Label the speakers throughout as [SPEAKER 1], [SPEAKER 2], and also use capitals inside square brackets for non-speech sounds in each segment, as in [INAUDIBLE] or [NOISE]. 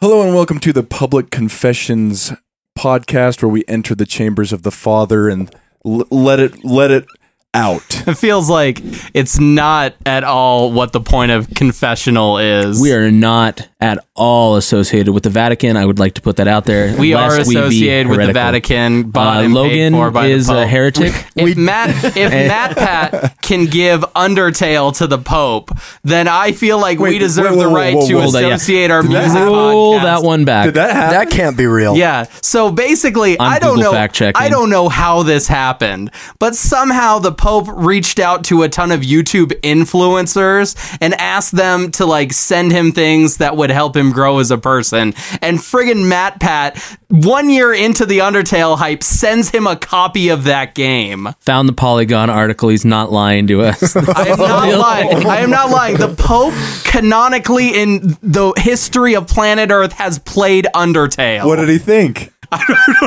[SPEAKER 1] Hello and welcome to the Public Confessions podcast, where we enter the chambers of the Father and l- let it let it out. [LAUGHS]
[SPEAKER 2] It feels like it's not at all what the point of confessional is.
[SPEAKER 3] We are not at all associated with the Vatican. I would like to put that out there.
[SPEAKER 2] We are
[SPEAKER 3] lest we be
[SPEAKER 2] associated with the
[SPEAKER 3] heretical.
[SPEAKER 2] Vatican. Bought
[SPEAKER 3] Uh,
[SPEAKER 2] and paid
[SPEAKER 3] Logan
[SPEAKER 2] for by the
[SPEAKER 3] is a
[SPEAKER 2] Pope. [LAUGHS]
[SPEAKER 3] heretic.
[SPEAKER 2] If Matt,
[SPEAKER 3] [LAUGHS]
[SPEAKER 2] if Matt Pat can give Undertale to the Pope, then I feel like
[SPEAKER 1] Wait,
[SPEAKER 2] we deserve
[SPEAKER 1] wait, whoa,
[SPEAKER 2] the
[SPEAKER 1] whoa,
[SPEAKER 2] right
[SPEAKER 1] whoa,
[SPEAKER 2] to
[SPEAKER 1] whoa.
[SPEAKER 3] Hold that, yeah.
[SPEAKER 2] associate our
[SPEAKER 1] that
[SPEAKER 2] music.
[SPEAKER 3] Roll
[SPEAKER 2] podcast.
[SPEAKER 3] that one back.
[SPEAKER 1] Did that happen?
[SPEAKER 4] That can't be real.
[SPEAKER 2] Yeah. So basically,
[SPEAKER 3] I'm
[SPEAKER 2] I do not
[SPEAKER 3] Google
[SPEAKER 2] know.
[SPEAKER 3] fact-checking.
[SPEAKER 2] I don't know how this happened, but somehow the Pope reached out to a ton of YouTube influencers and asked them to like send him things that would help him grow as a person. And friggin' Matt Pat, one year into the Undertale hype, sends him a copy of that game.
[SPEAKER 3] Found the Polygon article. He's not lying to us.
[SPEAKER 2] I am not lying. I am not lying. The Pope canonically in the history of planet Earth has played Undertale. [LAUGHS]
[SPEAKER 1] What did he think?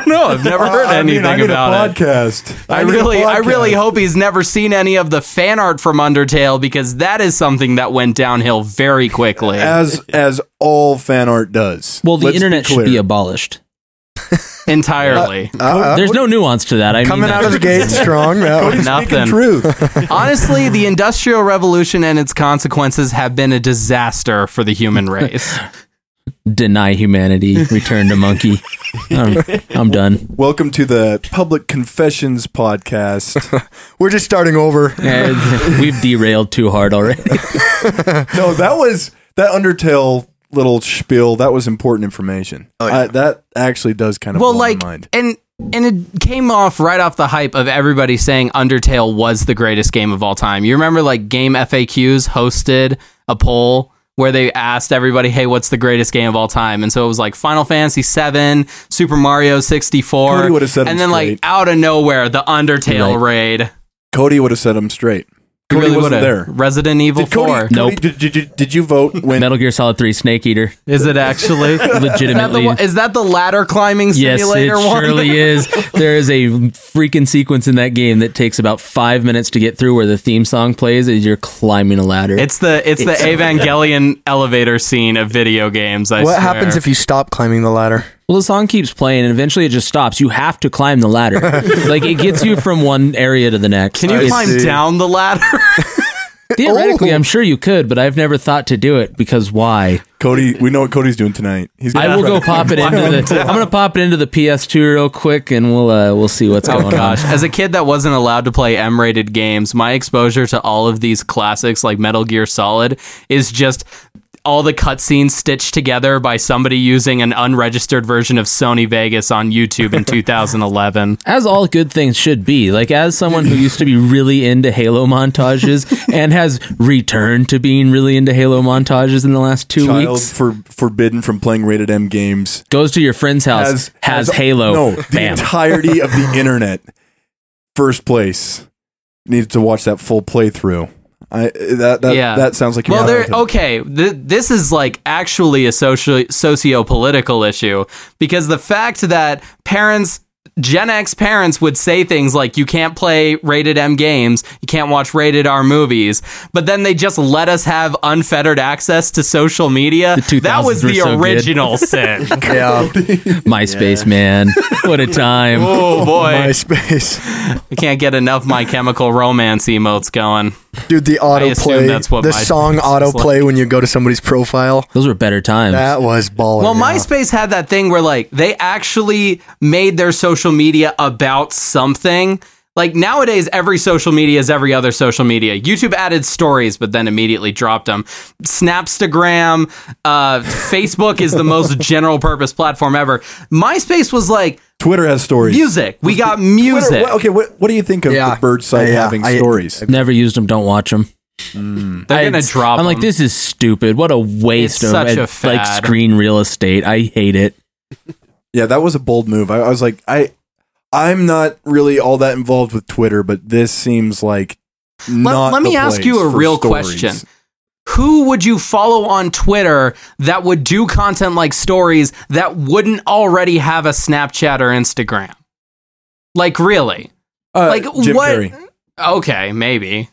[SPEAKER 2] No, I've never heard
[SPEAKER 1] I mean,
[SPEAKER 2] anything
[SPEAKER 1] I need
[SPEAKER 2] about it.
[SPEAKER 1] a podcast.
[SPEAKER 2] I
[SPEAKER 1] need a
[SPEAKER 2] really, I really
[SPEAKER 1] podcast.
[SPEAKER 2] hope he's never seen any of the fan art from Undertale because that is something that went downhill very quickly.
[SPEAKER 1] as as all fan art does.
[SPEAKER 3] well, the
[SPEAKER 1] Let's
[SPEAKER 3] internet should be
[SPEAKER 1] clear.
[SPEAKER 3] abolished.
[SPEAKER 2] entirely.
[SPEAKER 3] There's no nuance to that. I
[SPEAKER 4] Coming
[SPEAKER 1] [LAUGHS]
[SPEAKER 3] mean,
[SPEAKER 4] out
[SPEAKER 3] that-
[SPEAKER 4] of the gate [LAUGHS] strong. That
[SPEAKER 1] He's
[SPEAKER 2] nothing.
[SPEAKER 1] speaking truth.
[SPEAKER 2] Honestly, the Industrial Revolution and its consequences have been a disaster for the human race.
[SPEAKER 3] [LAUGHS] deny humanity, return to monkey. I'm,
[SPEAKER 2] [LAUGHS]
[SPEAKER 3] I'm done. [LAUGHS]
[SPEAKER 1] welcome to the Public Confessions podcast.
[SPEAKER 4] [LAUGHS] We're just starting over.
[SPEAKER 3] Uh, We've derailed too hard already.
[SPEAKER 1] no,
[SPEAKER 3] [LAUGHS]
[SPEAKER 1] that was that Undertale little spiel. That was important information.
[SPEAKER 3] Oh,
[SPEAKER 1] I- that actually does kind of
[SPEAKER 2] well,
[SPEAKER 1] blow
[SPEAKER 2] like,
[SPEAKER 1] my mind.
[SPEAKER 2] and and it came off right off the hype of everybody saying Undertale was the greatest game of all time. You remember, like, Game FAQs hosted a poll where they asked everybody, "Hey, what's the greatest game of all time?" And so it was like Final Fantasy VII, Super Mario sixty four,
[SPEAKER 1] Cody would've said it
[SPEAKER 2] and then
[SPEAKER 1] straight.
[SPEAKER 2] like out of nowhere, the Undertale
[SPEAKER 3] Right.
[SPEAKER 2] raid.
[SPEAKER 1] Cody would have set him straight.
[SPEAKER 2] You
[SPEAKER 1] Cody
[SPEAKER 2] really
[SPEAKER 1] wasn't
[SPEAKER 2] would've.
[SPEAKER 1] there.
[SPEAKER 2] Resident Evil
[SPEAKER 1] Did Cody,
[SPEAKER 2] Four.
[SPEAKER 1] Cody-
[SPEAKER 3] Nope.
[SPEAKER 1] Did, did, you- did you
[SPEAKER 3] [LAUGHS]
[SPEAKER 1] vote when?
[SPEAKER 3] Metal Gear Solid 3 Snake Eater.
[SPEAKER 2] Is it actually? [LAUGHS] Is that, the,
[SPEAKER 3] Legitimately.
[SPEAKER 2] one- is that the ladder climbing
[SPEAKER 3] Yes, it
[SPEAKER 2] simulator one? [LAUGHS]
[SPEAKER 3] surely is. There is a freaking sequence in that game that takes about five minutes to get through where the theme song plays as you're climbing a ladder.
[SPEAKER 2] It's the it's the Evangelion elevator scene of video games. I
[SPEAKER 4] What
[SPEAKER 2] swear.
[SPEAKER 4] happens if you stop climbing the ladder?
[SPEAKER 3] well, the song keeps playing and eventually it just stops. You have to climb
[SPEAKER 2] [LAUGHS]
[SPEAKER 3] the ladder. like it gets you from one area to the next.
[SPEAKER 2] Can you
[SPEAKER 3] It's-
[SPEAKER 2] climb down the ladder? [LAUGHS]
[SPEAKER 3] Theoretically,
[SPEAKER 4] Oh.
[SPEAKER 3] I'm sure you could, but I've never thought to do it because why?
[SPEAKER 1] Cody, we know what Cody's doing tonight. He's gonna
[SPEAKER 3] I will
[SPEAKER 1] try
[SPEAKER 2] [LAUGHS]
[SPEAKER 3] go
[SPEAKER 1] to-
[SPEAKER 3] pop it into the. I'm gonna pop it into the PS2 real quick, and we'll uh, we'll see
[SPEAKER 2] Oh,
[SPEAKER 3] what's going on.
[SPEAKER 2] As a kid that wasn't allowed to play M-rated games, my exposure to all of these classics like Metal Gear Solid is just all the cutscenes stitched together by somebody using an unregistered version of Sony Vegas on YouTube [LAUGHS] in 2011.
[SPEAKER 3] As all good things should be. Like as someone who used to be really into
[SPEAKER 1] [LAUGHS]
[SPEAKER 3] Halo montages and has returned to being really into Halo montages in the last two
[SPEAKER 1] Child
[SPEAKER 3] weeks,
[SPEAKER 1] for, forbidden from playing rated M games.
[SPEAKER 3] goes to your friend's house, has, Halo,
[SPEAKER 1] No, the
[SPEAKER 3] bam.
[SPEAKER 1] entirety of the internet. First place needs to watch that full playthrough. I that that,
[SPEAKER 2] Yeah.
[SPEAKER 1] that sounds like
[SPEAKER 2] Well,
[SPEAKER 1] you're
[SPEAKER 2] there. Okay, th- this is like actually a socio socio-political issue because the fact that parents. Gen X parents would say things like, you can't play rated M games, you can't watch rated R movies, but then they just let us have unfettered access to social media. that
[SPEAKER 3] 2000s
[SPEAKER 2] was
[SPEAKER 3] were
[SPEAKER 2] the
[SPEAKER 3] so good.
[SPEAKER 2] original
[SPEAKER 3] [LAUGHS]
[SPEAKER 2] sin.
[SPEAKER 1] [LAUGHS]
[SPEAKER 4] Yeah.
[SPEAKER 3] [LAUGHS] MySpace, man. What a time.
[SPEAKER 2] Oh boy.
[SPEAKER 4] MySpace.
[SPEAKER 2] I can't get enough My Chemical Romance emotes going.
[SPEAKER 4] Dude, the autoplay.
[SPEAKER 2] that's what
[SPEAKER 4] the
[SPEAKER 2] MySpace
[SPEAKER 4] song
[SPEAKER 2] is
[SPEAKER 4] autoplay when you go to somebody's profile.
[SPEAKER 3] Those were better times.
[SPEAKER 4] That was baller.
[SPEAKER 2] Well,
[SPEAKER 1] Oh,
[SPEAKER 4] yeah.
[SPEAKER 2] MySpace had that thing where like they actually made their social media about something. Like nowadays, every social media is every other social media. YouTube added stories, but then immediately dropped them. Snapstagram, uh, Facebook is the most general purpose platform ever. MySpace was like
[SPEAKER 1] Twitter has stories.
[SPEAKER 2] music. We got music.
[SPEAKER 1] Twitter, what- okay, what, what do you think of
[SPEAKER 4] Yeah.
[SPEAKER 1] the bird site
[SPEAKER 4] Yeah,
[SPEAKER 1] having
[SPEAKER 4] I-
[SPEAKER 1] stories?
[SPEAKER 3] Never used them. Don't watch them.
[SPEAKER 2] They're gonna drop.
[SPEAKER 3] I'm like,
[SPEAKER 2] them.
[SPEAKER 3] this is stupid. What a waste
[SPEAKER 2] It's
[SPEAKER 3] of
[SPEAKER 2] such a
[SPEAKER 3] uh, like
[SPEAKER 2] fad.
[SPEAKER 3] screen real estate. I hate it.
[SPEAKER 1] yeah, that was a bold move. I, I was like, I I'm not really all that involved with Twitter, but this seems like not.
[SPEAKER 2] let
[SPEAKER 1] the
[SPEAKER 2] me ask
[SPEAKER 1] place
[SPEAKER 2] you a
[SPEAKER 1] for
[SPEAKER 2] real
[SPEAKER 1] stories.
[SPEAKER 2] question. who would you follow on Twitter that would do content like stories that wouldn't already have a Snapchat or Instagram? Like really?
[SPEAKER 1] Uh,
[SPEAKER 2] Like
[SPEAKER 1] Jim
[SPEAKER 2] what?
[SPEAKER 1] Carrey.
[SPEAKER 2] Okay, maybe.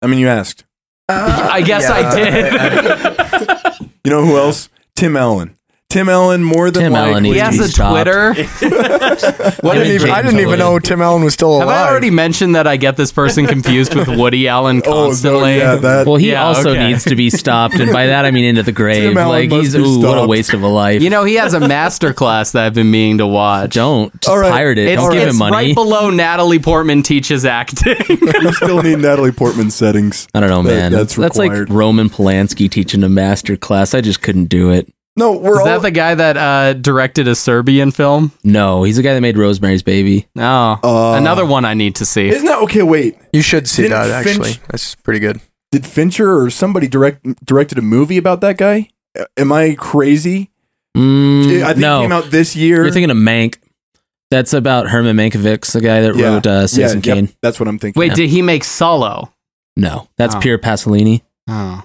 [SPEAKER 1] I mean, you asked.
[SPEAKER 2] I guess I did.
[SPEAKER 1] [LAUGHS] You know who else? Tim Allen. Tim Allen more than
[SPEAKER 3] Tim
[SPEAKER 1] likely.
[SPEAKER 3] Allen needs
[SPEAKER 2] He has
[SPEAKER 3] to
[SPEAKER 2] a
[SPEAKER 3] be stopped.
[SPEAKER 2] Twitter.
[SPEAKER 4] I
[SPEAKER 3] Him
[SPEAKER 4] didn't
[SPEAKER 3] and
[SPEAKER 4] even, I
[SPEAKER 3] James
[SPEAKER 4] didn't even
[SPEAKER 3] Ellison.
[SPEAKER 4] know Tim Allen was still alive.
[SPEAKER 2] Have I already mentioned that I get this person
[SPEAKER 1] [LAUGHS]
[SPEAKER 2] confused with Woody Allen
[SPEAKER 1] Oh, no,
[SPEAKER 2] constantly?
[SPEAKER 1] yeah, [LAUGHS] that.
[SPEAKER 3] Well, he
[SPEAKER 2] Yeah,
[SPEAKER 3] also
[SPEAKER 2] okay.
[SPEAKER 3] needs to be stopped, and by that I
[SPEAKER 1] [LAUGHS]
[SPEAKER 3] mean into the grave.
[SPEAKER 1] Allen
[SPEAKER 3] Like
[SPEAKER 1] must
[SPEAKER 3] he's
[SPEAKER 1] be
[SPEAKER 3] ooh, what a
[SPEAKER 1] stopped.
[SPEAKER 3] waste of a life.
[SPEAKER 2] You know, he has a master class that I've been meaning to watch.
[SPEAKER 3] don't just
[SPEAKER 1] All right.
[SPEAKER 3] pirate it.
[SPEAKER 2] It's,
[SPEAKER 3] don't give
[SPEAKER 2] it's
[SPEAKER 3] him money.
[SPEAKER 2] right below Natalie Portman teaches acting.
[SPEAKER 1] you still need Natalie Portman settings.
[SPEAKER 3] I don't know,
[SPEAKER 1] That-
[SPEAKER 3] man.
[SPEAKER 1] that's
[SPEAKER 3] That's, like
[SPEAKER 1] required.
[SPEAKER 3] Roman Polanski teaching a master class. I just couldn't do it.
[SPEAKER 1] No, we're
[SPEAKER 2] Is
[SPEAKER 1] all.
[SPEAKER 2] that the guy that uh, directed a Serbian film?
[SPEAKER 3] No, he's the guy that made Rosemary's Baby.
[SPEAKER 2] Oh,
[SPEAKER 1] Uh,
[SPEAKER 2] another one I need to see.
[SPEAKER 1] isn't that okay? Wait,
[SPEAKER 4] You should see
[SPEAKER 1] Didn't
[SPEAKER 4] that actually.
[SPEAKER 1] Finch-
[SPEAKER 4] That's pretty good.
[SPEAKER 1] did Fincher or somebody direct directed a movie about that guy? A- Am I crazy?
[SPEAKER 3] Mm,
[SPEAKER 1] I think
[SPEAKER 3] no,
[SPEAKER 1] it came out this year.
[SPEAKER 3] you're thinking of Mank. That's about Herman Mankiewicz, the guy that
[SPEAKER 1] Yeah.
[SPEAKER 3] wrote uh,
[SPEAKER 1] yeah,
[SPEAKER 3] Citizen
[SPEAKER 1] yep,
[SPEAKER 3] Kane.
[SPEAKER 1] that's what I'm thinking.
[SPEAKER 2] Wait, did he make Solo?
[SPEAKER 3] No, that's
[SPEAKER 2] Oh.
[SPEAKER 3] Pierre Pasolini.
[SPEAKER 2] Oh.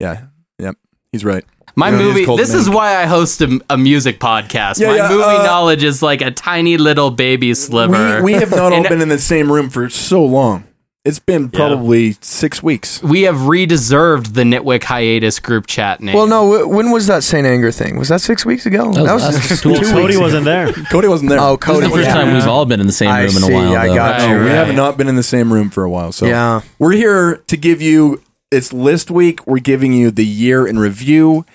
[SPEAKER 1] Yeah, yep, he's right.
[SPEAKER 2] My
[SPEAKER 1] Yeah, it is
[SPEAKER 2] movie.
[SPEAKER 1] called
[SPEAKER 2] This is
[SPEAKER 1] Mank.
[SPEAKER 2] why I host a, a music podcast.
[SPEAKER 1] Yeah,
[SPEAKER 2] My
[SPEAKER 1] yeah,
[SPEAKER 2] movie
[SPEAKER 1] uh,
[SPEAKER 2] knowledge is like a tiny little baby sliver.
[SPEAKER 1] We, we have
[SPEAKER 3] [LAUGHS]
[SPEAKER 1] not all
[SPEAKER 2] And-
[SPEAKER 1] been in the same room for so long. It's been probably six weeks.
[SPEAKER 2] we have redeserved the Nitwick hiatus group chat name.
[SPEAKER 4] Well, no. W- when was that St. Anger thing? Was that six weeks ago?
[SPEAKER 3] That was last week.
[SPEAKER 5] Well, Cody wasn't there.
[SPEAKER 1] Cody wasn't there.
[SPEAKER 4] Oh,
[SPEAKER 3] This
[SPEAKER 4] Cody.
[SPEAKER 3] is the first
[SPEAKER 4] yeah.
[SPEAKER 3] time we've all been in the same
[SPEAKER 4] [LAUGHS] I
[SPEAKER 3] room in a
[SPEAKER 4] see,
[SPEAKER 3] while.
[SPEAKER 4] I
[SPEAKER 3] though.
[SPEAKER 4] got
[SPEAKER 2] Right,
[SPEAKER 1] No, we
[SPEAKER 2] right.
[SPEAKER 1] have not been in the same room for a while. So
[SPEAKER 4] Yeah.
[SPEAKER 1] we're here to give you. It's list week. We're giving you the year in review.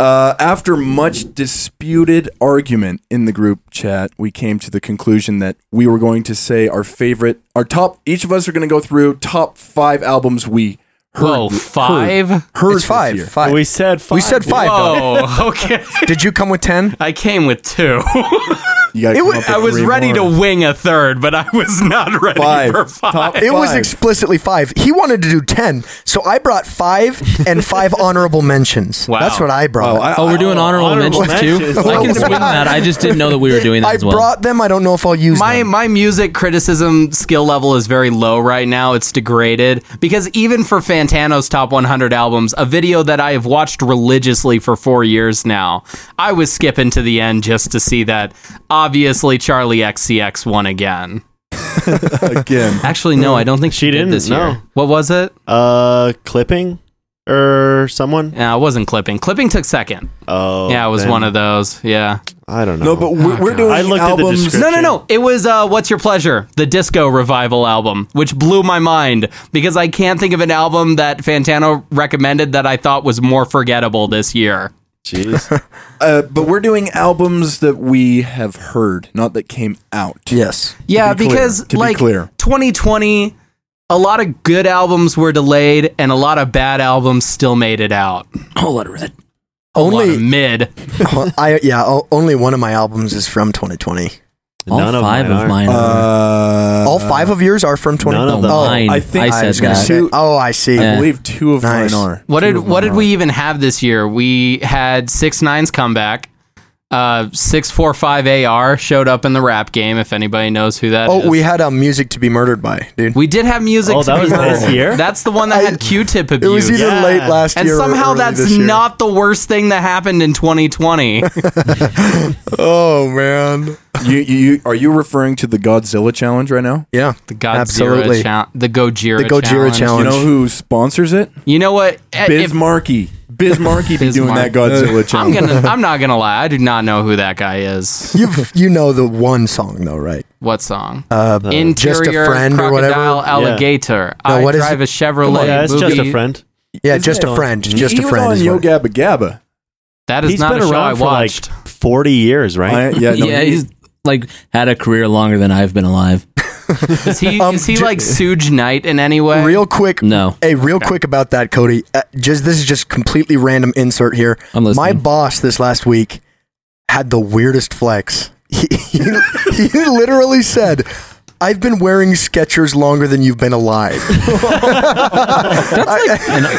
[SPEAKER 1] Uh, after much disputed argument in the group chat, we came to the conclusion that we were going to say our favorite, our top. Each of us are going to go through top five albums we heard.
[SPEAKER 2] Whoa, five?
[SPEAKER 1] Heard
[SPEAKER 4] It's five.
[SPEAKER 1] This year.
[SPEAKER 4] Five.
[SPEAKER 5] We said five.
[SPEAKER 4] We said five. Though.
[SPEAKER 2] Whoa, [LAUGHS] okay.
[SPEAKER 4] Did you come with ten?
[SPEAKER 2] I came
[SPEAKER 1] [LAUGHS]
[SPEAKER 2] with two.
[SPEAKER 1] You gotta
[SPEAKER 4] It
[SPEAKER 1] come
[SPEAKER 4] was-
[SPEAKER 1] up with
[SPEAKER 2] I was
[SPEAKER 1] three
[SPEAKER 2] ready
[SPEAKER 1] more.
[SPEAKER 2] to wing a third, but I was not ready
[SPEAKER 1] Five.
[SPEAKER 2] for five.
[SPEAKER 1] Top-
[SPEAKER 4] It was
[SPEAKER 1] Five.
[SPEAKER 4] explicitly five. He wanted to do ten, so I brought five and five honorable mentions.
[SPEAKER 2] Wow.
[SPEAKER 4] That's what I
[SPEAKER 1] Oh,
[SPEAKER 4] brought.
[SPEAKER 1] I-
[SPEAKER 3] Oh,
[SPEAKER 1] I-
[SPEAKER 3] we're doing honorable,
[SPEAKER 5] honorable
[SPEAKER 3] mentions too.
[SPEAKER 5] mentions.
[SPEAKER 3] I can swing that. I just didn't know that we were doing that
[SPEAKER 4] I
[SPEAKER 3] as well.
[SPEAKER 4] brought them. I don't know if I'll use
[SPEAKER 2] my
[SPEAKER 4] them.
[SPEAKER 2] my music criticism skill level is very low right now. It's degraded because even for Fantano's top 100 albums, a video that I have watched religiously for four years now, I was skipping to the end just to see that. Obviously, Charlie XCX won again.
[SPEAKER 1] again.
[SPEAKER 2] Actually, no, I don't think she,
[SPEAKER 5] She
[SPEAKER 2] did
[SPEAKER 5] didn't,
[SPEAKER 2] this
[SPEAKER 5] no.
[SPEAKER 2] year. What was it?
[SPEAKER 5] [LAUGHS] Uh, clipping or someone.
[SPEAKER 2] Yeah, I wasn't clipping. Clipping took second.
[SPEAKER 5] Oh,
[SPEAKER 2] yeah, it was one of those. Yeah.
[SPEAKER 5] I don't know.
[SPEAKER 1] No, but we're, we're
[SPEAKER 2] God.
[SPEAKER 1] doing
[SPEAKER 5] I looked at the
[SPEAKER 1] albums.
[SPEAKER 5] description.
[SPEAKER 2] No, no, no. It was uh, What's Your Pleasure, the disco revival album, which blew my mind because I can't think of an album that Fantano recommended that I thought was more forgettable this year. [LAUGHS]
[SPEAKER 5] jeez.
[SPEAKER 1] Uh, but we're doing albums that we have heard, not that came out.
[SPEAKER 4] yes.
[SPEAKER 2] Yeah,
[SPEAKER 1] be clear,
[SPEAKER 2] because
[SPEAKER 1] to be
[SPEAKER 2] like
[SPEAKER 1] clear.
[SPEAKER 2] 2020, a lot of good albums were delayed and a lot of bad albums still made it out.
[SPEAKER 3] whole lot of red.
[SPEAKER 2] A lot of
[SPEAKER 4] [LAUGHS] Only
[SPEAKER 2] mid.
[SPEAKER 4] oh, I yeah. o- Only one of my albums is from 2020.
[SPEAKER 3] All
[SPEAKER 5] None of
[SPEAKER 3] five
[SPEAKER 5] mine
[SPEAKER 3] of
[SPEAKER 5] are.
[SPEAKER 3] mine. are.
[SPEAKER 1] Uh,
[SPEAKER 4] All five of yours are from 2020.
[SPEAKER 5] None of them
[SPEAKER 4] Oh,
[SPEAKER 3] mine.
[SPEAKER 1] I think-
[SPEAKER 3] I
[SPEAKER 4] I was
[SPEAKER 3] said
[SPEAKER 4] gonna
[SPEAKER 3] that.
[SPEAKER 4] say. Oh, I see.
[SPEAKER 1] I
[SPEAKER 3] Yeah.
[SPEAKER 1] believe two of
[SPEAKER 4] Nice.
[SPEAKER 1] mine are.
[SPEAKER 2] What
[SPEAKER 1] Two
[SPEAKER 2] did
[SPEAKER 1] of mine
[SPEAKER 2] what did
[SPEAKER 1] are.
[SPEAKER 2] we even have this year? We had six nines comeback. Uh, six four five AR showed up in the rap game. If anybody knows who that is.
[SPEAKER 4] Oh, we had um, music to be murdered by, dude.
[SPEAKER 2] We did have music.
[SPEAKER 5] Oh,
[SPEAKER 2] to
[SPEAKER 5] that
[SPEAKER 2] be
[SPEAKER 5] was
[SPEAKER 2] heard.
[SPEAKER 5] this year?
[SPEAKER 2] That's the one that had Q-tip
[SPEAKER 4] It
[SPEAKER 2] abuse.
[SPEAKER 4] was either
[SPEAKER 5] Yeah.
[SPEAKER 4] late last
[SPEAKER 2] and
[SPEAKER 4] year. or
[SPEAKER 2] somehow
[SPEAKER 4] early
[SPEAKER 2] that's
[SPEAKER 4] this year.
[SPEAKER 2] not the worst thing that happened in
[SPEAKER 4] [LAUGHS]
[SPEAKER 2] 2020.
[SPEAKER 4] Oh man.
[SPEAKER 1] You, you, you, are you referring to the Godzilla challenge right now?
[SPEAKER 4] Yeah.
[SPEAKER 2] The Godzilla
[SPEAKER 4] Absolutely.
[SPEAKER 2] challenge, the Gojira,
[SPEAKER 4] The Gojira
[SPEAKER 1] You
[SPEAKER 4] challenge.
[SPEAKER 1] know who sponsors it?
[SPEAKER 2] You know what? Eh, if-
[SPEAKER 1] Bismarcky. Bismarcky be doing
[SPEAKER 2] Bismarck.
[SPEAKER 1] that
[SPEAKER 4] Uh,
[SPEAKER 1] Godzilla
[SPEAKER 2] [LAUGHS] I'm
[SPEAKER 1] challenge.
[SPEAKER 2] gonna. I'm not gonna lie. I do not know who that guy
[SPEAKER 4] [LAUGHS]
[SPEAKER 2] is.
[SPEAKER 4] You you know the one song though, right?
[SPEAKER 2] What song? Uh,
[SPEAKER 4] Just a
[SPEAKER 2] Interior
[SPEAKER 4] Friend or whatever?
[SPEAKER 2] crocodile alligator.
[SPEAKER 4] No,
[SPEAKER 2] I
[SPEAKER 4] what is
[SPEAKER 2] drive
[SPEAKER 4] it?
[SPEAKER 2] a Chevrolet.
[SPEAKER 5] yeah, it's just a
[SPEAKER 2] Boogie.
[SPEAKER 5] friend.
[SPEAKER 4] Yeah,
[SPEAKER 5] Isn't
[SPEAKER 4] just
[SPEAKER 5] it
[SPEAKER 4] a
[SPEAKER 5] on-
[SPEAKER 4] friend. Just
[SPEAKER 1] he
[SPEAKER 4] a friend.
[SPEAKER 1] Was
[SPEAKER 4] is
[SPEAKER 1] on Yo
[SPEAKER 4] what-
[SPEAKER 1] Gabba Gabba.
[SPEAKER 2] That is
[SPEAKER 5] He's
[SPEAKER 2] not
[SPEAKER 5] been
[SPEAKER 2] a show I
[SPEAKER 5] around for like
[SPEAKER 2] watched.
[SPEAKER 5] forty years,
[SPEAKER 1] I,
[SPEAKER 5] right?
[SPEAKER 1] yeah, no,
[SPEAKER 3] yeah,
[SPEAKER 1] he-
[SPEAKER 3] he's like had a career longer than I've been alive.
[SPEAKER 2] is he
[SPEAKER 4] [LAUGHS] Um,
[SPEAKER 2] is he
[SPEAKER 4] j-
[SPEAKER 2] like Suge Knight in any way?
[SPEAKER 4] Real quick.
[SPEAKER 3] No.
[SPEAKER 4] Hey, real quick about that, Cody. Uh, just this is just completely random insert here.
[SPEAKER 3] I'm listening.
[SPEAKER 4] My boss this last week had the weirdest flex. [LAUGHS] He, he, he literally said, "I've been wearing Skechers longer than you've been alive."
[SPEAKER 3] And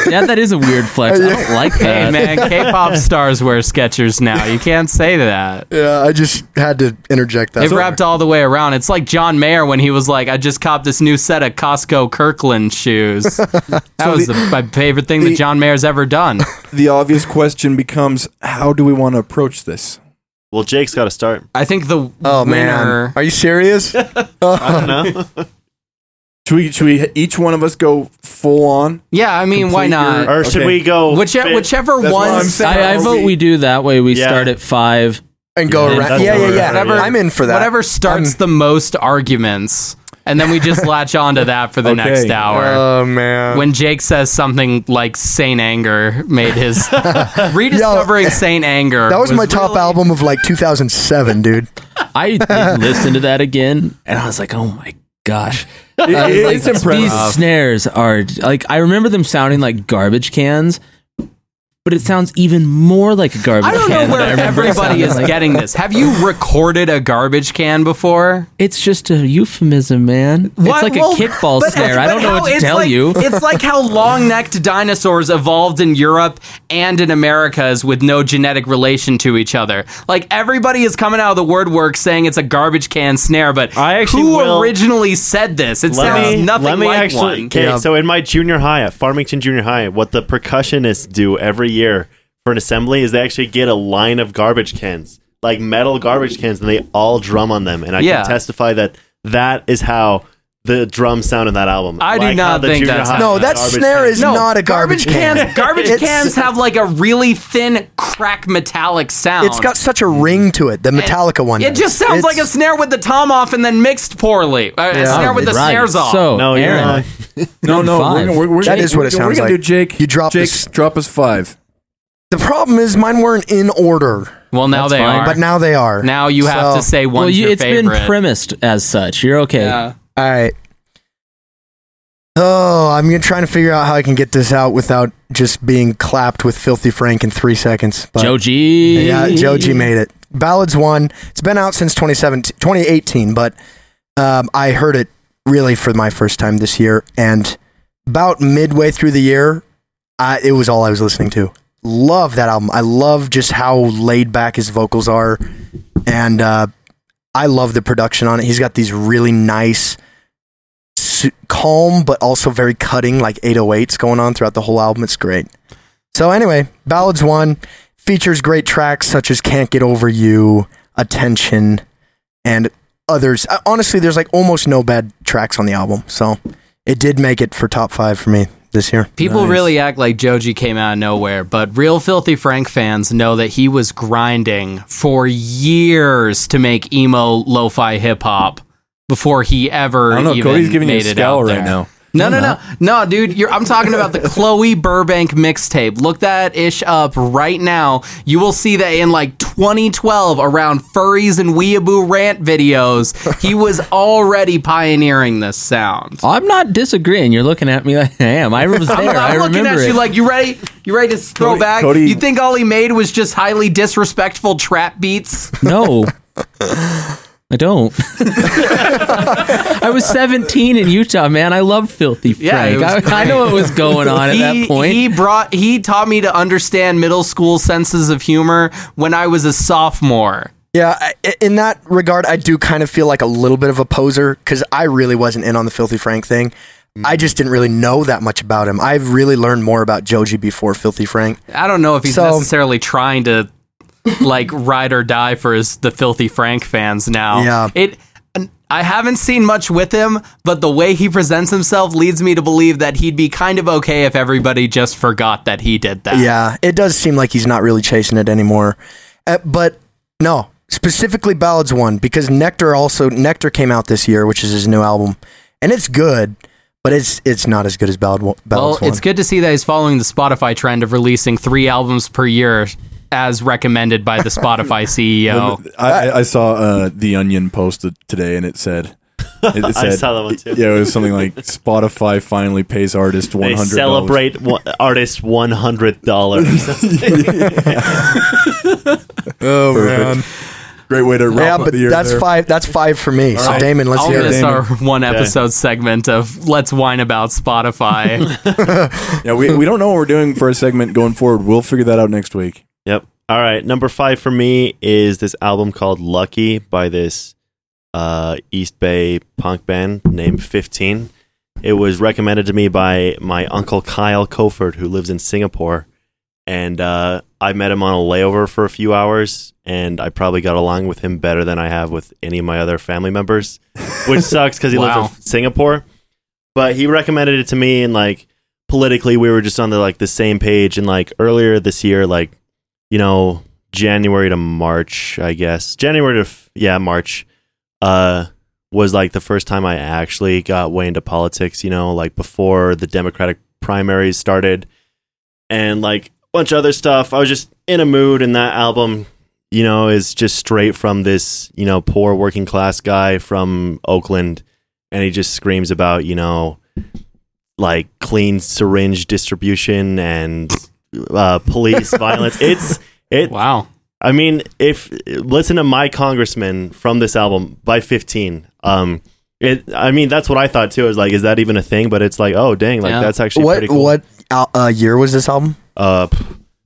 [SPEAKER 3] yeah, that is a weird flex. I don't like
[SPEAKER 2] Hey
[SPEAKER 3] that.
[SPEAKER 2] man, [LAUGHS] K-pop stars wear Skechers now. You can't say that.
[SPEAKER 4] yeah, I just had to interject that.
[SPEAKER 2] They've wrapped all the way around. It's like John Mayer when he was like, "I just copped this new set of Costco Kirkland shoes." That was the, my favorite thing that John Mayer's ever done.
[SPEAKER 1] the obvious question becomes how do we want to approach this?
[SPEAKER 5] Well, Jake's got to start.
[SPEAKER 2] I think the
[SPEAKER 4] Oh man,
[SPEAKER 2] winner.
[SPEAKER 4] are you serious?
[SPEAKER 5] I don't know.
[SPEAKER 1] [LAUGHS] Should we? Should we? Each one of us go full on.
[SPEAKER 2] Yeah, I mean, why
[SPEAKER 1] Complete
[SPEAKER 2] not?
[SPEAKER 1] your-
[SPEAKER 5] Or should
[SPEAKER 1] Okay.
[SPEAKER 5] we go?
[SPEAKER 2] Whiche-
[SPEAKER 5] fi-
[SPEAKER 2] whichever
[SPEAKER 1] That's what I'm
[SPEAKER 2] one's
[SPEAKER 1] saying.
[SPEAKER 3] I, I
[SPEAKER 1] Are
[SPEAKER 3] vote we do that way. We
[SPEAKER 5] Yeah.
[SPEAKER 3] start at five.
[SPEAKER 4] and go
[SPEAKER 3] Yeah,
[SPEAKER 4] around.
[SPEAKER 5] that's
[SPEAKER 4] Yeah, yeah,
[SPEAKER 5] what
[SPEAKER 4] yeah.
[SPEAKER 5] we're-
[SPEAKER 2] yeah.
[SPEAKER 4] I'm in for that.
[SPEAKER 2] whatever starts the most arguments, and then we just latch onto that for the
[SPEAKER 1] Okay.
[SPEAKER 2] next hour.
[SPEAKER 4] Oh man.
[SPEAKER 2] when Jake says something like "Saint Anger" made [LAUGHS] his rediscovering Saint Anger.
[SPEAKER 4] that was, my top
[SPEAKER 2] really-
[SPEAKER 4] album of like 2007, dude.
[SPEAKER 2] [LAUGHS]
[SPEAKER 3] I did listen to that again, and I was like, oh my gosh.
[SPEAKER 1] It-
[SPEAKER 5] Uh,
[SPEAKER 1] it- it's
[SPEAKER 3] These
[SPEAKER 1] impressive.
[SPEAKER 3] snares are like I remember them sounding like garbage cans, but it sounds even more like a garbage
[SPEAKER 2] I
[SPEAKER 3] can.
[SPEAKER 2] don't know
[SPEAKER 3] than
[SPEAKER 2] where
[SPEAKER 3] I remember it
[SPEAKER 2] everybody
[SPEAKER 3] sounding
[SPEAKER 2] is
[SPEAKER 3] like.
[SPEAKER 2] getting this. Have you recorded a garbage can before?
[SPEAKER 3] It's just a euphemism, man.
[SPEAKER 2] What?
[SPEAKER 3] It's like
[SPEAKER 2] Well,
[SPEAKER 3] a kickball
[SPEAKER 2] but-
[SPEAKER 3] snare. I
[SPEAKER 2] but
[SPEAKER 3] don't know
[SPEAKER 2] how-
[SPEAKER 3] what to
[SPEAKER 2] it's
[SPEAKER 3] tell
[SPEAKER 2] like-
[SPEAKER 3] you.
[SPEAKER 2] It's like how long necked dinosaurs evolved in Europe and in Americas with no genetic relation to each other. Like everybody is coming out of the wordwork saying it's a garbage can snare, but
[SPEAKER 5] I actually
[SPEAKER 2] who
[SPEAKER 5] will-
[SPEAKER 2] originally said this? It
[SPEAKER 5] Let
[SPEAKER 2] sounds
[SPEAKER 5] me,
[SPEAKER 2] nothing
[SPEAKER 5] let me
[SPEAKER 2] like
[SPEAKER 5] actually.
[SPEAKER 2] one.
[SPEAKER 5] Okay,
[SPEAKER 4] Yeah.
[SPEAKER 5] so in my junior high, at Farmington Junior High, what the percussionists do every year for an assembly is they actually get a line of garbage cans, like metal garbage cans, and they all drum on them. And I
[SPEAKER 2] Yeah.
[SPEAKER 5] can testify that that is how the drums sound on that album.
[SPEAKER 2] I do
[SPEAKER 5] Like how
[SPEAKER 2] not
[SPEAKER 5] the
[SPEAKER 2] think
[SPEAKER 5] junior
[SPEAKER 2] that's-
[SPEAKER 5] high
[SPEAKER 4] No, that
[SPEAKER 5] garbage
[SPEAKER 4] snare
[SPEAKER 5] cans-
[SPEAKER 4] is not a garbage, can.
[SPEAKER 2] cans, [LAUGHS] garbage
[SPEAKER 4] It's-
[SPEAKER 2] cans have like a really thin crack metallic sound.
[SPEAKER 4] It's got such a ring to it, the Metallica one.
[SPEAKER 2] It
[SPEAKER 4] does.
[SPEAKER 2] just sounds like a
[SPEAKER 4] It's-
[SPEAKER 2] snare with the tom off and then mixed poorly. Uh, A snare [LAUGHS] with the
[SPEAKER 3] Right.
[SPEAKER 2] snares off.
[SPEAKER 3] So,
[SPEAKER 5] No, you're
[SPEAKER 3] Aaron,
[SPEAKER 5] not.
[SPEAKER 1] No, no,
[SPEAKER 3] Five.
[SPEAKER 1] we're, gonna- we're, we're
[SPEAKER 4] That
[SPEAKER 1] gonna-
[SPEAKER 4] is what it
[SPEAKER 1] we're gonna-
[SPEAKER 4] sounds
[SPEAKER 1] We're
[SPEAKER 4] like.
[SPEAKER 1] gonna do Jake.
[SPEAKER 4] You drop
[SPEAKER 1] Jake.
[SPEAKER 4] this-
[SPEAKER 1] Drop us five.
[SPEAKER 4] The problem is mine weren't in order,
[SPEAKER 2] well, now Oh, they
[SPEAKER 3] fine.
[SPEAKER 2] are.
[SPEAKER 4] but now they are.
[SPEAKER 2] Now you have
[SPEAKER 4] So-
[SPEAKER 2] to say one.
[SPEAKER 3] well, you,
[SPEAKER 2] your
[SPEAKER 3] it's
[SPEAKER 2] favorite.
[SPEAKER 3] been premised as such. You're okay.
[SPEAKER 2] Yeah.
[SPEAKER 4] All right. Oh, I'm gonna- trying to figure out how I can get this out without just being clapped with Filthy Frank in three seconds. But
[SPEAKER 3] Joji.
[SPEAKER 4] yeah, Joji made it. Ballads one. It's been out since 2017, 2018, but um, I heard it really for my first time this year, and about midway through the year, I, it was all I was listening to. Love that album. I love just how laid back his vocals are, and uh, I love the production on it. He's got these really nice, su- calm but also very cutting like 808s going on throughout the whole album. It's great. So anyway, ballads one features great tracks such as "Can't Get Over You," "Attention," and others. Uh, Honestly, there's like almost no bad tracks on the album, so it did make it for top five for me this year.
[SPEAKER 2] People really act like Joji came out of nowhere, but real Filthy Frank fans know that he was grinding for years to make emo lo-fi hip hop before he ever
[SPEAKER 1] I don't know.
[SPEAKER 2] even
[SPEAKER 1] Cody's giving you a
[SPEAKER 2] made it out
[SPEAKER 1] scowl right
[SPEAKER 2] there.
[SPEAKER 1] now.
[SPEAKER 2] No, no, no, no, dude. You're, I'm talking about
[SPEAKER 1] [LAUGHS]
[SPEAKER 2] the Chloe Burbank mixtape. Look that ish up right now. You will see that in like 2012, around furries and weeaboo rant videos, he was already pioneering this sound.
[SPEAKER 3] I'm not disagreeing. You're looking at me like I am. I was
[SPEAKER 2] [LAUGHS]
[SPEAKER 3] there.
[SPEAKER 2] I'm, I'm
[SPEAKER 3] I
[SPEAKER 2] looking
[SPEAKER 3] remember
[SPEAKER 2] at
[SPEAKER 3] it.
[SPEAKER 2] you like you ready? You ready to throw
[SPEAKER 1] Cody-
[SPEAKER 2] back?
[SPEAKER 1] Cody-
[SPEAKER 2] You think all he made was just highly disrespectful trap beats? [LAUGHS]
[SPEAKER 3] No. I don't. [LAUGHS] I was 17 in Utah, man. I love Filthy Frank.
[SPEAKER 2] Yeah, it was
[SPEAKER 3] I, I know what was going on [LAUGHS] at that point.
[SPEAKER 2] He brought he taught me to understand middle school senses of humor when I was a sophomore.
[SPEAKER 4] Yeah, I, in that regard, I do kind of feel like a little bit of a poser because I really wasn't in on the Filthy Frank thing. I just didn't really know that much about him. I've really learned more about Joji before Filthy Frank.
[SPEAKER 2] I don't know if he's
[SPEAKER 4] So-
[SPEAKER 2] necessarily trying to
[SPEAKER 3] [LAUGHS]
[SPEAKER 2] like ride or die for his the filthy Frank fans now.
[SPEAKER 4] Yeah.
[SPEAKER 2] It I haven't seen much with him, but the way he presents himself leads me to believe that he'd be kind of okay if everybody just forgot that he did that.
[SPEAKER 4] Yeah, it does seem like he's not really chasing it anymore. Uh, but no, specifically Ballads one because Nectar also Nectar came out this year, which is his new album, and it's good, but it's it's not as good as Ballad, Ballads
[SPEAKER 2] Well,
[SPEAKER 4] one.
[SPEAKER 2] it's good to see that he's following the Spotify trend of releasing three albums per year as recommended by the Spotify
[SPEAKER 5] [LAUGHS]
[SPEAKER 2] E CEO.
[SPEAKER 1] I, I- I saw uh, the Onion posted today, and it said, it, it
[SPEAKER 5] [LAUGHS] I
[SPEAKER 1] said-
[SPEAKER 5] saw that one too.
[SPEAKER 1] Yeah, it was something like Spotify finally pays artist one
[SPEAKER 5] They
[SPEAKER 1] hundred.
[SPEAKER 5] celebrate one, artists one hundred dollars.
[SPEAKER 4] Oh
[SPEAKER 1] man. Great way to
[SPEAKER 4] Yeah,
[SPEAKER 1] wrap up
[SPEAKER 4] but
[SPEAKER 1] the year.
[SPEAKER 4] that's
[SPEAKER 1] there.
[SPEAKER 4] five. That's five for me. so
[SPEAKER 1] right.
[SPEAKER 4] Damon, let's
[SPEAKER 2] I'll
[SPEAKER 4] hear
[SPEAKER 2] miss
[SPEAKER 4] it.
[SPEAKER 1] Damon.
[SPEAKER 2] our one episode segment of Let's Whine About Spotify.
[SPEAKER 5] [LAUGHS]
[SPEAKER 2] [LAUGHS]
[SPEAKER 1] Yeah, we, we don't know what we're doing for a segment going forward. We'll figure that out next week.
[SPEAKER 5] Yep. All right. Number five for me is this album called Lucky by this uh, East Bay punk band named 15. It was recommended to me by my uncle Kyle Koford, who lives in Singapore. And uh, I met him on a layover for a few hours, and I probably got along with him better than I have with any of my other family members, which sucks because he
[SPEAKER 2] Wow.
[SPEAKER 5] lives in Singapore. but he recommended it to me and like politically we were just on the like the same page and like earlier this year like you know January to March I guess January to f- yeah March uh was like the first time I actually got way into politics you know like before the Democratic primaries started and like a bunch of other stuff I was just in a mood and that album you know is just straight from this you know poor working class guy from Oakland and he just screams about you know like clean syringe distribution and uh, police violence it's it
[SPEAKER 2] Wow.
[SPEAKER 5] i mean if listen to my congressman from this album by 15 um it i mean that's what i thought too is like is that even a thing but it's like oh dang like
[SPEAKER 2] Yeah.
[SPEAKER 5] that's actually
[SPEAKER 4] What
[SPEAKER 5] pretty cool
[SPEAKER 4] what al- uh, year was this album?
[SPEAKER 5] uh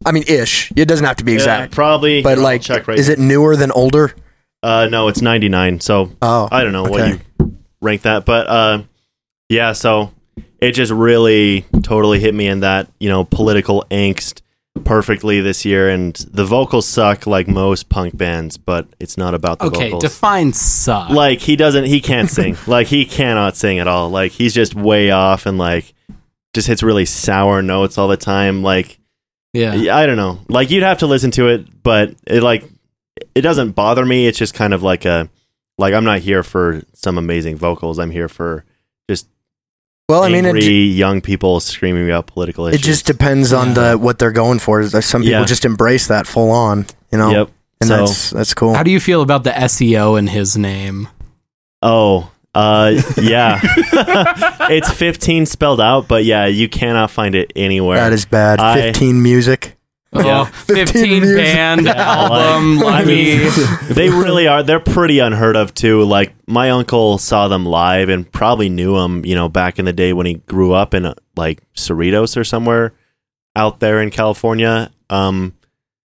[SPEAKER 4] I mean, ish. It doesn't have to be exact,
[SPEAKER 5] yeah, probably
[SPEAKER 4] but
[SPEAKER 5] I'll
[SPEAKER 4] like,
[SPEAKER 5] check right
[SPEAKER 4] is it newer than older?
[SPEAKER 5] Uh, no, it's 99. So
[SPEAKER 4] Oh,
[SPEAKER 5] I don't know
[SPEAKER 4] okay.
[SPEAKER 5] what you rank that, but uh, yeah. So it just really totally hit me in that you know political angst perfectly this year, and the vocals suck like most punk bands, but it's not about the
[SPEAKER 2] Okay,
[SPEAKER 5] vocals.
[SPEAKER 2] define suck.
[SPEAKER 5] like he doesn't, he can't sing. like he cannot sing at all. Like he's just way off and like just hits really sour notes all the time. Like
[SPEAKER 2] yeah.
[SPEAKER 5] yeah, I don't know. Like you'd have to listen to it, but it like it doesn't bother me. It's just kind of like a like I'm not here for some amazing vocals. I'm here for
[SPEAKER 4] Well, I mean,
[SPEAKER 5] angry
[SPEAKER 4] it, j-
[SPEAKER 5] young people screaming about political
[SPEAKER 4] it
[SPEAKER 5] issues.
[SPEAKER 4] just depends on the what they're going for. There's- Some people
[SPEAKER 5] Yeah.
[SPEAKER 4] just embrace that full on, you know.
[SPEAKER 5] yep.
[SPEAKER 4] And
[SPEAKER 5] So
[SPEAKER 4] that's that's cool.
[SPEAKER 2] How do you feel about the SEO in his name?
[SPEAKER 5] oh uh yeah, [LAUGHS] it's 15 spelled out, but yeah, you cannot find it anywhere.
[SPEAKER 4] that is bad.
[SPEAKER 5] I-
[SPEAKER 4] Fifteen music.
[SPEAKER 5] Yeah. [LAUGHS]
[SPEAKER 2] Oh, 15,
[SPEAKER 4] 15 years.
[SPEAKER 2] band album.
[SPEAKER 5] like- I
[SPEAKER 2] Let
[SPEAKER 5] [LAUGHS]
[SPEAKER 2] me.
[SPEAKER 5] they really are. They're pretty unheard of too. Like my uncle saw them live and probably knew them, you know, back in the day when he grew up in uh, like Cerritos or somewhere out there in California. Um,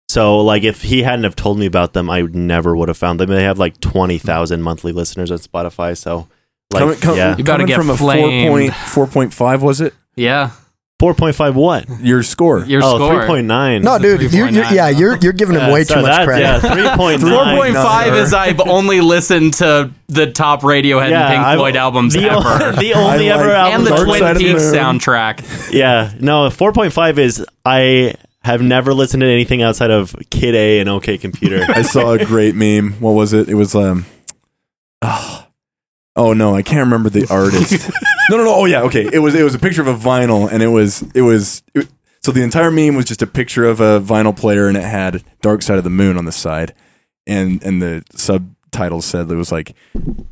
[SPEAKER 5] so like if he hadn't have told me about them, I would never would have found them. They have like twenty thousand monthly listeners on Spotify. So like
[SPEAKER 1] Coming- com-
[SPEAKER 5] yeah,
[SPEAKER 2] You gotta
[SPEAKER 1] coming
[SPEAKER 2] get
[SPEAKER 1] from a
[SPEAKER 2] flamed.
[SPEAKER 1] 4.5 was it?
[SPEAKER 2] Yeah,
[SPEAKER 5] four point five what?
[SPEAKER 1] Your score.
[SPEAKER 2] your
[SPEAKER 5] oh,
[SPEAKER 2] score.
[SPEAKER 5] three point nine.
[SPEAKER 4] No,
[SPEAKER 2] a
[SPEAKER 4] dude, you're, you're,
[SPEAKER 2] 3.9.
[SPEAKER 4] yeah, you're you're giving him way too much credit.
[SPEAKER 5] [LAUGHS] Yeah, three point nine.
[SPEAKER 2] 4.5 is
[SPEAKER 5] [LAUGHS]
[SPEAKER 2] I've only listened to the top Radiohead and Pink
[SPEAKER 5] I've-
[SPEAKER 2] Floyd albums
[SPEAKER 5] the, o-
[SPEAKER 2] ever.
[SPEAKER 5] [LAUGHS] The only
[SPEAKER 1] I
[SPEAKER 5] ever
[SPEAKER 1] like-
[SPEAKER 5] album
[SPEAKER 2] and the
[SPEAKER 1] Dark
[SPEAKER 2] Twin
[SPEAKER 1] Side of the
[SPEAKER 2] Peaks
[SPEAKER 1] Moon.
[SPEAKER 2] soundtrack.
[SPEAKER 5] Yeah, no, 4.5 is I have never listened to anything outside of Kid A and OK Computer.
[SPEAKER 1] I saw a great meme. What was it? It was um ah, Oh no, I can't remember the
[SPEAKER 3] [LAUGHS]
[SPEAKER 1] artist. no, no, no. Oh yeah, okay. It was it was a picture of a vinyl and it was it was it, so the entire meme was just a picture of a vinyl player and it had Dark Side of the Moon on the side. And and the subtitle said it was like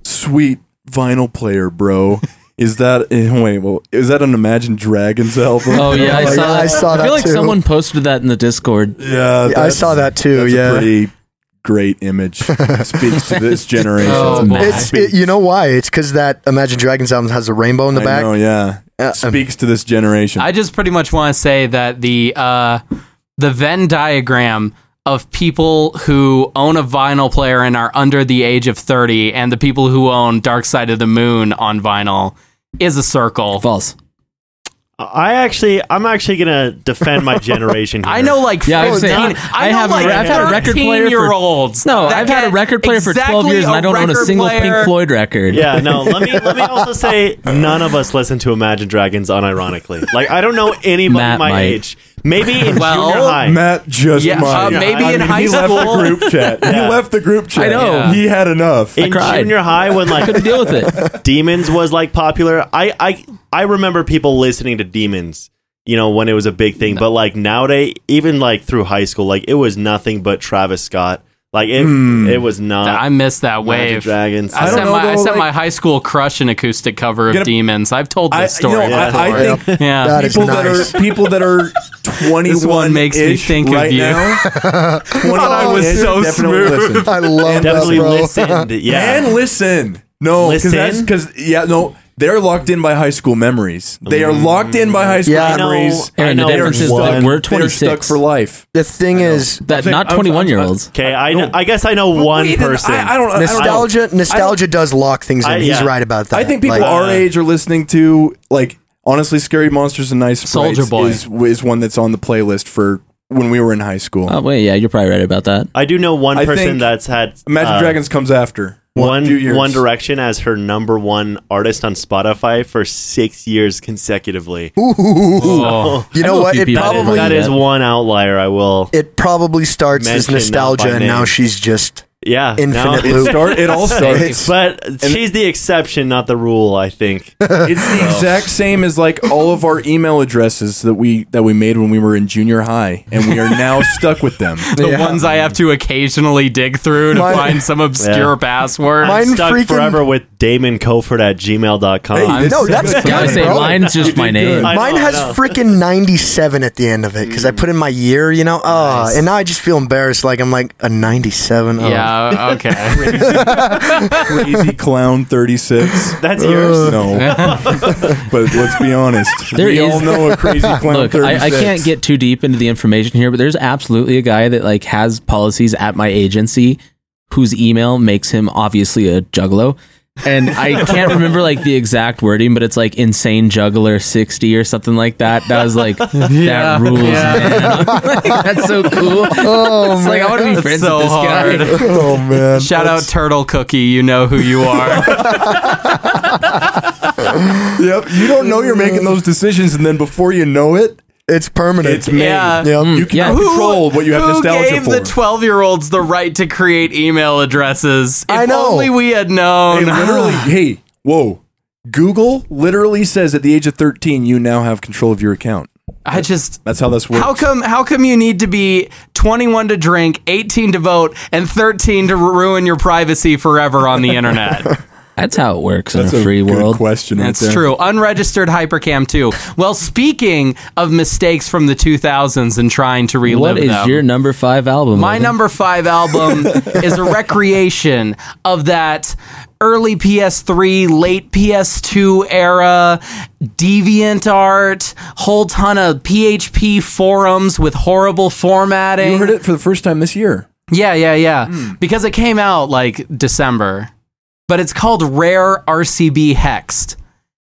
[SPEAKER 1] sweet vinyl player,
[SPEAKER 3] [LAUGHS]
[SPEAKER 1] bro. Is that eh, wait, well, is that an Imagine Dragons album?
[SPEAKER 3] Oh yeah, I
[SPEAKER 4] Oh,
[SPEAKER 3] saw,
[SPEAKER 4] yeah,
[SPEAKER 3] that.
[SPEAKER 4] I saw
[SPEAKER 3] I
[SPEAKER 4] that
[SPEAKER 3] feel like
[SPEAKER 4] too.
[SPEAKER 3] someone posted that in the Discord.
[SPEAKER 1] yeah,
[SPEAKER 4] [LAUGHS] I saw that too.
[SPEAKER 1] That's
[SPEAKER 4] Oh, Yeah,
[SPEAKER 1] a pretty great
[SPEAKER 4] [LAUGHS]
[SPEAKER 1] image. Speaks to this generation.
[SPEAKER 2] Oh, boy.
[SPEAKER 4] it's it, you know why? It's because that Imagine Dragons album has a rainbow in the
[SPEAKER 1] I
[SPEAKER 4] back. [LAUGHS]
[SPEAKER 1] know, yeah.
[SPEAKER 4] Uh,
[SPEAKER 1] Speaks to this generation.
[SPEAKER 2] I just pretty much want to say that the uh, the Venn diagram of people who own a vinyl player and are under the age of 30 and the people who own Dark Side of the Moon on vinyl is a circle.
[SPEAKER 3] False.
[SPEAKER 5] I actually, I'm actually gonna defend my generation. Here.
[SPEAKER 2] I know like
[SPEAKER 3] Yeah, I was
[SPEAKER 2] 15.
[SPEAKER 3] saying,
[SPEAKER 2] I,
[SPEAKER 3] I
[SPEAKER 2] know
[SPEAKER 3] have a-
[SPEAKER 2] like
[SPEAKER 3] I've had a record player for-
[SPEAKER 2] year olds.
[SPEAKER 3] No, I've had a record player for 12 years and I don't own a single Pink Floyd record.
[SPEAKER 5] Yeah, no. Let me let me also say, none of us listen to Imagine Dragons unironically. Like, I don't know anybody
[SPEAKER 3] Matt
[SPEAKER 5] my
[SPEAKER 3] might.
[SPEAKER 5] age. Maybe in
[SPEAKER 2] Well,
[SPEAKER 5] junior high.
[SPEAKER 1] Matt just
[SPEAKER 2] Yeah,
[SPEAKER 1] might.
[SPEAKER 2] uh, maybe in high
[SPEAKER 1] he
[SPEAKER 2] school.
[SPEAKER 1] left the group chat.
[SPEAKER 2] [LAUGHS]
[SPEAKER 5] Yeah.
[SPEAKER 1] He left the group chat.
[SPEAKER 3] I know.
[SPEAKER 2] Yeah.
[SPEAKER 1] He had enough.
[SPEAKER 5] in
[SPEAKER 3] cried.
[SPEAKER 5] junior high,
[SPEAKER 3] [LAUGHS]
[SPEAKER 5] when like
[SPEAKER 3] Couldn't deal with
[SPEAKER 4] [LAUGHS]
[SPEAKER 3] it.
[SPEAKER 5] Demons was like popular. I I I remember people listening to Demons, you know, when it was a big thing. But like nowadays, even like through high school, like it was nothing but Travis Scott. Like it
[SPEAKER 1] Hmm.
[SPEAKER 5] it was not
[SPEAKER 2] I missed that
[SPEAKER 5] Imagine
[SPEAKER 2] wave.
[SPEAKER 5] Dragons.
[SPEAKER 2] I,
[SPEAKER 1] don't
[SPEAKER 2] sent
[SPEAKER 1] know,
[SPEAKER 2] my I
[SPEAKER 1] though,
[SPEAKER 2] sent
[SPEAKER 1] like-
[SPEAKER 2] my high school crush an acoustic cover of
[SPEAKER 1] Get a-
[SPEAKER 2] Demons. I've told
[SPEAKER 1] I,
[SPEAKER 2] this story.
[SPEAKER 1] You know, I,
[SPEAKER 2] before.
[SPEAKER 1] I [LAUGHS] think
[SPEAKER 2] yeah.
[SPEAKER 4] That is
[SPEAKER 1] people
[SPEAKER 4] nice.
[SPEAKER 1] that are people that
[SPEAKER 2] [LAUGHS]
[SPEAKER 1] are twenty one
[SPEAKER 2] makes me think of
[SPEAKER 1] right
[SPEAKER 2] you.
[SPEAKER 1] Now,
[SPEAKER 4] [LAUGHS]
[SPEAKER 2] I was so smooth.
[SPEAKER 1] Listen.
[SPEAKER 4] I love
[SPEAKER 5] definitely
[SPEAKER 4] that, bro. [LAUGHS]
[SPEAKER 1] [LAUGHS]
[SPEAKER 5] listened. Yeah,
[SPEAKER 1] And listen, no,
[SPEAKER 5] Listen?
[SPEAKER 1] because because yeah, no, they're locked in by high school memories. They are locked in by high school
[SPEAKER 4] Yeah. I
[SPEAKER 5] know-
[SPEAKER 1] memories.
[SPEAKER 5] I
[SPEAKER 3] Aaron, the
[SPEAKER 5] know
[SPEAKER 3] difference is
[SPEAKER 5] one-
[SPEAKER 3] that we're
[SPEAKER 1] They're stuck
[SPEAKER 3] 26.
[SPEAKER 1] for life.
[SPEAKER 4] the thing is,
[SPEAKER 3] That
[SPEAKER 1] I'm
[SPEAKER 3] not
[SPEAKER 1] saying- I'm-
[SPEAKER 3] 21 year olds.
[SPEAKER 5] okay. I know, I guess I know one
[SPEAKER 1] Wait,
[SPEAKER 5] person.
[SPEAKER 1] I, I don't. I don't-
[SPEAKER 4] nostalgia nostalgia does lock things in.
[SPEAKER 5] I-
[SPEAKER 4] He's
[SPEAKER 5] yeah.
[SPEAKER 4] right about that.
[SPEAKER 1] I think people
[SPEAKER 4] Like,
[SPEAKER 1] our age are listening to like honestly, "Scary Monsters and Nice Sprites"
[SPEAKER 2] Soulja Boy.
[SPEAKER 1] is is one that's on the playlist for when we were in high school.
[SPEAKER 3] Oh wait, yeah, you're probably right about that.
[SPEAKER 5] I do know one
[SPEAKER 1] I
[SPEAKER 5] person
[SPEAKER 1] think-
[SPEAKER 5] that's had
[SPEAKER 1] Imagine
[SPEAKER 5] uh,
[SPEAKER 1] Dragons comes after.
[SPEAKER 5] One
[SPEAKER 1] do yours.
[SPEAKER 5] One Direction as her number one artist on Spotify for six years consecutively.
[SPEAKER 2] Oh.
[SPEAKER 4] You
[SPEAKER 3] I
[SPEAKER 4] know
[SPEAKER 3] a
[SPEAKER 4] what?
[SPEAKER 3] few
[SPEAKER 4] It
[SPEAKER 3] people
[SPEAKER 5] That is-
[SPEAKER 4] probably
[SPEAKER 5] that is one outlier. I will.
[SPEAKER 4] it probably starts as
[SPEAKER 5] Mention, uh, by
[SPEAKER 4] nostalgia, and now
[SPEAKER 5] name.
[SPEAKER 4] she's just
[SPEAKER 5] Yeah,
[SPEAKER 4] Infinite
[SPEAKER 5] now-
[SPEAKER 4] loop.
[SPEAKER 1] It start. It
[SPEAKER 5] [LAUGHS]
[SPEAKER 1] all starts.
[SPEAKER 5] But she's the exception, not the rule.
[SPEAKER 1] [LAUGHS]
[SPEAKER 5] I think.
[SPEAKER 1] It's the exact same as like all of our email addresses that we that we made when we were in junior high, and we are now
[SPEAKER 4] [LAUGHS]
[SPEAKER 1] stuck with them.
[SPEAKER 2] The
[SPEAKER 4] Yeah.
[SPEAKER 2] ones I have to occasionally dig through to
[SPEAKER 4] Mine-
[SPEAKER 2] find some obscure
[SPEAKER 5] Yeah.
[SPEAKER 2] password.
[SPEAKER 4] Mine-
[SPEAKER 5] I'm stuck
[SPEAKER 4] freaking-
[SPEAKER 5] forever with Damon Coford at gmail.com.
[SPEAKER 4] Hey,
[SPEAKER 5] I'm
[SPEAKER 4] no, that's
[SPEAKER 3] Yeah, I
[SPEAKER 4] good,
[SPEAKER 3] say
[SPEAKER 4] bro.
[SPEAKER 3] mine's just my name.
[SPEAKER 5] I
[SPEAKER 4] Mine
[SPEAKER 5] know, I
[SPEAKER 4] has
[SPEAKER 5] know.
[SPEAKER 4] freaking 97 at the end of it because I put in my year, you know? Oh, and now I just feel embarrassed. Like, I'm like, a 97? Oh.
[SPEAKER 2] yeah, okay.
[SPEAKER 1] Crazy clown thirty six.
[SPEAKER 5] That's yours.
[SPEAKER 1] No, but let's be honest.
[SPEAKER 3] There
[SPEAKER 1] we
[SPEAKER 3] is-
[SPEAKER 1] all know a crazy clown
[SPEAKER 3] Look,
[SPEAKER 1] thirty
[SPEAKER 3] I, I
[SPEAKER 1] six.
[SPEAKER 3] can't
[SPEAKER 1] [LAUGHS]
[SPEAKER 3] get too deep into the information here, but there's absolutely a guy that like has policies at my agency whose email makes him obviously a juggalo. And I can't remember like the exact wording, but it's like insane juggler sixty or something like that. That was like that rules. man. Like, [LAUGHS] that's so cool.
[SPEAKER 4] Oh,
[SPEAKER 3] It's like I
[SPEAKER 4] man.
[SPEAKER 3] want to be friends
[SPEAKER 2] so
[SPEAKER 3] with this guy.
[SPEAKER 2] hard.
[SPEAKER 4] oh, man.
[SPEAKER 2] Shout out Turtle Cookie, you know who you
[SPEAKER 1] [LAUGHS]
[SPEAKER 2] are.
[SPEAKER 1] Yep, you don't know you're making those decisions, and then before you know it,
[SPEAKER 4] It's permanent.
[SPEAKER 1] it's made.
[SPEAKER 2] Yeah.
[SPEAKER 4] Yep.
[SPEAKER 1] You can
[SPEAKER 3] Yeah.
[SPEAKER 1] not control what you have
[SPEAKER 2] who
[SPEAKER 1] nostalgia
[SPEAKER 2] gave
[SPEAKER 1] for.
[SPEAKER 2] the 12 year olds the right to create email addresses? If
[SPEAKER 4] I know.
[SPEAKER 2] only we had
[SPEAKER 1] They
[SPEAKER 2] known.
[SPEAKER 1] literally, hey, whoa. Google literally says at the age of 13, you now have control of your account.
[SPEAKER 2] I just.
[SPEAKER 1] That's how this works.
[SPEAKER 2] How come? How come you need to be 21 to drink, 18 to vote, and 13 to ruin your privacy forever on the internet?
[SPEAKER 3] That's how it works
[SPEAKER 1] That's
[SPEAKER 3] in a free
[SPEAKER 1] good
[SPEAKER 3] world.
[SPEAKER 1] question. right
[SPEAKER 2] That's
[SPEAKER 1] there.
[SPEAKER 2] true. Unregistered Hypercam too. Well, speaking of mistakes from the 2000s and trying to relive
[SPEAKER 3] What is
[SPEAKER 2] them,
[SPEAKER 3] your number five album?
[SPEAKER 2] my
[SPEAKER 3] Logan?
[SPEAKER 2] number five album is a recreation of that early PS3, late PS2 era deviant art, whole ton of PHP forums with horrible formatting.
[SPEAKER 1] You heard it for the first time this year.
[SPEAKER 2] Yeah, yeah, yeah. Because it came out like December, but it's called Rare RCB Hexed.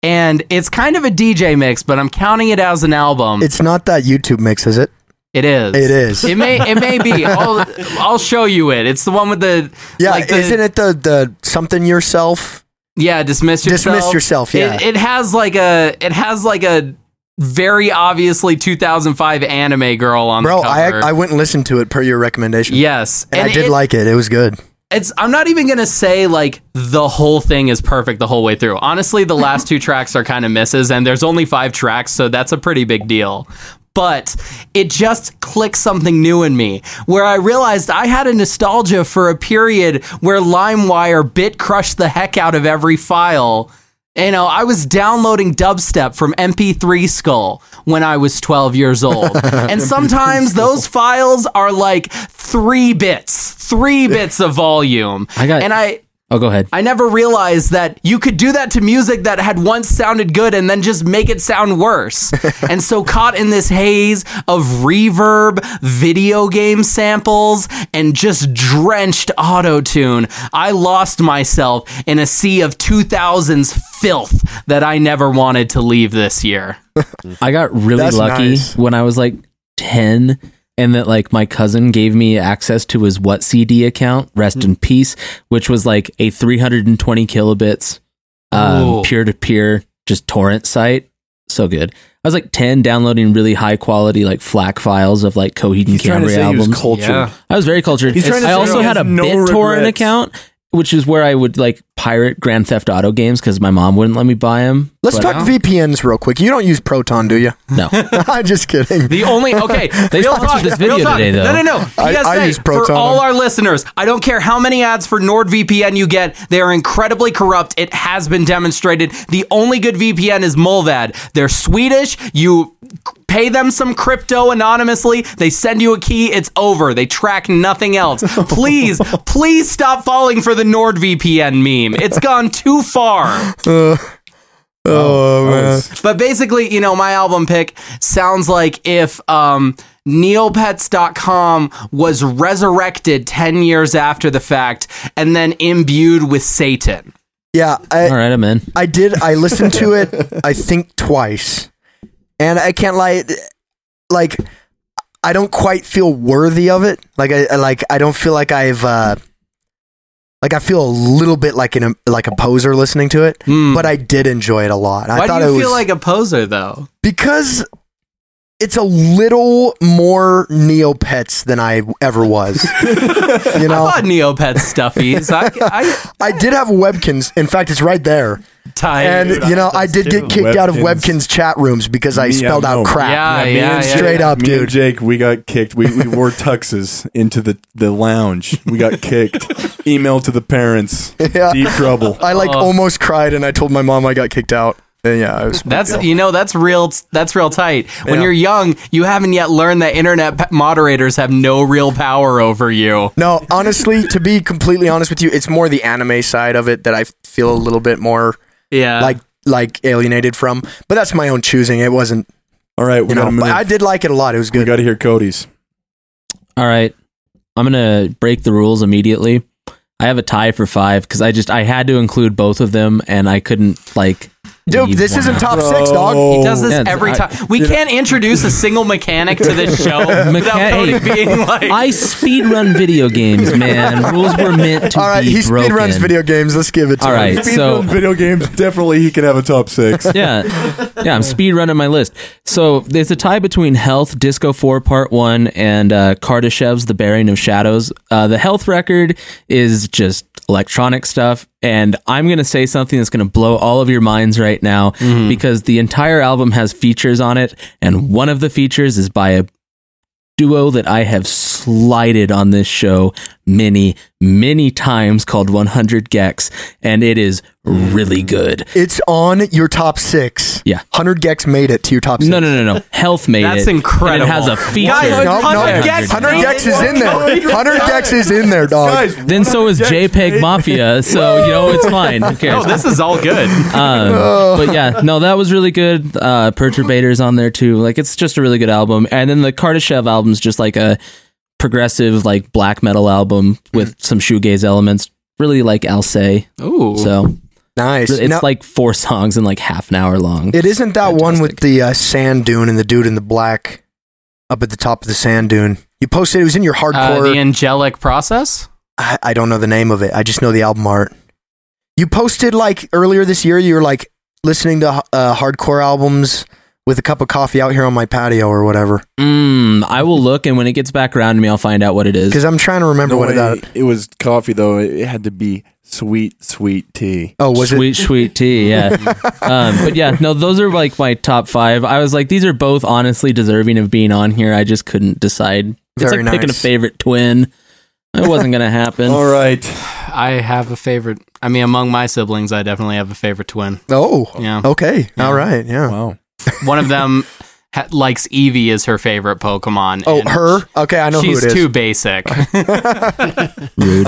[SPEAKER 2] And it's kind of a DJ mix, but I'm counting it as an album.
[SPEAKER 4] It's not that YouTube mix, is it?
[SPEAKER 2] it is.
[SPEAKER 4] It is.
[SPEAKER 2] It may. It may
[SPEAKER 4] [LAUGHS]
[SPEAKER 2] be. I'll, I'll show you it. It's the one with the.
[SPEAKER 4] yeah,
[SPEAKER 2] like the-
[SPEAKER 4] isn't it the, the something yourself?
[SPEAKER 2] Yeah, dismiss yourself.
[SPEAKER 4] Dismiss Yourself, yeah.
[SPEAKER 2] It, it has like a. It has like a very obviously 2005 anime girl on
[SPEAKER 4] Bro,
[SPEAKER 2] the
[SPEAKER 4] I,
[SPEAKER 2] cover.
[SPEAKER 4] I went and listened to it per your recommendation.
[SPEAKER 2] yes,
[SPEAKER 4] And, I did
[SPEAKER 2] it-
[SPEAKER 4] like it. It was good.
[SPEAKER 2] it's I'm not even gonna say like the whole thing is perfect the whole way through. Honestly, the last two tracks are kind of misses, and there's only five tracks, so that's a pretty big deal. But it just clicked something new in me where I realized I had a nostalgia for a period where LimeWire bit crushed the heck out of every file. You know, I was downloading dubstep from MP3 Skull when I was 12 years
[SPEAKER 3] [LAUGHS]
[SPEAKER 2] old. And sometimes those files are like three bits, three bits of volume.
[SPEAKER 3] I got-
[SPEAKER 2] and I.
[SPEAKER 3] Oh, go ahead.
[SPEAKER 2] I never realized that you could do that to music that had once sounded good and then just make it sound worse. and so caught in this haze of reverb, video game samples, and just drenched auto-tune, I lost myself in a sea of 2000s filth that I never wanted to leave this year.
[SPEAKER 3] I got really
[SPEAKER 4] That's
[SPEAKER 3] lucky
[SPEAKER 4] nice.
[SPEAKER 3] when I was like 10 and that like my cousin gave me access to his what CD account, rest
[SPEAKER 1] Hmm.
[SPEAKER 3] in peace, which was like a 320 kilobits
[SPEAKER 2] Ooh.
[SPEAKER 3] um peer to peer just torrent site. So good. I was like 10 downloading really high quality like FLAC files of like Coheed and
[SPEAKER 1] He's trying to
[SPEAKER 3] Cambria
[SPEAKER 1] say he
[SPEAKER 3] albums.
[SPEAKER 1] was cultured.
[SPEAKER 2] Yeah.
[SPEAKER 3] I was very cultured.
[SPEAKER 1] He's trying to
[SPEAKER 3] I
[SPEAKER 1] say
[SPEAKER 3] also
[SPEAKER 1] he
[SPEAKER 3] had a
[SPEAKER 1] has no
[SPEAKER 3] BitTorrent
[SPEAKER 1] regrets.
[SPEAKER 3] account, which is where I would like pirate Grand Theft Auto games because my mom wouldn't let me buy them.
[SPEAKER 4] Let's talk VPNs real quick. You don't use Proton, do you? [LAUGHS]
[SPEAKER 3] No.
[SPEAKER 4] I'm just kidding.
[SPEAKER 2] The only [LAUGHS] okay.
[SPEAKER 3] They
[SPEAKER 2] real
[SPEAKER 3] sponsored
[SPEAKER 2] talk,
[SPEAKER 3] this
[SPEAKER 2] real
[SPEAKER 3] video
[SPEAKER 2] talk.
[SPEAKER 3] today, though.
[SPEAKER 2] No, no, no.
[SPEAKER 4] I-
[SPEAKER 2] PSA
[SPEAKER 4] I use
[SPEAKER 2] for
[SPEAKER 4] Proton.
[SPEAKER 2] all our listeners. I don't care how many ads for NordVPN you get. They are incredibly corrupt. It has been demonstrated. The only good VPN is Molvad. They're Swedish. You pay them some crypto anonymously. They send you a key. It's over. They track nothing
[SPEAKER 4] [LAUGHS]
[SPEAKER 2] else. Please, please stop falling for the NordVPN meme. It's gone too far.
[SPEAKER 4] oh, man.
[SPEAKER 2] But basically, you know, my album pick sounds like if um, Neopets.com was resurrected 10 years after the fact and then imbued with Satan.
[SPEAKER 4] Yeah, I,
[SPEAKER 3] All right, I'm in.
[SPEAKER 4] I did. I listened
[SPEAKER 2] [LAUGHS]
[SPEAKER 4] to it. I think twice, and I can't lie. Like, I don't quite feel worthy of it. Like, I I- like I don't feel like I've uh, Like I feel a little bit like an like a poser listening to it,
[SPEAKER 2] Hmm.
[SPEAKER 4] but I did enjoy it a lot. I
[SPEAKER 2] Why
[SPEAKER 4] thought
[SPEAKER 2] do you
[SPEAKER 4] it was
[SPEAKER 2] feel like a poser though?
[SPEAKER 4] because it's a little more Neopets than I
[SPEAKER 2] [LAUGHS]
[SPEAKER 4] ever was. you know,
[SPEAKER 2] I bought Neopet stuffies.
[SPEAKER 4] [LAUGHS]
[SPEAKER 2] I, I
[SPEAKER 4] I did have Webkins. In fact, it's right there.
[SPEAKER 2] tired.
[SPEAKER 4] And you know, I did get kicked out of
[SPEAKER 1] Webkins.
[SPEAKER 4] Webkins chat rooms because I
[SPEAKER 1] Me, I
[SPEAKER 4] spelled out
[SPEAKER 1] know.
[SPEAKER 4] [LAUGHS] crap.
[SPEAKER 2] Yeah,
[SPEAKER 1] me
[SPEAKER 2] yeah,
[SPEAKER 1] and
[SPEAKER 2] yeah.
[SPEAKER 4] Straight up,
[SPEAKER 1] me and
[SPEAKER 4] dude.
[SPEAKER 1] uh, Jake, we got kicked. We, we wore tuxes into the, the lounge. We got [LAUGHS] kicked. Email to the parents.
[SPEAKER 4] [LAUGHS] Yeah.
[SPEAKER 1] Deep trouble.
[SPEAKER 4] I like
[SPEAKER 2] Oh.
[SPEAKER 4] almost cried and I told my mom I got kicked out. And yeah, I was
[SPEAKER 2] That's e- you know that's real that's real tight. When
[SPEAKER 4] Yeah.
[SPEAKER 2] you're young, you haven't yet learned that internet p- moderators have no real power over you.
[SPEAKER 4] No, honestly, to be completely honest with you, it's more the anime side of it that I feel a little bit more
[SPEAKER 2] Yeah,
[SPEAKER 4] like like alienated from. But that's my own choosing. It wasn't,
[SPEAKER 1] All right, we
[SPEAKER 4] you
[SPEAKER 1] got
[SPEAKER 4] know.
[SPEAKER 1] to move.
[SPEAKER 4] But I did like it a lot. It was
[SPEAKER 1] we
[SPEAKER 4] good.
[SPEAKER 1] got to hear Cody's.
[SPEAKER 3] All right. I'm going to break the rules immediately. I have a tie for five because I just, I had to include both of them and I couldn't, like,
[SPEAKER 4] Dude,
[SPEAKER 3] leave
[SPEAKER 4] this
[SPEAKER 3] one
[SPEAKER 4] isn't
[SPEAKER 3] out.
[SPEAKER 4] top six, dog.
[SPEAKER 1] Oh,
[SPEAKER 2] does this
[SPEAKER 3] yeah,
[SPEAKER 2] every
[SPEAKER 3] I-
[SPEAKER 2] time. We can't introduce a single mechanic to this
[SPEAKER 4] [LAUGHS]
[SPEAKER 2] show without Cody
[SPEAKER 3] Mechanic.
[SPEAKER 2] being like.
[SPEAKER 3] I speedrun video games, man. Rules were meant to
[SPEAKER 4] All right,
[SPEAKER 3] be
[SPEAKER 4] he
[SPEAKER 3] broken.
[SPEAKER 4] speedruns video games. Let's give it to
[SPEAKER 3] All
[SPEAKER 4] him.
[SPEAKER 3] right,
[SPEAKER 1] Speed
[SPEAKER 3] so
[SPEAKER 1] run video games definitely he can have a top six.
[SPEAKER 3] yeah, [LAUGHS] yeah. I'm speed running my list. So there's a tie between Health, Disco Four Part One, and uh, Kardashev's The Bearing of Shadows. Uh, the Health record is just electronic stuff, and I'm gonna say something that's gonna blow all of your minds right now because the entire album has features on it, and one of the features is by a duo that I have slighted on this show many, many times called 100 Gex, and it is really good.
[SPEAKER 4] It's on your top six.
[SPEAKER 3] Yeah.
[SPEAKER 4] 100 Gex made it to your top six.
[SPEAKER 3] No, no, no, [LAUGHS] no. Health made
[SPEAKER 2] That's
[SPEAKER 3] it. and
[SPEAKER 2] incredible.
[SPEAKER 3] it has a feature.
[SPEAKER 2] Guys,
[SPEAKER 4] No, no.
[SPEAKER 2] 100
[SPEAKER 3] Gex
[SPEAKER 4] 100
[SPEAKER 2] made
[SPEAKER 4] Gex
[SPEAKER 2] it.
[SPEAKER 4] is in there. 100 Gex is in there, dog.
[SPEAKER 1] Guys,
[SPEAKER 3] Then so is JPEG
[SPEAKER 1] Mafia.
[SPEAKER 2] [LAUGHS]
[SPEAKER 3] Mafia, so you know it's fine. Who cares?
[SPEAKER 2] Oh, this is all good.
[SPEAKER 3] um, but yeah, no, that was really good. Uh, Perturbators on there too. Like it's just a really good album. And then the Kardashev album's just like a progressive like black metal album with some shoegaze elements. Really like I'll say.
[SPEAKER 2] Mm. Ooh, Uh,
[SPEAKER 3] So
[SPEAKER 4] Nice.
[SPEAKER 3] it's
[SPEAKER 4] Now-
[SPEAKER 3] like four [LAUGHS] songs and like half an hour long.
[SPEAKER 4] It isn't that one with the uh, sand dune and the dude in the black up at the top of the sand dune. You posted it was in your
[SPEAKER 2] uh,
[SPEAKER 4] hardcore.
[SPEAKER 2] the angelic process.
[SPEAKER 4] I, I don't know the name of it. I just know the album art. You posted like earlier this year. You were like listening to uh, hardcore albums with a cup of coffee out here on my patio or whatever.
[SPEAKER 3] Mm, I will look and when it gets back around to me, I'll find out what it is.
[SPEAKER 4] Because I'm trying to remember
[SPEAKER 1] No
[SPEAKER 4] what
[SPEAKER 1] way.
[SPEAKER 4] it. that.
[SPEAKER 1] It was coffee though. It it had to be sweet, sweet tea.
[SPEAKER 4] Oh, was
[SPEAKER 3] sweet, sweet tea. Yeah. um, but yeah, no, those are like my top five. I was like, these are both honestly deserving of being on here. I just couldn't decide. it's
[SPEAKER 4] Very
[SPEAKER 3] like picking a
[SPEAKER 4] nice.
[SPEAKER 3] favorite twin. It wasn't gonna happen.
[SPEAKER 1] All right,
[SPEAKER 2] I have a favorite. I mean, among my siblings, I definitely have a favorite twin.
[SPEAKER 4] it? Oh,
[SPEAKER 2] Yeah.
[SPEAKER 4] okay, all right, yeah.
[SPEAKER 1] wow.
[SPEAKER 2] One of them [LAUGHS] ha- likes Eevee as her favorite Pokemon.
[SPEAKER 4] Oh,
[SPEAKER 2] and
[SPEAKER 4] her. Okay, I know who
[SPEAKER 2] She's
[SPEAKER 4] it is.
[SPEAKER 2] too
[SPEAKER 4] [LAUGHS]
[SPEAKER 2] basic. [LAUGHS]
[SPEAKER 3] Rude.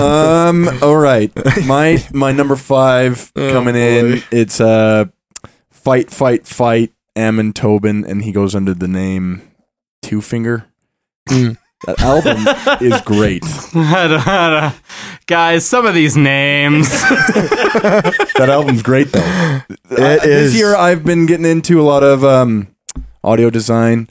[SPEAKER 1] [LAUGHS] Um. All right. My my number five [LAUGHS] coming in. It's uh, fight, fight, fight. Ammon Tobin, and he goes under the name Two Finger.
[SPEAKER 4] Mm.
[SPEAKER 1] That album is great.
[SPEAKER 2] I don't- I don't- Guys, some of these names. [LAUGHS]
[SPEAKER 1] That album's great though. It
[SPEAKER 4] is.
[SPEAKER 1] This year I've been getting into a lot of um, audio design.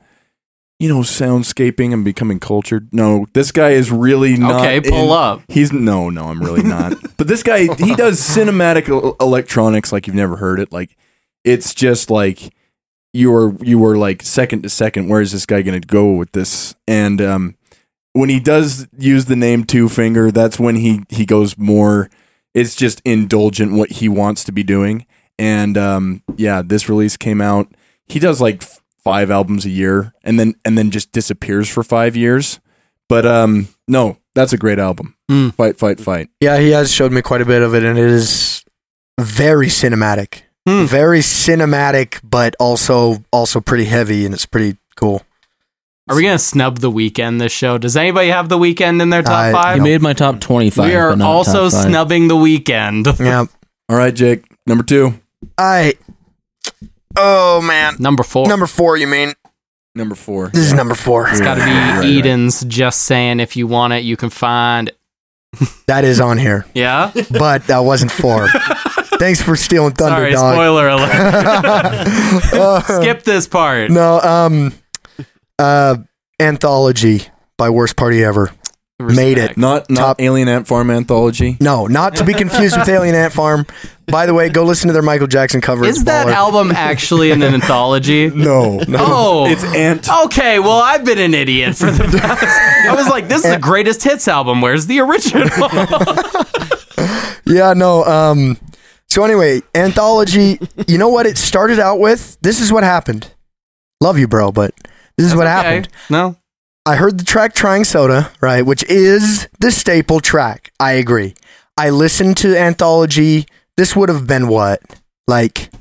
[SPEAKER 1] You know, soundscaping and becoming cultured. No, this guy is really not.
[SPEAKER 2] Okay, pull
[SPEAKER 1] in-
[SPEAKER 2] up.
[SPEAKER 1] He's no, no, I'm really
[SPEAKER 2] [LAUGHS]
[SPEAKER 1] not. but this guy, he does cinematic el- electronics like you've never heard it. Like it's just like you were you were like second to second. Where is this guy going to go with this? And um, when he does use the name Two Finger, that's when he he goes more. It's just indulgent what he wants to be doing. And um, yeah, this release came out. He does like f- five albums a year, and then and then just disappears for five years. But um, no, that's a great album.
[SPEAKER 2] Mm.
[SPEAKER 1] Fight, fight, fight.
[SPEAKER 4] Yeah, he has showed me quite a bit of it, and it is very cinematic.
[SPEAKER 2] Hmm.
[SPEAKER 4] Very cinematic, but also also pretty heavy, and it's pretty cool.
[SPEAKER 2] Are we gonna snub the weekend this show? Does anybody have the weekend in their top
[SPEAKER 4] I-
[SPEAKER 3] he
[SPEAKER 2] five?
[SPEAKER 3] made my top twenty-five.
[SPEAKER 2] We are
[SPEAKER 3] but not
[SPEAKER 2] also
[SPEAKER 3] top five.
[SPEAKER 2] snubbing the weekend.
[SPEAKER 4] Yeah,
[SPEAKER 1] All right, Jake, number two,
[SPEAKER 4] I. Oh man,
[SPEAKER 2] Number four.
[SPEAKER 4] number four. You mean
[SPEAKER 1] number four.
[SPEAKER 4] this is number four?
[SPEAKER 2] it's gotta be
[SPEAKER 1] Right, right.
[SPEAKER 2] Eden's just saying if you want it, you can find it.
[SPEAKER 4] That is on here,
[SPEAKER 2] Yeah?
[SPEAKER 4] but that
[SPEAKER 2] [LAUGHS]
[SPEAKER 4] wasn't four. Thanks for stealing thunder,
[SPEAKER 2] Sorry,
[SPEAKER 4] dog.
[SPEAKER 2] spoiler alert. [LAUGHS]
[SPEAKER 4] Uh, [LAUGHS]
[SPEAKER 2] Skip this part.
[SPEAKER 4] No, um, uh, anthology by worst party ever. made it.
[SPEAKER 1] Not not
[SPEAKER 4] Top-
[SPEAKER 1] Alien Ant Farm anthology.
[SPEAKER 4] No, not to be
[SPEAKER 2] [LAUGHS]
[SPEAKER 4] confused with Alien Ant Farm. By the way, go listen to their Michael Jackson cover.
[SPEAKER 2] Is
[SPEAKER 4] It's
[SPEAKER 2] that
[SPEAKER 4] baller.
[SPEAKER 2] album actually in an anthology?
[SPEAKER 1] No, no.
[SPEAKER 2] Oh,
[SPEAKER 1] It's Ant.
[SPEAKER 2] Okay, well, I've been an idiot for the past. I was like, this is the greatest hits album. Where's the original?
[SPEAKER 4] Yeah, no. Um, so anyway, anthology. You know what it started out with? This is what happened. Love you, bro, but this is what happened.
[SPEAKER 2] Okay, No.
[SPEAKER 4] I heard the track Trying Soda, right, which is the staple track. I agree. I listened to Anthology. This would have been what? Like,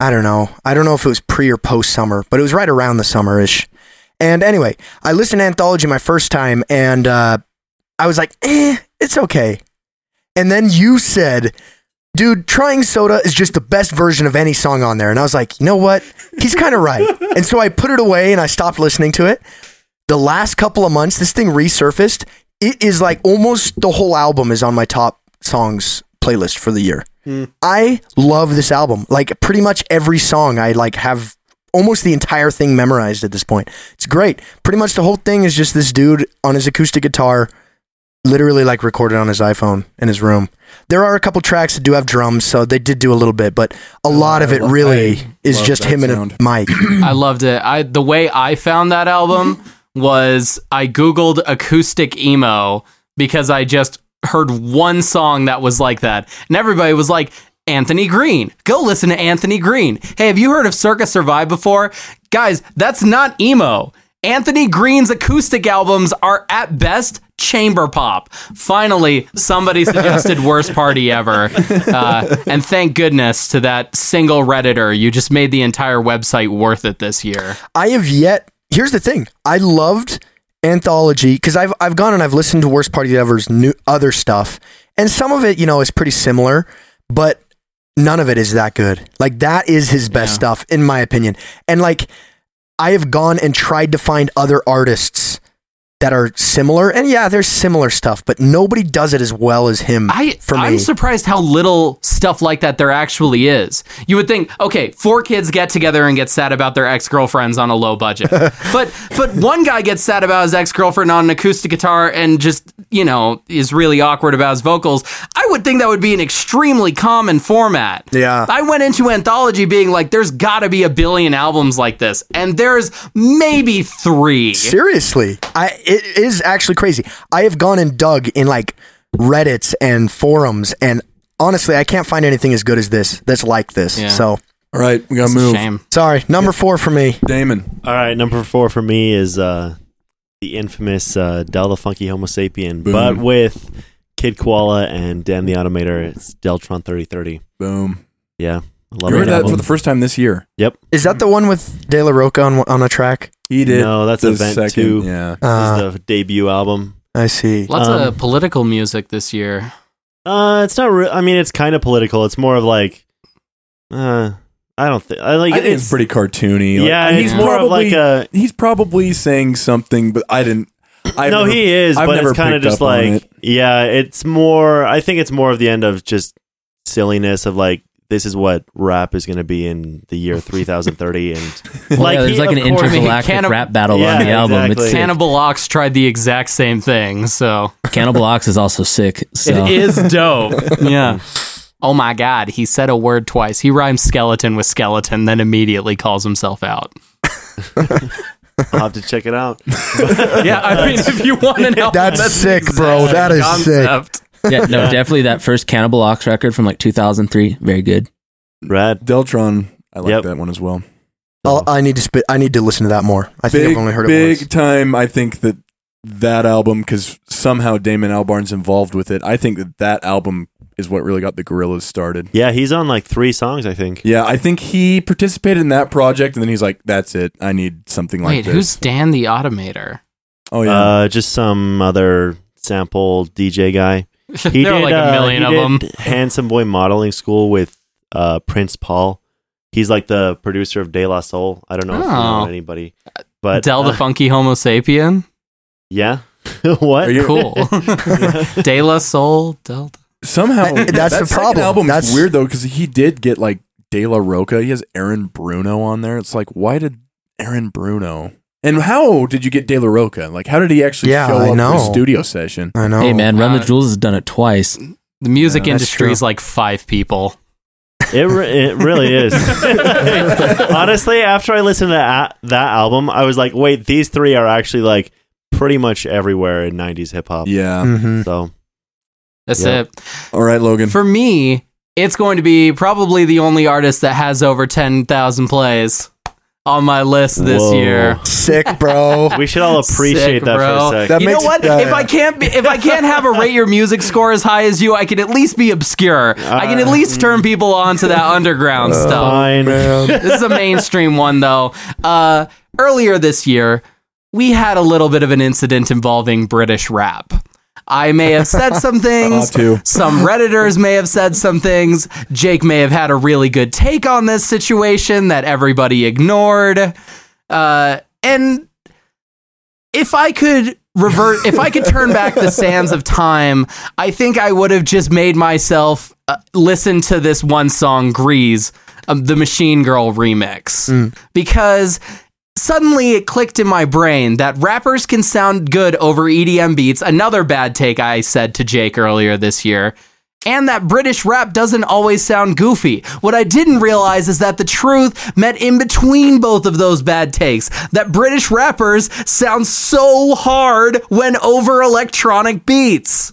[SPEAKER 4] I don't know. I don't know if it was pre or post summer, but it was right around the summer ish. And anyway, I listened to Anthology my first time and uh, I was like, eh, it's okay. And then you said, dude, Trying Soda is just the best version of any song on there. And I was like, you know what? He's kind of right. and so I put it away and I stopped listening to it. The last couple of months, this thing resurfaced. It is like almost the whole album is on my top songs playlist for the year.
[SPEAKER 1] Hmm.
[SPEAKER 4] I love this album. Like pretty much every song I like have almost the entire thing memorized at this point. It's great. Pretty much the whole thing is just this dude on his acoustic guitar literally like recorded on his iPhone in his room. There are a couple tracks that do have drums, so they did do a little bit, but a lot of it
[SPEAKER 1] love-
[SPEAKER 4] really
[SPEAKER 1] Oh, I
[SPEAKER 4] is
[SPEAKER 1] love
[SPEAKER 4] just
[SPEAKER 1] that
[SPEAKER 4] him
[SPEAKER 1] sound.
[SPEAKER 4] and
[SPEAKER 1] [CLEARS THROAT]
[SPEAKER 4] a mic.
[SPEAKER 2] I loved it. I the way I found that album was I googled acoustic emo because I just heard one song that was like that. And everybody was like Anthony Green. Go listen to Anthony Green. Hey, have you heard of Circus Survive before? Guys, that's not emo. Anthony Green's acoustic albums are at best chamber pop. Finally, somebody suggested worst party ever, uh, and thank goodness to that single redditor. You just made the entire website worth it this year.
[SPEAKER 4] I have yet. Here's the thing. I loved anthology because I've I've gone and I've listened to Worst Party Ever's new other stuff, and some of it you know is pretty similar, but none of it is that good. Like that is his best stuff in my opinion, and like I have gone and tried to find other artists that are similar, and yeah, there's similar stuff, but nobody does it as well as him.
[SPEAKER 2] I
[SPEAKER 4] for
[SPEAKER 2] I'm
[SPEAKER 4] me.
[SPEAKER 2] surprised how little stuff like that there actually is. You would think, okay, four kids get together and get sad about their ex girlfriends on a low
[SPEAKER 4] [LAUGHS]
[SPEAKER 2] budget, but but one guy gets sad about his ex girlfriend on an acoustic guitar and just you know is really awkward about his vocals. I would think that would be an extremely common format.
[SPEAKER 4] Yeah.
[SPEAKER 2] I went into anthology being like, there's got to be a billion albums like this, and there's maybe three.
[SPEAKER 4] Seriously, I it is actually crazy. I have gone and dug in like Reddit's and forums, and honestly, I can't find anything as good as this. That's like this.
[SPEAKER 2] Yeah.
[SPEAKER 4] So
[SPEAKER 1] All right, we gotta move.
[SPEAKER 2] Shame.
[SPEAKER 4] sorry, number four for me.
[SPEAKER 1] Damon.
[SPEAKER 5] All right, number four for me is uh, the infamous uh, Del the Funky Homo Sapien,
[SPEAKER 1] Boom.
[SPEAKER 5] but with Kid Koala and Dan the Automator. It's Deltron 3030.
[SPEAKER 1] Boom.
[SPEAKER 5] Yeah, I love
[SPEAKER 1] you heard
[SPEAKER 5] that
[SPEAKER 1] that
[SPEAKER 5] album.
[SPEAKER 1] for the first time this year.
[SPEAKER 4] Is that the one with De La Roca on on a track?
[SPEAKER 1] He did.
[SPEAKER 5] No, that's
[SPEAKER 1] the
[SPEAKER 5] Event
[SPEAKER 1] second.
[SPEAKER 5] 2.
[SPEAKER 1] Yeah. Ah.
[SPEAKER 5] This
[SPEAKER 4] Uh,
[SPEAKER 5] is the debut album.
[SPEAKER 4] I see.
[SPEAKER 2] Lots
[SPEAKER 5] Um,
[SPEAKER 2] of political music this year.
[SPEAKER 5] Uh, it's not. Re- I mean, it's kind of political. It's more of like, uh, I don't think I like.
[SPEAKER 1] I think it's, pretty cartoony. Like,
[SPEAKER 5] Yeah,
[SPEAKER 1] and
[SPEAKER 5] he's more of like a.
[SPEAKER 1] he's probably saying something, but I didn't. I
[SPEAKER 5] no, he is,
[SPEAKER 1] I've
[SPEAKER 5] but
[SPEAKER 1] never
[SPEAKER 5] it's kind of
[SPEAKER 1] picked
[SPEAKER 5] just
[SPEAKER 1] up on
[SPEAKER 5] like,
[SPEAKER 1] it.
[SPEAKER 5] yeah, it's more. I think it's more of the end of just silliness of like, this is what rap is going to be in the year
[SPEAKER 1] [LAUGHS]
[SPEAKER 5] 3030, and
[SPEAKER 3] Well, yeah,
[SPEAKER 5] he-
[SPEAKER 3] there's like an
[SPEAKER 5] of course-
[SPEAKER 2] mean,
[SPEAKER 3] intergalactic
[SPEAKER 2] Cannib-
[SPEAKER 3] rap battle
[SPEAKER 5] Yeah,
[SPEAKER 3] on the album.
[SPEAKER 5] exactly.
[SPEAKER 3] It's sick.
[SPEAKER 2] Cannibal Ox tried the exact same thing, so
[SPEAKER 3] Cannibal Ox is also sick. So.
[SPEAKER 2] it is dope. [LAUGHS] yeah. Oh my god, he said a word twice. He rhymes skeleton with skeleton, then immediately calls himself out.
[SPEAKER 5] I'll have to check
[SPEAKER 1] [LAUGHS]
[SPEAKER 5] it out. [LAUGHS]
[SPEAKER 2] Yeah, I mean, if you want an album,
[SPEAKER 4] That's sick, bro. That is
[SPEAKER 2] sick.
[SPEAKER 3] yeah, no, definitely that first Cannibal Ox record from like 2003. Very good.
[SPEAKER 5] Rad.
[SPEAKER 1] Deltron. I like
[SPEAKER 5] Yep.
[SPEAKER 1] that one as well.
[SPEAKER 4] I'll, I need to spit. I need to listen to that more. I think
[SPEAKER 1] big,
[SPEAKER 4] I've only heard
[SPEAKER 1] big
[SPEAKER 4] it once.
[SPEAKER 1] time. I think that that album, because somehow Damon Albarn's involved with it. I think that that album is what really got the Gorillas started.
[SPEAKER 5] Yeah, he's on like three songs, I think.
[SPEAKER 1] Yeah, I think he participated in that project, and then he's like, "That's it. I need something like
[SPEAKER 2] Wait,
[SPEAKER 1] this."
[SPEAKER 2] who's Dan the Automator?
[SPEAKER 1] oh yeah,
[SPEAKER 5] Uh, just some other sample DJ guy.
[SPEAKER 2] [LAUGHS]
[SPEAKER 5] He
[SPEAKER 2] there are
[SPEAKER 5] did,
[SPEAKER 2] like a
[SPEAKER 5] uh,
[SPEAKER 2] million
[SPEAKER 5] he
[SPEAKER 2] of them.
[SPEAKER 5] did Handsome Boy Modeling School with uh, Prince Paul. He's like the producer of De La Soul. I don't know if you know
[SPEAKER 2] Oh.
[SPEAKER 5] anybody, [LAUGHS] but
[SPEAKER 2] Del the
[SPEAKER 5] uh,
[SPEAKER 2] Funky Homo Sapien.
[SPEAKER 5] yeah. [LAUGHS] what?
[SPEAKER 1] Are you- [LAUGHS]
[SPEAKER 2] Cool. [LAUGHS] De La Soul. Del.
[SPEAKER 1] somehow
[SPEAKER 4] [LAUGHS] That's the
[SPEAKER 1] second
[SPEAKER 4] problem.
[SPEAKER 1] Album
[SPEAKER 4] That's-
[SPEAKER 1] weird though because he did get like De La Roca. He has Aaron Bruno on there. It's like, why did Aaron Bruno And how did you get De La Roca? Like, how did he actually
[SPEAKER 4] Yeah,
[SPEAKER 1] show
[SPEAKER 4] I
[SPEAKER 1] up for
[SPEAKER 4] know.
[SPEAKER 1] a studio session?
[SPEAKER 4] I know.
[SPEAKER 3] hey man, Run
[SPEAKER 2] Uh,
[SPEAKER 3] the Jewels has done it twice.
[SPEAKER 2] The music
[SPEAKER 1] Yeah,
[SPEAKER 4] that's
[SPEAKER 2] industry
[SPEAKER 4] true.
[SPEAKER 2] is like five people.
[SPEAKER 5] It, re- it really
[SPEAKER 1] [LAUGHS]
[SPEAKER 5] is. Honestly, after I listened to a- that album, I was like, wait, these three are actually like pretty much everywhere in 90s hip hop.
[SPEAKER 1] Yeah.
[SPEAKER 4] Mm-hmm.
[SPEAKER 5] So,
[SPEAKER 2] That's
[SPEAKER 5] Yeah.
[SPEAKER 2] it.
[SPEAKER 1] All right, Logan.
[SPEAKER 2] For me, it's going to be probably the only artist that has over 10,000 plays on my list this
[SPEAKER 5] Whoa.
[SPEAKER 2] year.
[SPEAKER 4] Sick, bro.
[SPEAKER 5] we should all
[SPEAKER 2] [LAUGHS]
[SPEAKER 5] appreciate
[SPEAKER 2] Sick,
[SPEAKER 5] that
[SPEAKER 2] bro.
[SPEAKER 5] for a
[SPEAKER 4] That
[SPEAKER 5] sec.
[SPEAKER 2] you
[SPEAKER 4] makes-
[SPEAKER 2] know what?
[SPEAKER 4] yeah,
[SPEAKER 2] if
[SPEAKER 4] yeah.
[SPEAKER 2] I can't be, if I can't
[SPEAKER 4] [LAUGHS]
[SPEAKER 2] have a rate your music score as high as you, I can at least be obscure. I can at
[SPEAKER 5] Uh,
[SPEAKER 2] least
[SPEAKER 4] mm.
[SPEAKER 2] turn people on to that underground
[SPEAKER 4] Uh,
[SPEAKER 2] stuff.
[SPEAKER 5] Fine.
[SPEAKER 4] Man.
[SPEAKER 2] this is a mainstream one though. Uh, earlier this year, we had a little bit of an incident involving British rap. I may have said some things.
[SPEAKER 1] Ah, too.
[SPEAKER 2] Some redditors may have said some things. Jake may have had a really good take on this situation that everybody ignored. Uh, and if I could revert, if I could turn back the sands of time, I think I would have just made myself uh, listen to this one song, Grease, um, the Machine Girl remix, because suddenly it clicked in my brain that rappers can sound good over EDM beats. Another bad take I said to Jake earlier this year. And that British rap doesn't always sound goofy. What I didn't realize is that the truth met in between both of those bad takes. That British rappers sound so hard when over electronic beats.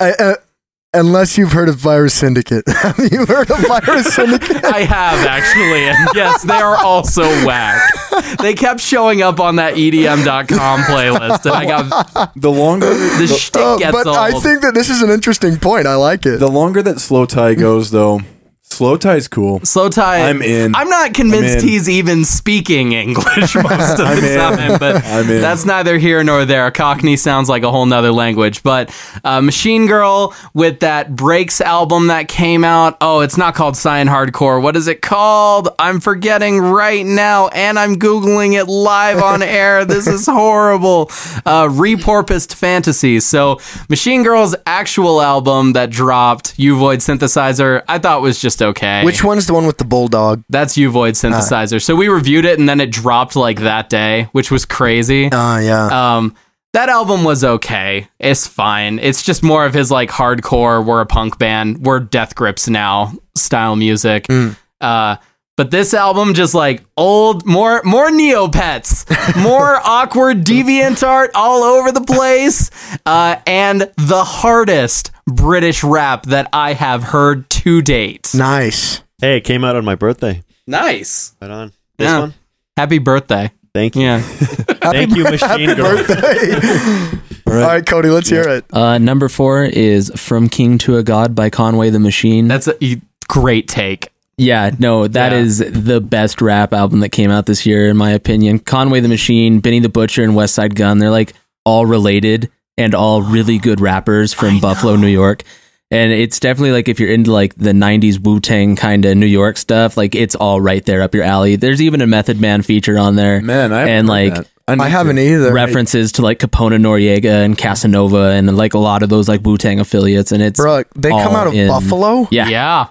[SPEAKER 4] I, uh, unless you've heard of Virus Syndicate. [LAUGHS] Have you heard of Virus Syndicate?
[SPEAKER 2] I have actually, and yes, they are also whack. They kept showing up on that E EDM.com playlist, and I got
[SPEAKER 1] The longer
[SPEAKER 2] the shtick
[SPEAKER 4] Uh,
[SPEAKER 2] gets
[SPEAKER 4] but
[SPEAKER 2] old.
[SPEAKER 4] I think that this is an interesting point. I like it.
[SPEAKER 1] the longer that slow tie goes, though, slow tie's cool.
[SPEAKER 2] Slow tie.
[SPEAKER 1] I'm in.
[SPEAKER 2] I'm not convinced
[SPEAKER 1] I'm in.
[SPEAKER 2] he's even
[SPEAKER 1] [LAUGHS]
[SPEAKER 2] speaking [LAUGHS] English most of the
[SPEAKER 1] in.
[SPEAKER 2] time, but
[SPEAKER 1] I'm in.
[SPEAKER 2] that's neither here nor there. Cockney sounds like a whole nother language. But uh, Machine Girl with that Breaks album that came out. Oh, it's not called Cyan Hardcore. What is it called? I'm forgetting right now, and I'm Googling it live
[SPEAKER 1] [LAUGHS]
[SPEAKER 2] on air. This is horrible. Uh, Repurposed Fantasy. So, Machine Girl's actual album that dropped, Uvoid Synthesizer, I thought was just okay.
[SPEAKER 4] Which one's the one with the bulldog?
[SPEAKER 2] That's Uvoid synthesizer. so we reviewed it and then it dropped like that day, which was crazy.
[SPEAKER 4] Ah, yeah.
[SPEAKER 2] Um, that album was okay. It's fine. It's just more of his like hardcore, we're a punk band, we're death grips now style music. Uh, but this album just like old, more more Neopets, more awkward deviant art all over the place, uh, and the hardest British rap that I have heard to date.
[SPEAKER 4] nice.
[SPEAKER 5] Hey, it came out on my birthday.
[SPEAKER 2] Nice.
[SPEAKER 5] Right on. This
[SPEAKER 2] Yeah.
[SPEAKER 5] one?
[SPEAKER 2] Happy birthday.
[SPEAKER 5] Thank you.
[SPEAKER 3] [LAUGHS]
[SPEAKER 2] Yeah.
[SPEAKER 5] Thank
[SPEAKER 1] [LAUGHS]
[SPEAKER 5] you, Machine Girl.
[SPEAKER 1] All right.
[SPEAKER 4] All right, Cody, let's hear it.
[SPEAKER 3] Uh, number four is From King to a God by Conway the Machine.
[SPEAKER 2] That's a e- great take.
[SPEAKER 3] yeah, no, that
[SPEAKER 2] Yeah.
[SPEAKER 3] is the best rap album that came out this year, in my opinion. Conway the Machine, Benny the Butcher, and West Side Gun, they're like all related and all really good rappers from Buffalo, New York. And it's definitely like if you're into like the 90s Wu Tang kind of New York stuff, like it's all right there up your alley. There's even a Method Man feature on there.
[SPEAKER 1] Man, I haven't
[SPEAKER 3] and
[SPEAKER 1] heard
[SPEAKER 3] like
[SPEAKER 1] that. I, need
[SPEAKER 4] I
[SPEAKER 1] to.
[SPEAKER 4] haven't either.
[SPEAKER 3] references to like Capone Noriega and Casanova and like a lot of those like Wu Tang affiliates and it's
[SPEAKER 4] Bro, they come
[SPEAKER 3] all
[SPEAKER 4] out of
[SPEAKER 3] in-
[SPEAKER 4] Buffalo?
[SPEAKER 3] Yeah, yeah,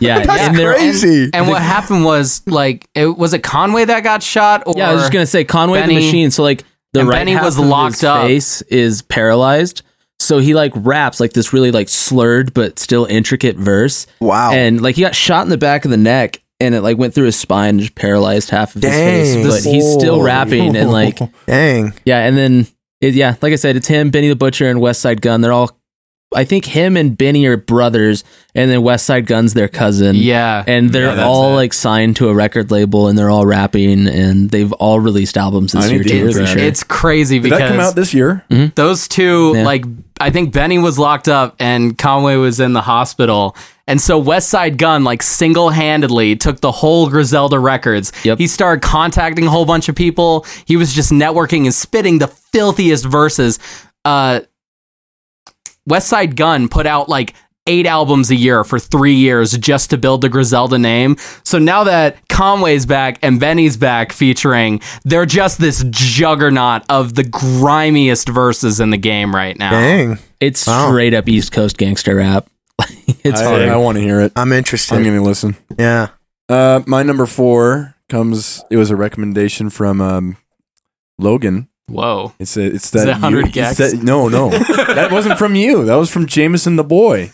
[SPEAKER 2] Yeah.
[SPEAKER 4] That's
[SPEAKER 3] and they're-
[SPEAKER 4] crazy.
[SPEAKER 2] And what happened was like it was it Conway that got shot or
[SPEAKER 3] yeah, I was just gonna say Conway
[SPEAKER 2] Benny-
[SPEAKER 3] the Machine. So like the
[SPEAKER 2] and
[SPEAKER 3] right
[SPEAKER 2] Benny
[SPEAKER 3] half
[SPEAKER 2] was
[SPEAKER 3] of
[SPEAKER 2] locked
[SPEAKER 3] his
[SPEAKER 2] up.
[SPEAKER 3] face is paralyzed, so he like raps like this really like slurred but still intricate verse.
[SPEAKER 4] wow.
[SPEAKER 3] And like he got shot in the back of the neck and it like went through his spine, and just paralyzed half of his
[SPEAKER 4] Dang.
[SPEAKER 3] face. But he's still
[SPEAKER 4] Holy-
[SPEAKER 3] rapping and
[SPEAKER 2] [LAUGHS]
[SPEAKER 3] [LAUGHS] like
[SPEAKER 4] Dang.
[SPEAKER 3] Yeah, and then it, yeah, like I said, it's him, Benny the Butcher, and West Side Gun. They're all, I think him and Benny are brothers, and then West Side Gun's their cousin.
[SPEAKER 2] Yeah.
[SPEAKER 3] and they're
[SPEAKER 1] Yeah, that's
[SPEAKER 3] all
[SPEAKER 1] it.
[SPEAKER 3] like signed to a record label, and they're all rapping, and they've all released albums this
[SPEAKER 1] I need
[SPEAKER 3] year.
[SPEAKER 1] to
[SPEAKER 3] Too,
[SPEAKER 1] hear
[SPEAKER 3] I'm pretty
[SPEAKER 1] that.
[SPEAKER 3] sure.
[SPEAKER 2] it's crazy
[SPEAKER 1] Did
[SPEAKER 2] because
[SPEAKER 1] that come out this year?
[SPEAKER 2] those two
[SPEAKER 3] Yeah.
[SPEAKER 2] like I think Benny was locked up and Conway was in the hospital. And so West Side Gun like single-handedly took the whole Griselda Records.
[SPEAKER 3] Yep.
[SPEAKER 2] He started contacting a whole bunch of people. He was just networking and spitting the filthiest verses. Uh West Side Gun put out like eight albums a year for three years just to build the Griselda name. So now that Conway's back and Benny's back featuring, they're just this juggernaut of the grimiest verses in the game right now.
[SPEAKER 4] Dang.
[SPEAKER 3] it's
[SPEAKER 4] Wow.
[SPEAKER 3] straight up East Coast gangster rap. [LAUGHS] it's
[SPEAKER 1] I,
[SPEAKER 3] hard.
[SPEAKER 1] I want to hear it.
[SPEAKER 4] I'm interested.
[SPEAKER 1] I'm going to listen.
[SPEAKER 4] yeah.
[SPEAKER 1] Uh, my number four comes. It was a recommendation from um, Logan.
[SPEAKER 2] Whoa.
[SPEAKER 1] It's a, it's that,
[SPEAKER 2] that
[SPEAKER 1] you-
[SPEAKER 2] 100
[SPEAKER 1] it's
[SPEAKER 2] gags?
[SPEAKER 1] that- no,
[SPEAKER 3] [LAUGHS]
[SPEAKER 1] no, that wasn't from you. That was from Jameson the boy.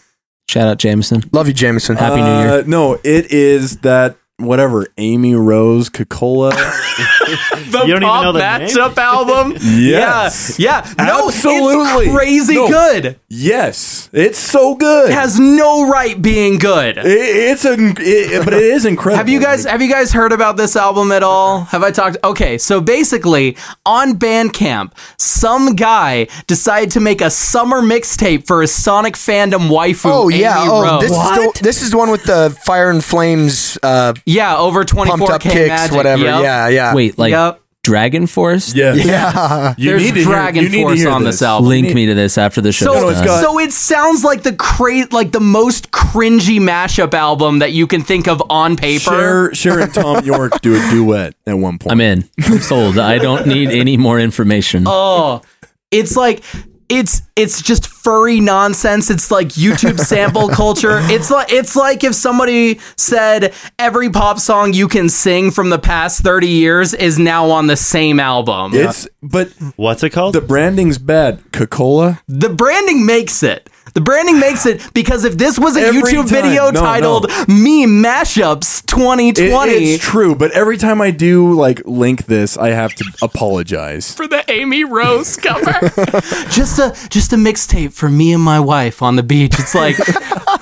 [SPEAKER 3] Shout out Jameson.
[SPEAKER 4] Love you, Jameson.
[SPEAKER 3] Happy New Year.
[SPEAKER 1] Uh, no, it is that whatever Amy Rose Coca-Cola.
[SPEAKER 2] The
[SPEAKER 5] You don't even
[SPEAKER 2] Pop
[SPEAKER 5] know the name?
[SPEAKER 2] matchup album.
[SPEAKER 1] [LAUGHS] Yes.
[SPEAKER 2] Yeah. Yeah. No,
[SPEAKER 1] Absolutely.
[SPEAKER 2] it's crazy
[SPEAKER 1] No.
[SPEAKER 2] good.
[SPEAKER 1] yes, it's so good.
[SPEAKER 2] It has no right being good.
[SPEAKER 1] It- it's a, it, but it is incredible.
[SPEAKER 2] Have you guys have you guys heard about this album at all? Have I talked Okay, so basically on Bandcamp, some guy decided to make a summer mixtape for his Sonic fandom waifu.
[SPEAKER 4] Oh
[SPEAKER 2] Amy
[SPEAKER 4] yeah. Oh,
[SPEAKER 2] Rose.
[SPEAKER 4] this is, the, this is the one with the fire and flames, uh,
[SPEAKER 2] yeah, over 24k
[SPEAKER 4] pumped up kicks,
[SPEAKER 2] magic.
[SPEAKER 4] whatever.
[SPEAKER 2] Yep.
[SPEAKER 4] Yeah, yeah.
[SPEAKER 3] Wait, like
[SPEAKER 2] Yep.
[SPEAKER 3] Dragon Force?
[SPEAKER 1] Yes.
[SPEAKER 4] Yeah.
[SPEAKER 1] You
[SPEAKER 2] There's
[SPEAKER 1] need to hear-
[SPEAKER 2] Dragon
[SPEAKER 1] you need to
[SPEAKER 2] Force
[SPEAKER 1] hear
[SPEAKER 2] on this album.
[SPEAKER 3] Link me to this after the show.
[SPEAKER 2] So,
[SPEAKER 1] it's got-
[SPEAKER 2] so it sounds like the cra- like the most cringy mashup album that you can think of on paper.
[SPEAKER 1] Cher, Cher and Tom York do a duet at one point.
[SPEAKER 3] I'm in. I'm sold.
[SPEAKER 1] [LAUGHS]
[SPEAKER 3] I don't need any more information.
[SPEAKER 2] Oh, it's like it's it's just furry nonsense. It's like
[SPEAKER 1] [LAUGHS]
[SPEAKER 2] YouTube sample culture. It's like it's like if somebody said every pop song you can sing from the past thirty years is now on the same album.
[SPEAKER 1] It's but
[SPEAKER 5] What's it called?
[SPEAKER 1] the branding's bad. Coca-Cola.
[SPEAKER 2] The branding makes it. The branding makes it because if this was a
[SPEAKER 1] Every
[SPEAKER 2] YouTube
[SPEAKER 1] time.
[SPEAKER 2] video
[SPEAKER 1] No, no.
[SPEAKER 2] titled "Meme Mashups
[SPEAKER 1] It-
[SPEAKER 2] 2020"
[SPEAKER 1] it's true, but every time I do like link this, I have to
[SPEAKER 2] [LAUGHS]
[SPEAKER 1] apologize.
[SPEAKER 2] for the Amy Rose cover. [LAUGHS] just a just a mixtape for me and my wife on the beach. It's [LAUGHS] like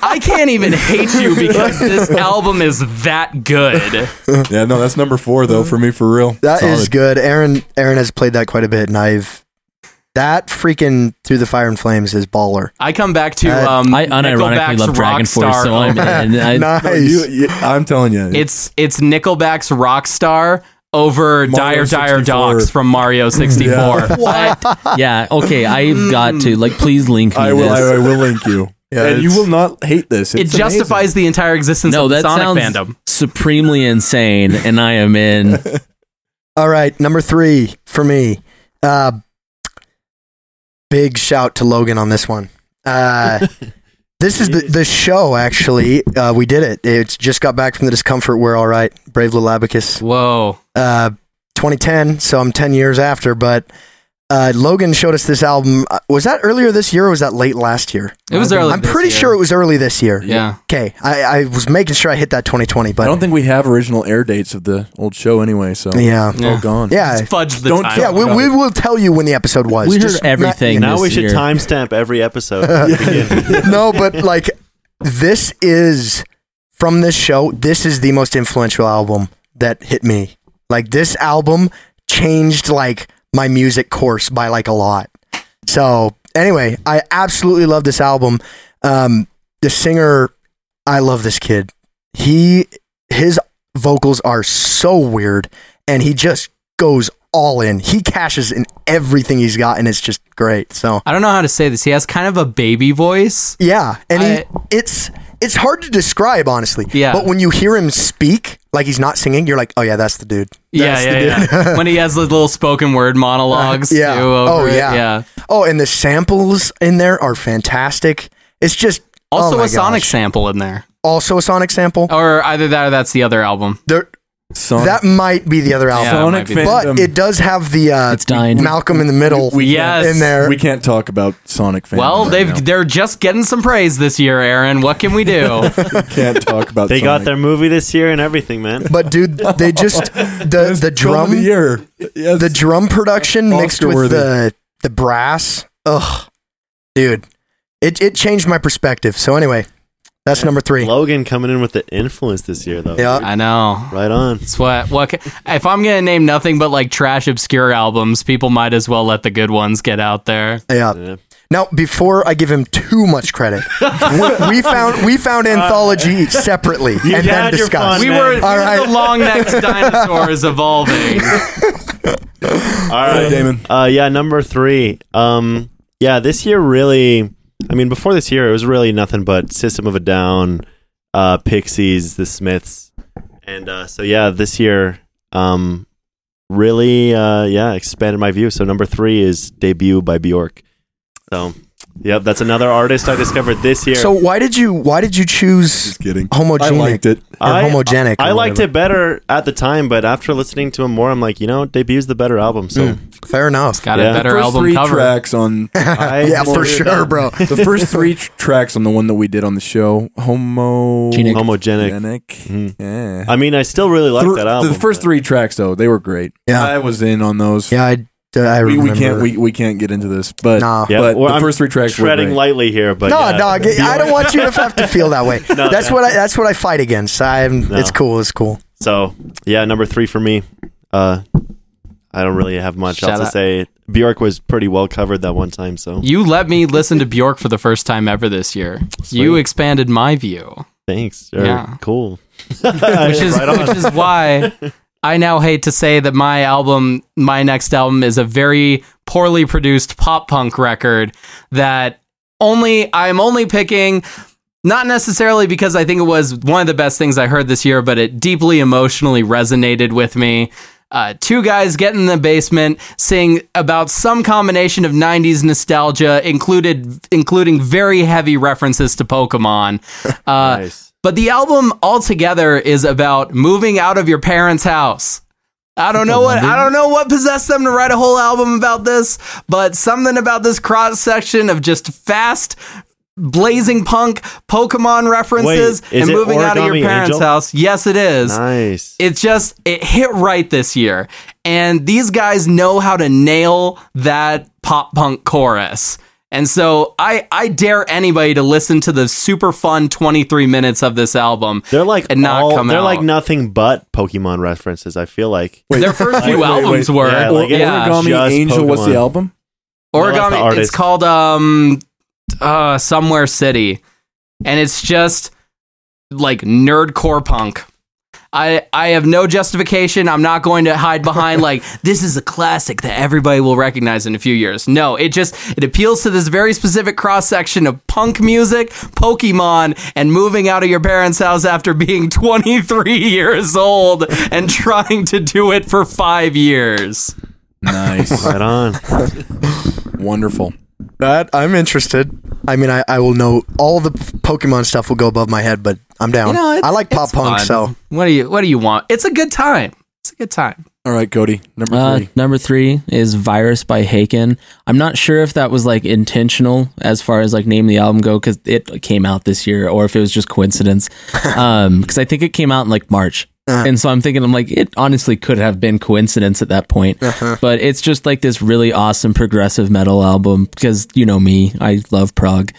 [SPEAKER 2] I can't even hate you because this album is that good.
[SPEAKER 1] yeah, no, that's number four though for me for [LAUGHS] real.
[SPEAKER 4] That is good. Aaron Aaron has played that quite a bit, and I've that freaking through the fire and flames is baller.
[SPEAKER 2] I come back to
[SPEAKER 4] Uh,
[SPEAKER 2] um
[SPEAKER 3] I unironically
[SPEAKER 2] Nickelback's
[SPEAKER 3] love Dragon Force,
[SPEAKER 2] Rockstar.
[SPEAKER 3] so I'm in.
[SPEAKER 1] [LAUGHS]
[SPEAKER 3] I,
[SPEAKER 4] nice.
[SPEAKER 1] You- you- I'm telling you,
[SPEAKER 2] it's it's Nickelback's Rockstar over
[SPEAKER 1] Mario
[SPEAKER 2] Dire Dire
[SPEAKER 1] 64.
[SPEAKER 2] Dogs from Mario 64.
[SPEAKER 3] [LAUGHS]
[SPEAKER 1] Yeah.
[SPEAKER 2] I-
[SPEAKER 3] Yeah, okay. I've got to. Like, please link me
[SPEAKER 1] I will,
[SPEAKER 3] this.
[SPEAKER 1] I, I will link you,
[SPEAKER 4] Yeah,
[SPEAKER 1] and you
[SPEAKER 4] it's-
[SPEAKER 1] will not hate this.
[SPEAKER 2] it
[SPEAKER 1] It's amazing.
[SPEAKER 2] justifies the entire existence
[SPEAKER 3] no,
[SPEAKER 2] of the
[SPEAKER 3] that
[SPEAKER 2] Sonic
[SPEAKER 3] sounds
[SPEAKER 2] fandom.
[SPEAKER 3] supremely insane, and I am in.
[SPEAKER 4] All right, number three for me. Uh, big shout to Logan on this one. Uh, this is the, the show. Actually, uh, we did it. It's just got back from the discomfort. We're all right. Brave little abacus.
[SPEAKER 2] Whoa.
[SPEAKER 4] Uh, 2010, so I'm 10 years after. But uh, Logan showed us this album. Uh, Was that earlier this year or was that late last year?
[SPEAKER 2] It was early.
[SPEAKER 4] I'm
[SPEAKER 2] this
[SPEAKER 4] pretty
[SPEAKER 2] year.
[SPEAKER 4] sure it was early this year.
[SPEAKER 2] Yeah.
[SPEAKER 4] Okay, I, I was making sure I hit that 2020,
[SPEAKER 1] I don't
[SPEAKER 4] but
[SPEAKER 1] think we have original air dates of the old show anyway, so
[SPEAKER 4] yeah,
[SPEAKER 1] it's all gone.
[SPEAKER 4] yeah,
[SPEAKER 2] Fudge the
[SPEAKER 1] Don't-
[SPEAKER 2] time.
[SPEAKER 4] yeah. We, we will tell you when the episode was.
[SPEAKER 3] We heard
[SPEAKER 4] Just not-
[SPEAKER 3] everything.
[SPEAKER 5] now we
[SPEAKER 3] this
[SPEAKER 5] should
[SPEAKER 3] year.
[SPEAKER 5] timestamp every episode. at the
[SPEAKER 4] [LAUGHS]
[SPEAKER 5] beginning.
[SPEAKER 4] no, but like this is from this show. This is the most influential album that hit me. Like this album changed like my music course by like a lot. So anyway, I absolutely love this album. Um, the singer, I love this kid. He his vocals are so weird, and he just goes all in. He cashes in everything he's got, and it's just great. So
[SPEAKER 2] I don't know how to say this. He has kind of a baby voice.
[SPEAKER 4] Yeah, and
[SPEAKER 2] I-
[SPEAKER 4] he, it's it's hard to describe honestly.
[SPEAKER 2] Yeah.
[SPEAKER 4] but when you hear him speak, like he's not singing, you're like, oh yeah, that's the dude. That's
[SPEAKER 2] yeah,
[SPEAKER 4] the
[SPEAKER 2] yeah,
[SPEAKER 4] dude. [LAUGHS]
[SPEAKER 2] yeah. when he has those little spoken word monologues.
[SPEAKER 4] Yeah.
[SPEAKER 2] Too over
[SPEAKER 4] Oh,
[SPEAKER 2] it,
[SPEAKER 4] yeah.
[SPEAKER 2] yeah.
[SPEAKER 4] Oh, and the samples in there are fantastic. It's just
[SPEAKER 2] Also
[SPEAKER 4] oh my
[SPEAKER 2] a Sonic Oh.
[SPEAKER 4] gosh.
[SPEAKER 2] sample in there,
[SPEAKER 4] Also a Sonic sample.
[SPEAKER 2] or either that or that's the other album.
[SPEAKER 4] There,
[SPEAKER 1] Sonic,
[SPEAKER 4] that might be the other
[SPEAKER 2] Yeah,
[SPEAKER 4] album,
[SPEAKER 2] it
[SPEAKER 1] Sonic
[SPEAKER 2] Uh,
[SPEAKER 1] um,
[SPEAKER 2] might be the-
[SPEAKER 4] but
[SPEAKER 1] fandom.
[SPEAKER 4] it does have the uh,
[SPEAKER 3] It's dying.
[SPEAKER 4] Malcolm in the Middle
[SPEAKER 2] Yes.
[SPEAKER 4] in there.
[SPEAKER 1] we can't talk about Sonic fandom.
[SPEAKER 2] Well,
[SPEAKER 1] right
[SPEAKER 2] they've [LAUGHS]
[SPEAKER 1] now.
[SPEAKER 2] they're just getting some praise this year, Aaron. What can we
[SPEAKER 4] [LAUGHS]
[SPEAKER 2] do?
[SPEAKER 1] can't talk about.
[SPEAKER 5] they got
[SPEAKER 1] Sonic.
[SPEAKER 5] their movie this year and everything, man.
[SPEAKER 4] but dude, they just the
[SPEAKER 1] Film
[SPEAKER 4] the
[SPEAKER 1] of
[SPEAKER 4] drum
[SPEAKER 1] the year. Yes.
[SPEAKER 4] the drum production mixed with
[SPEAKER 1] Oscar-worthy.
[SPEAKER 4] the the brass. Ugh, dude, it it changed my perspective. So anyway, that's number three.
[SPEAKER 5] Logan coming in with the influence this year, though.
[SPEAKER 4] Yeah.
[SPEAKER 2] I know.
[SPEAKER 5] Right on.
[SPEAKER 2] It's what what ca- if I'm gonna name nothing but like trash obscure albums? People might as well let the good ones get out there.
[SPEAKER 4] Yeah.
[SPEAKER 5] Yeah.
[SPEAKER 4] Now, before I give him too much credit, we, we found we
[SPEAKER 1] Uh, [LAUGHS]
[SPEAKER 4] found anthology separately and then
[SPEAKER 5] had your
[SPEAKER 4] discussed.
[SPEAKER 5] fun.
[SPEAKER 2] We
[SPEAKER 5] Man.
[SPEAKER 2] were, we
[SPEAKER 4] All
[SPEAKER 2] were
[SPEAKER 4] right.
[SPEAKER 2] the long
[SPEAKER 4] [LAUGHS]
[SPEAKER 2] necked dinosaurs evolving.
[SPEAKER 5] All right,
[SPEAKER 1] Damon.
[SPEAKER 5] Uh, yeah, number three. Um, yeah, this year really. I mean, before this year, it was really nothing but System of a Down, uh, Pixies, The Smiths, and uh, so yeah, this year, um, really, uh, yeah, expanded my view. So number three is debut by Bjork. So Yep, that's another artist I discovered this year.
[SPEAKER 4] So why did you why did you choose
[SPEAKER 1] Just kidding.
[SPEAKER 4] homogenic?
[SPEAKER 1] I liked it.
[SPEAKER 4] Or homogenic.
[SPEAKER 5] I,
[SPEAKER 4] or
[SPEAKER 5] liked it better at the time, but after listening to him more, I'm like, you know, debut's the better album. So
[SPEAKER 4] whatever. Fair enough.
[SPEAKER 2] Got
[SPEAKER 5] Yeah.
[SPEAKER 2] a better
[SPEAKER 1] first
[SPEAKER 2] album
[SPEAKER 1] three
[SPEAKER 2] cover.
[SPEAKER 1] tracks on
[SPEAKER 5] I
[SPEAKER 4] [LAUGHS] yeah, for
[SPEAKER 5] voted
[SPEAKER 4] sure, bro.
[SPEAKER 1] the first
[SPEAKER 4] [LAUGHS]
[SPEAKER 1] three tr- tracks on the one that we did on the show. Homogenic.
[SPEAKER 3] Genic.
[SPEAKER 5] homogenic. Mhm.
[SPEAKER 1] Yeah.
[SPEAKER 5] I mean, I still really like
[SPEAKER 1] Thr-
[SPEAKER 5] that album.
[SPEAKER 1] the first
[SPEAKER 5] but-
[SPEAKER 1] three tracks though, they were great.
[SPEAKER 4] Yeah.
[SPEAKER 1] I was in on those.
[SPEAKER 4] Yeah, I, I
[SPEAKER 1] we,
[SPEAKER 4] remember.
[SPEAKER 1] we can't we, we can't get into this, but
[SPEAKER 4] Nah.
[SPEAKER 5] Yeah,
[SPEAKER 1] but
[SPEAKER 5] well,
[SPEAKER 1] the
[SPEAKER 5] I'm
[SPEAKER 1] first three tracks were
[SPEAKER 5] treading
[SPEAKER 1] great.
[SPEAKER 5] lightly here, but
[SPEAKER 4] no,
[SPEAKER 5] yeah.
[SPEAKER 4] dog. I don't want you to have to feel that way.
[SPEAKER 5] [LAUGHS]
[SPEAKER 4] that's what I, that's what I fight against. I'm. It's cool. It's cool.
[SPEAKER 5] So yeah, number three for me. Uh, I don't really have much
[SPEAKER 2] Shout
[SPEAKER 5] else to
[SPEAKER 2] out.
[SPEAKER 5] say. Bjork was pretty well covered that one time, so
[SPEAKER 2] You let me listen to Bjork for the first time ever this year. You expanded my view,
[SPEAKER 5] thanks. Or,
[SPEAKER 2] Yeah.
[SPEAKER 5] cool.
[SPEAKER 2] which is which is why I now hate to say that my album, my next album, is a very poorly produced pop punk record that only I'm only picking. Not necessarily because I think it was one of the best things I heard this year, but it deeply emotionally resonated with me. Uh, two guys get in the basement, sing about some combination of '90s nostalgia, included including very heavy references to Pokemon. Uh,
[SPEAKER 5] Nice.
[SPEAKER 2] but the album altogether is about moving out of your parents' house. I don't know what I don't know what possessed them to write a whole album about this, but something about this cross section of just fast blazing punk Pokemon references
[SPEAKER 5] Wait, is
[SPEAKER 2] and
[SPEAKER 5] it
[SPEAKER 2] moving out of your
[SPEAKER 5] Origami
[SPEAKER 2] parents'
[SPEAKER 5] Angel?
[SPEAKER 2] house. Yes, it is.
[SPEAKER 5] Nice.
[SPEAKER 2] It's just it hit right this year, and these guys know how to nail that pop punk chorus. And so I I dare anybody to listen to the super fun 23 minutes of this album.
[SPEAKER 5] They're like
[SPEAKER 2] and not
[SPEAKER 5] all,
[SPEAKER 2] come
[SPEAKER 5] they're
[SPEAKER 2] out.
[SPEAKER 5] like nothing but Pokemon references. I feel
[SPEAKER 4] [LAUGHS]
[SPEAKER 5] like
[SPEAKER 2] Their first few
[SPEAKER 1] Wait, wait,
[SPEAKER 2] albums
[SPEAKER 1] wait.
[SPEAKER 2] were
[SPEAKER 5] Yeah, like,
[SPEAKER 1] Or-
[SPEAKER 5] it's
[SPEAKER 2] yeah.
[SPEAKER 1] Origami
[SPEAKER 5] Just
[SPEAKER 1] Angel was the
[SPEAKER 2] [LAUGHS]
[SPEAKER 5] Pokemon.
[SPEAKER 1] album?
[SPEAKER 5] Well, that's the
[SPEAKER 2] Origami. it's
[SPEAKER 5] artist.
[SPEAKER 2] called um uh somewhere city, and it's just like nerdcore punk. I I have no justification. I'm not going to hide behind
[SPEAKER 5] [LAUGHS]
[SPEAKER 2] like this is a classic that everybody will recognize in a few years. No, it just it appeals to this very specific cross section of punk music, Pokemon, and moving out of your parents' house after being [LAUGHS] 23 years old and trying to do it for five years.
[SPEAKER 1] Nice.
[SPEAKER 5] right on.
[SPEAKER 1] Wonderful.
[SPEAKER 4] That I'm interested. I mean, I, I will know all the Pokemon stuff will go above my head, but I'm down.
[SPEAKER 2] You know, it's-
[SPEAKER 4] I like
[SPEAKER 2] it's
[SPEAKER 4] pop punk,
[SPEAKER 2] fun.
[SPEAKER 4] so
[SPEAKER 2] What do you What do you want? It's a good time. It's a good time.
[SPEAKER 1] All right, Cody, number
[SPEAKER 3] Uh,
[SPEAKER 1] three.
[SPEAKER 3] number three is Virus by Haken. I'm not sure if that was like intentional as far as like name of the album go because it came out this year or if it was
[SPEAKER 1] [LAUGHS]
[SPEAKER 3] just coincidence. Um, because I think it came out in like March.
[SPEAKER 1] Uh-huh.
[SPEAKER 3] And so I'm thinking, I'm like, it honestly could have been coincidence at that point.
[SPEAKER 1] Uh-huh.
[SPEAKER 3] But it's just like this really awesome progressive metal album because you know me, I love prog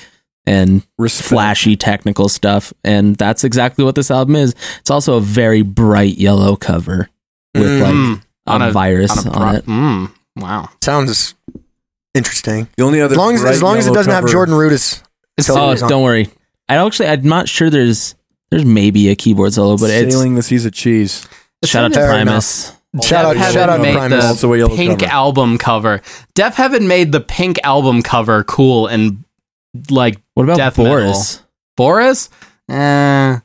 [SPEAKER 3] and
[SPEAKER 1] Respect.
[SPEAKER 3] flashy technical stuff. And that's exactly what this album is. It's also a very bright yellow cover with like
[SPEAKER 2] Mm.
[SPEAKER 3] a,
[SPEAKER 2] On a-
[SPEAKER 3] virus
[SPEAKER 2] On a
[SPEAKER 3] on,
[SPEAKER 2] pro-
[SPEAKER 3] it.
[SPEAKER 2] Mm, wow.
[SPEAKER 4] sounds interesting.
[SPEAKER 1] The only other
[SPEAKER 4] As long as
[SPEAKER 1] bright
[SPEAKER 4] as long as it
[SPEAKER 1] yellow
[SPEAKER 4] doesn't have
[SPEAKER 1] cover-
[SPEAKER 4] Jordan Rudis.
[SPEAKER 2] So
[SPEAKER 3] Oh, don't worry. I don't actually. I'm not sure. There's there's maybe a keyboard solo, but it's
[SPEAKER 1] sailing the seas of cheese.
[SPEAKER 3] shout out to
[SPEAKER 4] Fair enough.
[SPEAKER 3] Primus.
[SPEAKER 4] Shout out,
[SPEAKER 2] Def
[SPEAKER 4] shout out
[SPEAKER 2] Heaven
[SPEAKER 4] to
[SPEAKER 2] made
[SPEAKER 4] Primus.
[SPEAKER 2] the
[SPEAKER 1] Also a yellow
[SPEAKER 2] pink
[SPEAKER 1] cover.
[SPEAKER 2] album cover. Def Heaven made the pink album cover cool and like
[SPEAKER 3] What about
[SPEAKER 2] Death
[SPEAKER 3] Boris?
[SPEAKER 2] Boris. Eh.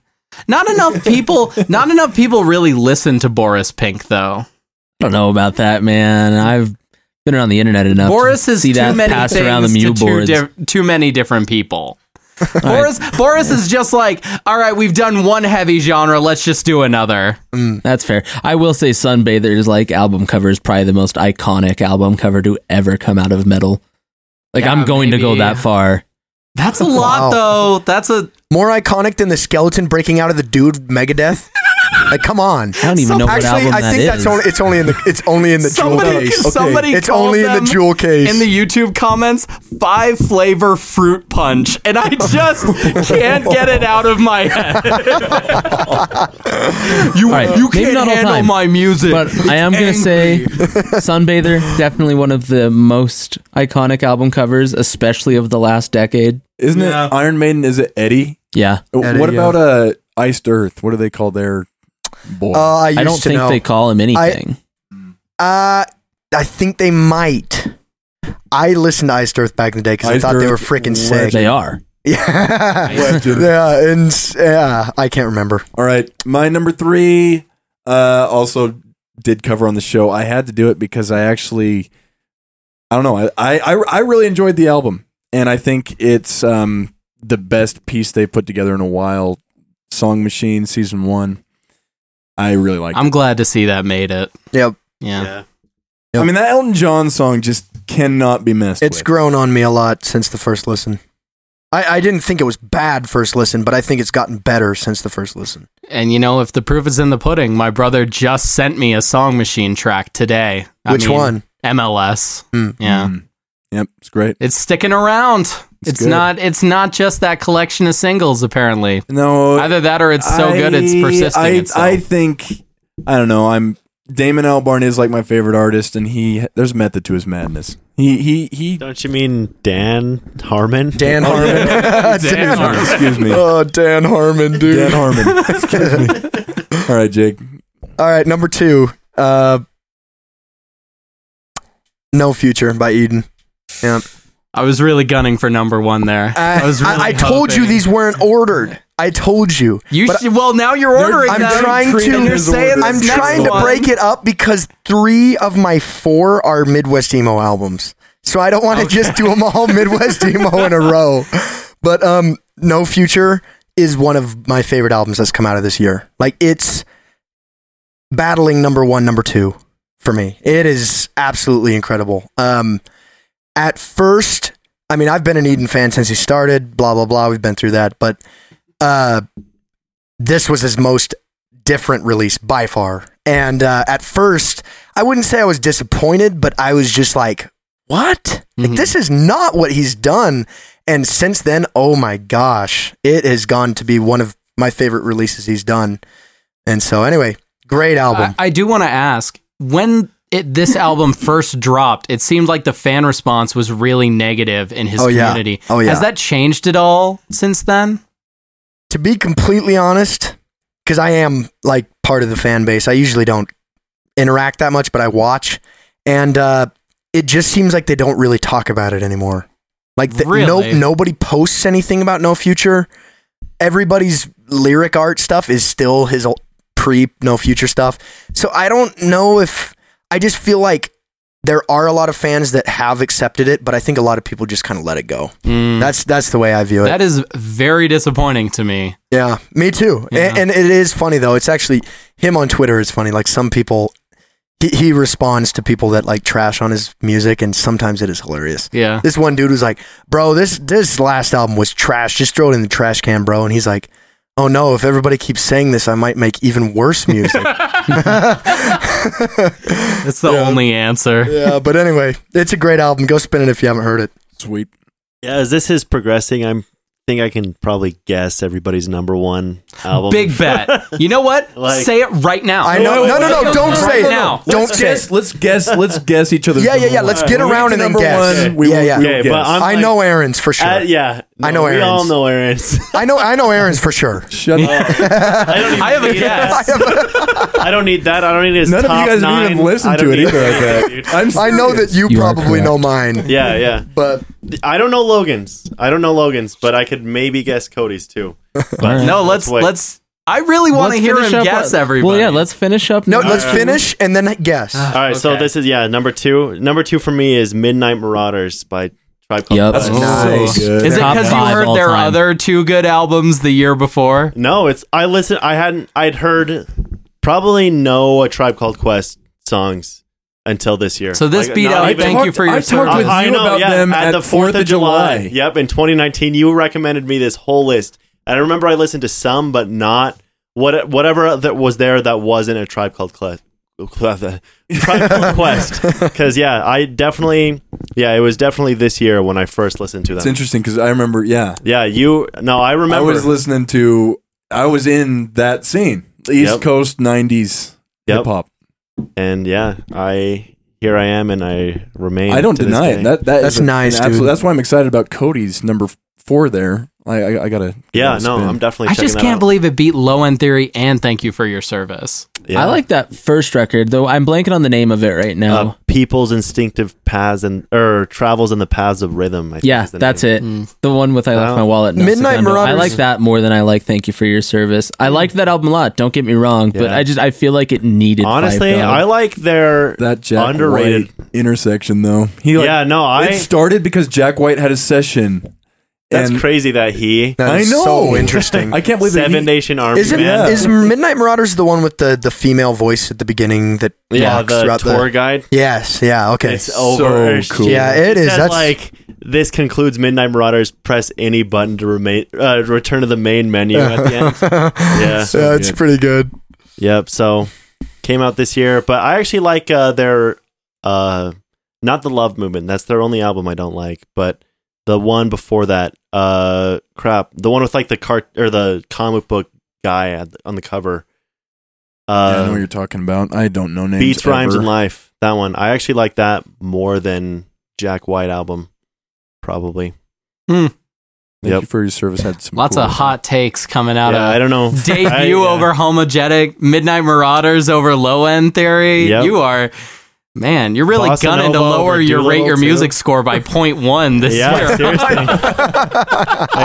[SPEAKER 2] Not enough people. not enough people really listen to Boris Pink though.
[SPEAKER 3] I don't know about that, man. I've been around the internet enough.
[SPEAKER 2] Boris
[SPEAKER 3] to
[SPEAKER 2] is
[SPEAKER 3] see
[SPEAKER 2] too
[SPEAKER 3] that
[SPEAKER 2] many
[SPEAKER 3] passed
[SPEAKER 2] things
[SPEAKER 3] around the
[SPEAKER 2] to
[SPEAKER 3] Mew
[SPEAKER 2] too,
[SPEAKER 3] boards.
[SPEAKER 2] di- too many different
[SPEAKER 3] [LAUGHS]
[SPEAKER 2] people. Boris Boris is just like, all right, we've done one heavy genre, let's just do another.
[SPEAKER 3] That's fair. I will say Sunbather's like album cover is probably the most iconic album cover to ever come out of metal. Like
[SPEAKER 2] Yeah,
[SPEAKER 3] I'm going to go
[SPEAKER 2] maybe.
[SPEAKER 3] that far.
[SPEAKER 2] That's a lot though. That's a
[SPEAKER 4] More iconic than the skeleton breaking out of the dude Megadeth. like, come on.
[SPEAKER 3] I don't even know what
[SPEAKER 4] Actually,
[SPEAKER 3] album
[SPEAKER 4] I
[SPEAKER 3] that
[SPEAKER 4] think
[SPEAKER 3] is.
[SPEAKER 4] that's only it's only in the it's only in the jewel
[SPEAKER 2] somebody
[SPEAKER 4] case.
[SPEAKER 2] somebody
[SPEAKER 4] It's
[SPEAKER 2] called
[SPEAKER 4] only in the
[SPEAKER 2] them
[SPEAKER 4] jewel case.
[SPEAKER 2] in the YouTube comments five flavor fruit punch and I just can't get it out of my head. you
[SPEAKER 3] All right,
[SPEAKER 2] you
[SPEAKER 3] maybe
[SPEAKER 2] can't
[SPEAKER 3] not all
[SPEAKER 2] handle
[SPEAKER 3] time,
[SPEAKER 2] my music.
[SPEAKER 3] [LAUGHS] but I am going to
[SPEAKER 2] angry.
[SPEAKER 3] say Sunbather, definitely one of the most iconic album covers, especially of the last decade.
[SPEAKER 1] Isn't it Iron Maiden? Is it Eddie?
[SPEAKER 3] Yeah.
[SPEAKER 4] Eddie,
[SPEAKER 1] what
[SPEAKER 4] yeah.
[SPEAKER 1] about uh, Iced Earth? What do they call their boy?
[SPEAKER 4] uh, I used
[SPEAKER 3] I don't
[SPEAKER 4] to
[SPEAKER 3] think
[SPEAKER 4] know.
[SPEAKER 3] they call him anything.
[SPEAKER 4] Uh, I think they might. I listened to Iced Earth back in the day because I
[SPEAKER 1] Iced
[SPEAKER 4] thought they were
[SPEAKER 1] Earth
[SPEAKER 4] freaking
[SPEAKER 1] was-
[SPEAKER 4] sick.
[SPEAKER 3] they are.
[SPEAKER 4] [LAUGHS] Yeah,
[SPEAKER 1] [LAUGHS] Legend.
[SPEAKER 4] yeah, and s- yeah, I can't remember.
[SPEAKER 1] All right, my number three uh, also did cover on the show. I had to do it because I actually, I don't know, I I, I I really enjoyed the album, and I think it's um, the best piece they put together in a while. Song Machine season one. I really like.
[SPEAKER 2] I'm glad to see that made it.
[SPEAKER 4] Yep.
[SPEAKER 2] Yeah.
[SPEAKER 1] I mean, that Elton John song just cannot be missed.
[SPEAKER 4] It's
[SPEAKER 1] with.
[SPEAKER 4] grown on me a lot since the first listen. I, I didn't think it was bad first listen, but I think it's gotten better since the first listen.
[SPEAKER 2] And you know, if the proof is in the pudding, my brother just sent me a song machine track today. I
[SPEAKER 4] Which
[SPEAKER 2] mean,
[SPEAKER 4] one?
[SPEAKER 2] MLS.
[SPEAKER 4] Mm.
[SPEAKER 2] Yeah.
[SPEAKER 1] Mm. Yep, it's great.
[SPEAKER 2] It's sticking around. It's,
[SPEAKER 1] good.
[SPEAKER 2] not it's not just that collection of singles apparently.
[SPEAKER 1] No,
[SPEAKER 2] Either that or it's so good it's
[SPEAKER 1] I-
[SPEAKER 2] persisting
[SPEAKER 1] I,
[SPEAKER 2] itself.
[SPEAKER 1] I think I don't know. I'm Damon Albarn is like my favorite artist, and he there's method to his madness. He he he. [LAUGHS]
[SPEAKER 5] Don't you mean Dan Harmon?
[SPEAKER 4] [LAUGHS] Dan Harmon. Dan
[SPEAKER 2] Harmon.
[SPEAKER 1] Excuse me,
[SPEAKER 4] Oh, Dan Harmon, dude.
[SPEAKER 1] Dan Harmon. [LAUGHS] Excuse me. All right, Jake.
[SPEAKER 4] All right, number two. Uh, no Future by Eden. Yeah.
[SPEAKER 2] I was really gunning for number 1 there.
[SPEAKER 4] I,
[SPEAKER 2] I was really
[SPEAKER 4] Uh, I, I told you
[SPEAKER 2] hoping.
[SPEAKER 4] these weren't ordered. I told you.
[SPEAKER 2] You
[SPEAKER 4] But
[SPEAKER 2] should, well, now you're ordering
[SPEAKER 4] I'm
[SPEAKER 2] them.
[SPEAKER 4] trying to-
[SPEAKER 2] And you're saying
[SPEAKER 4] I'm
[SPEAKER 2] this next
[SPEAKER 4] trying to
[SPEAKER 2] one.
[SPEAKER 4] break it up because three of my four are Midwest emo albums. So I don't want to just do them
[SPEAKER 2] [LAUGHS]
[SPEAKER 4] all Midwest emo in a row. But um, No Future is one of my favorite albums that's come out of this year. Like it's battling number one, number two for me. It is absolutely incredible. Um, at first, I mean, I've been an Eden fan since he started. Blah blah blah. We've been through that, but uh, this was his most different release by far. And uh, at first, I wouldn't say I was disappointed, but I was just like, "What? Like
[SPEAKER 2] Mhm.
[SPEAKER 4] this is not what he's done." And since then, oh my gosh, it has gone to be one of my favorite releases he's done. And so, anyway, great album.
[SPEAKER 2] I, I do want to ask when it,
[SPEAKER 4] [LAUGHS]
[SPEAKER 2] this album first dropped, it seemed like the fan response was really negative in his
[SPEAKER 4] Oh, yeah.
[SPEAKER 2] community.
[SPEAKER 4] Oh, yeah.
[SPEAKER 2] Has that changed at all since then?
[SPEAKER 4] to be completely honest, because I am like part of the fan base, I usually don't interact that much, but I watch, and uh, it just seems like they don't really talk about it anymore. Like the, no,
[SPEAKER 2] Really?
[SPEAKER 4] nobody posts anything about No Future. Everybody's lyric art stuff is still his pre No Future stuff. So I don't know if I just feel like there are a lot of fans that have accepted it, but I think a lot of people just kind of let it go. That's that's the way I view it.
[SPEAKER 2] Hmm. That is very disappointing to me.
[SPEAKER 4] Yeah, me too. A-
[SPEAKER 2] Yeah.
[SPEAKER 4] And, it is funny though. It's actually him on Twitter is funny. Like some people, he, he responds to people that like trash on his music, and sometimes it is hilarious. [LAUGHS]
[SPEAKER 2] Yeah.
[SPEAKER 4] This one dude was like, "Bro, this this last album was trash. Just throw it in the trash can, bro." And he's like, "Oh no, if everybody keeps saying this, I might make even
[SPEAKER 2] [LAUGHS]
[SPEAKER 4] worse music."
[SPEAKER 2] That's the only answer.
[SPEAKER 4] yeah, but anyway, it's a great album. Go spin it if you haven't heard it.
[SPEAKER 1] Sweet.
[SPEAKER 5] Yeah, as this is progressing, I'm think I can probably guess everybody's number one album. [LAUGHS]
[SPEAKER 2] Big
[SPEAKER 4] [LAUGHS]
[SPEAKER 2] bet. You know what?
[SPEAKER 5] Like-
[SPEAKER 2] Say it right now.
[SPEAKER 4] I know.
[SPEAKER 1] wait,
[SPEAKER 4] No, no,
[SPEAKER 1] wait,
[SPEAKER 4] no.
[SPEAKER 1] wait,
[SPEAKER 4] Don't
[SPEAKER 2] wait,
[SPEAKER 4] say
[SPEAKER 2] wait,
[SPEAKER 4] it.
[SPEAKER 2] wait, no.
[SPEAKER 4] Don't say it.
[SPEAKER 1] guess. Let's guess. Let's guess each other's.
[SPEAKER 4] Yeah, yeah,
[SPEAKER 1] number
[SPEAKER 4] yeah.
[SPEAKER 1] one.
[SPEAKER 4] Let's get
[SPEAKER 1] When we
[SPEAKER 4] around
[SPEAKER 1] to
[SPEAKER 4] and then
[SPEAKER 1] number
[SPEAKER 4] guess.
[SPEAKER 1] One, we
[SPEAKER 4] Yeah,
[SPEAKER 1] will-
[SPEAKER 4] yeah.
[SPEAKER 1] we will
[SPEAKER 5] Okay,
[SPEAKER 1] guess.
[SPEAKER 5] but I'm
[SPEAKER 4] I
[SPEAKER 5] like-
[SPEAKER 4] know Aaron's for sure.
[SPEAKER 5] Uh, yeah,
[SPEAKER 4] I know
[SPEAKER 5] we
[SPEAKER 4] Aaron's.
[SPEAKER 5] all know Aaron's.
[SPEAKER 4] I know. I know Aaron's for sure.
[SPEAKER 1] Shut up.
[SPEAKER 5] I don't even
[SPEAKER 2] [LAUGHS] [LAUGHS]
[SPEAKER 4] [LAUGHS]
[SPEAKER 2] I have a
[SPEAKER 5] [LAUGHS] need that.
[SPEAKER 2] guess.
[SPEAKER 5] I don't need that. I don't need his
[SPEAKER 1] None of you
[SPEAKER 5] top
[SPEAKER 1] guys
[SPEAKER 5] nine.
[SPEAKER 1] have even
[SPEAKER 5] I
[SPEAKER 1] listened
[SPEAKER 5] don't
[SPEAKER 1] to it
[SPEAKER 5] need
[SPEAKER 1] either. I
[SPEAKER 5] that,
[SPEAKER 1] bet.
[SPEAKER 5] dude.
[SPEAKER 1] I'm
[SPEAKER 4] I know that you,
[SPEAKER 3] You are
[SPEAKER 4] probably know
[SPEAKER 3] correct.
[SPEAKER 4] mine,
[SPEAKER 5] Yeah, yeah.
[SPEAKER 4] but
[SPEAKER 5] I don't know Logan's. I don't know Logan's, but I could maybe guess Cody's too. But
[SPEAKER 3] right.
[SPEAKER 2] No, let's
[SPEAKER 5] wait.
[SPEAKER 2] let's. I really want to
[SPEAKER 3] Let's
[SPEAKER 2] hear
[SPEAKER 3] finish
[SPEAKER 2] him
[SPEAKER 3] up-
[SPEAKER 2] guess everybody.
[SPEAKER 3] Well, yeah, let's finish up.
[SPEAKER 4] no.
[SPEAKER 3] now.
[SPEAKER 4] Let's finish and then guess.
[SPEAKER 5] All right, so
[SPEAKER 2] Okay.
[SPEAKER 5] this is yeah number two. Number two for me is Midnight Marauders by Tribe Called
[SPEAKER 3] Yep.
[SPEAKER 5] Quest.
[SPEAKER 1] so
[SPEAKER 4] Nice.
[SPEAKER 1] good.
[SPEAKER 2] Is it
[SPEAKER 3] Top
[SPEAKER 2] because you
[SPEAKER 3] five
[SPEAKER 2] heard
[SPEAKER 3] all
[SPEAKER 2] their
[SPEAKER 3] time.
[SPEAKER 2] other two good albums the year before?
[SPEAKER 5] No, it's I listened. I hadn't. I'd heard probably no a Tribe Called Quest songs until this year.
[SPEAKER 2] So this
[SPEAKER 5] Like,
[SPEAKER 2] beat
[SPEAKER 5] not
[SPEAKER 2] out
[SPEAKER 5] even-
[SPEAKER 2] Thank
[SPEAKER 1] talked-
[SPEAKER 2] You for Your
[SPEAKER 1] I
[SPEAKER 2] Service.
[SPEAKER 1] talked with
[SPEAKER 5] I
[SPEAKER 1] you
[SPEAKER 5] know,
[SPEAKER 1] about
[SPEAKER 5] yeah,
[SPEAKER 1] them at,
[SPEAKER 5] the Fourth of July.
[SPEAKER 1] July.
[SPEAKER 5] Yep, in 2019, you recommended me this whole list, and I remember I listened to some, but not what whatever that was there that wasn't a tribe called Quest. [LAUGHS] Tribe
[SPEAKER 1] [LAUGHS]
[SPEAKER 5] Called Quest, because yeah, I definitely, yeah, it was definitely this year when I first listened to
[SPEAKER 1] It's
[SPEAKER 5] them.
[SPEAKER 1] interesting because I remember. Yeah,
[SPEAKER 5] Yeah, you. No, I
[SPEAKER 1] I
[SPEAKER 5] remember.
[SPEAKER 1] was listening to. I was in that scene, East
[SPEAKER 5] Yep.
[SPEAKER 1] Coast '90s
[SPEAKER 5] Yep.
[SPEAKER 1] hip hop.
[SPEAKER 5] and yeah, I here I am, and I remain.
[SPEAKER 1] I don't
[SPEAKER 5] to this
[SPEAKER 1] deny
[SPEAKER 5] day.
[SPEAKER 1] it. That, that
[SPEAKER 4] That's
[SPEAKER 1] is a-
[SPEAKER 4] nice,
[SPEAKER 1] an absolute-
[SPEAKER 4] dude.
[SPEAKER 1] That's why I'm excited about Cody's number f- four there I I, I gotta.
[SPEAKER 5] Yeah,
[SPEAKER 1] gotta
[SPEAKER 5] no,
[SPEAKER 1] spin.
[SPEAKER 5] I'm definitely.
[SPEAKER 2] I
[SPEAKER 5] checking
[SPEAKER 2] just
[SPEAKER 5] that
[SPEAKER 2] can't
[SPEAKER 5] out.
[SPEAKER 2] believe it beat Low End Theory and Thank You for Your Service.
[SPEAKER 5] Yeah.
[SPEAKER 3] I like that first record, though I'm blanking on the name of it right now.
[SPEAKER 1] Oh.
[SPEAKER 5] uh, people's instinctive paths and or travels in the paths of rhythm. I think
[SPEAKER 3] yeah,
[SPEAKER 5] is the
[SPEAKER 3] that's
[SPEAKER 5] name.
[SPEAKER 3] it. The one with I left
[SPEAKER 5] Oh.
[SPEAKER 3] my wallet. No
[SPEAKER 4] Midnight
[SPEAKER 3] Segundo. I
[SPEAKER 4] Marauders.
[SPEAKER 3] like that more than I like Thank You for Your Service. I liked that album a lot. Don't get me wrong, but
[SPEAKER 5] Yeah.
[SPEAKER 3] I just I feel like it needed.
[SPEAKER 5] Honestly,
[SPEAKER 3] Five Dog.
[SPEAKER 5] I like their
[SPEAKER 1] that Jack
[SPEAKER 5] underrated.
[SPEAKER 1] White intersection though. He like,
[SPEAKER 5] yeah, no, I.
[SPEAKER 1] it started because Jack White had a session.
[SPEAKER 5] that's
[SPEAKER 1] and
[SPEAKER 5] crazy that he
[SPEAKER 1] I
[SPEAKER 4] That is
[SPEAKER 1] know.
[SPEAKER 4] So interesting.
[SPEAKER 1] I can't believe that
[SPEAKER 5] Seven
[SPEAKER 1] he-
[SPEAKER 5] Nation Army
[SPEAKER 4] Isn't
[SPEAKER 5] man.
[SPEAKER 4] is Midnight Marauders the one with the, the female voice at the beginning that
[SPEAKER 5] yeah,
[SPEAKER 4] walks
[SPEAKER 5] the
[SPEAKER 4] throughout
[SPEAKER 5] tour guide.
[SPEAKER 4] the? Yes. Yeah. Okay.
[SPEAKER 5] It's uh, over. It's-
[SPEAKER 1] cool.
[SPEAKER 4] Yeah, it is.
[SPEAKER 5] says,
[SPEAKER 4] That's-
[SPEAKER 5] like this concludes Midnight Marauders. Press any button to remain uh, return to the main menu at the end.
[SPEAKER 4] [LAUGHS]
[SPEAKER 5] yeah,
[SPEAKER 4] yeah, it's pretty good.
[SPEAKER 5] Yep. So came out this year, but I actually like uh, their uh, not the Love Movement. That's their only album I don't like, but the one before that, uh, crap, the one with like the cart or the comic book guy at, on the cover.
[SPEAKER 1] Yeah, I know
[SPEAKER 5] Uh,
[SPEAKER 1] what you're talking about. I don't know names.
[SPEAKER 5] Beats, rhymes,
[SPEAKER 1] ever.
[SPEAKER 5] and life. That one I actually like that more than Jack White album, probably.
[SPEAKER 1] Thank
[SPEAKER 5] Yep.
[SPEAKER 1] you for your service. Had some
[SPEAKER 2] Lots
[SPEAKER 1] cool-
[SPEAKER 2] of hot takes coming out
[SPEAKER 5] yeah,
[SPEAKER 2] of
[SPEAKER 5] I don't [LAUGHS] know. I-
[SPEAKER 2] debut
[SPEAKER 5] yeah.
[SPEAKER 2] over homogenic midnight marauders over low end theory
[SPEAKER 5] Yep.
[SPEAKER 2] you are man you're really
[SPEAKER 5] Bossa
[SPEAKER 2] gunning to
[SPEAKER 5] Nova
[SPEAKER 2] lower
[SPEAKER 5] over
[SPEAKER 2] your rate
[SPEAKER 5] Doolittle,
[SPEAKER 2] your
[SPEAKER 5] too.
[SPEAKER 2] music score
[SPEAKER 5] [LAUGHS]
[SPEAKER 2] by point one this
[SPEAKER 5] Yeah,
[SPEAKER 1] [LAUGHS]
[SPEAKER 2] year
[SPEAKER 5] seriously.